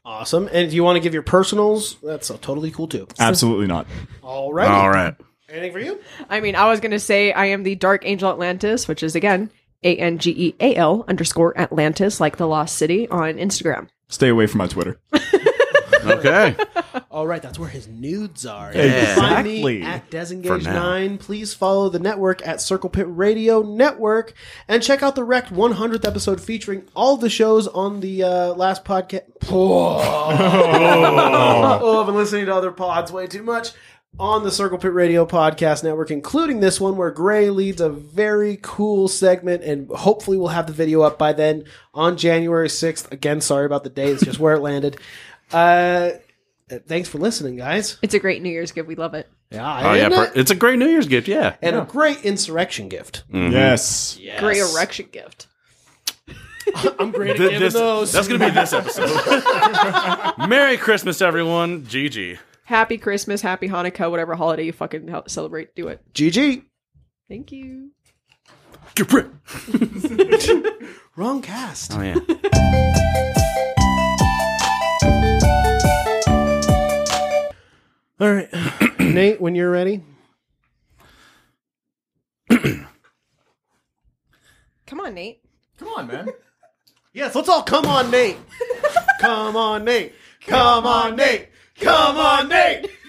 Awesome. And if you want to give your personals, that's uh, totally cool too. Absolutely not. All right. All right. Anything for you? I mean, I was going to say I am the Dark Angel Atlantis, which is again A N G E A L underscore Atlantis, like the Lost City on Instagram. Stay away from my Twitter. Okay. All right, that's where his nudes are. Yeah. Find me Exactly. at For Desengage now. 9. Please follow the network at Circle Pit Radio Network and check out the Wrecked 100th episode featuring all the shows on the uh, last podcast. oh, I've been listening to other pods way too much on the Circle Pit Radio podcast network, including this one where Gray leads a very cool segment, and hopefully we'll have the video up by then on January 6th. Again, sorry about the day, it's just where it landed. Uh, thanks for listening, guys. It's a great New Year's gift. We love it. Yeah, Oh yeah, isn't per- it? it's a great New Year's gift. Yeah. and a great insurrection gift. Mm-hmm. Yes. Great Yes. erection gift. I'm great at Th- giving this- those. that's gonna be this episode. Merry Christmas, everyone. GG. Happy Christmas, happy Hanukkah, whatever holiday you fucking hel- celebrate, do it. GG. Thank you. Wrong cast. Oh yeah. All right, Nate, when you're ready. Come on, Nate. Come on, man. Yes, let's all come on, Nate. come on, Nate. Come on, Nate. Come on, Nate.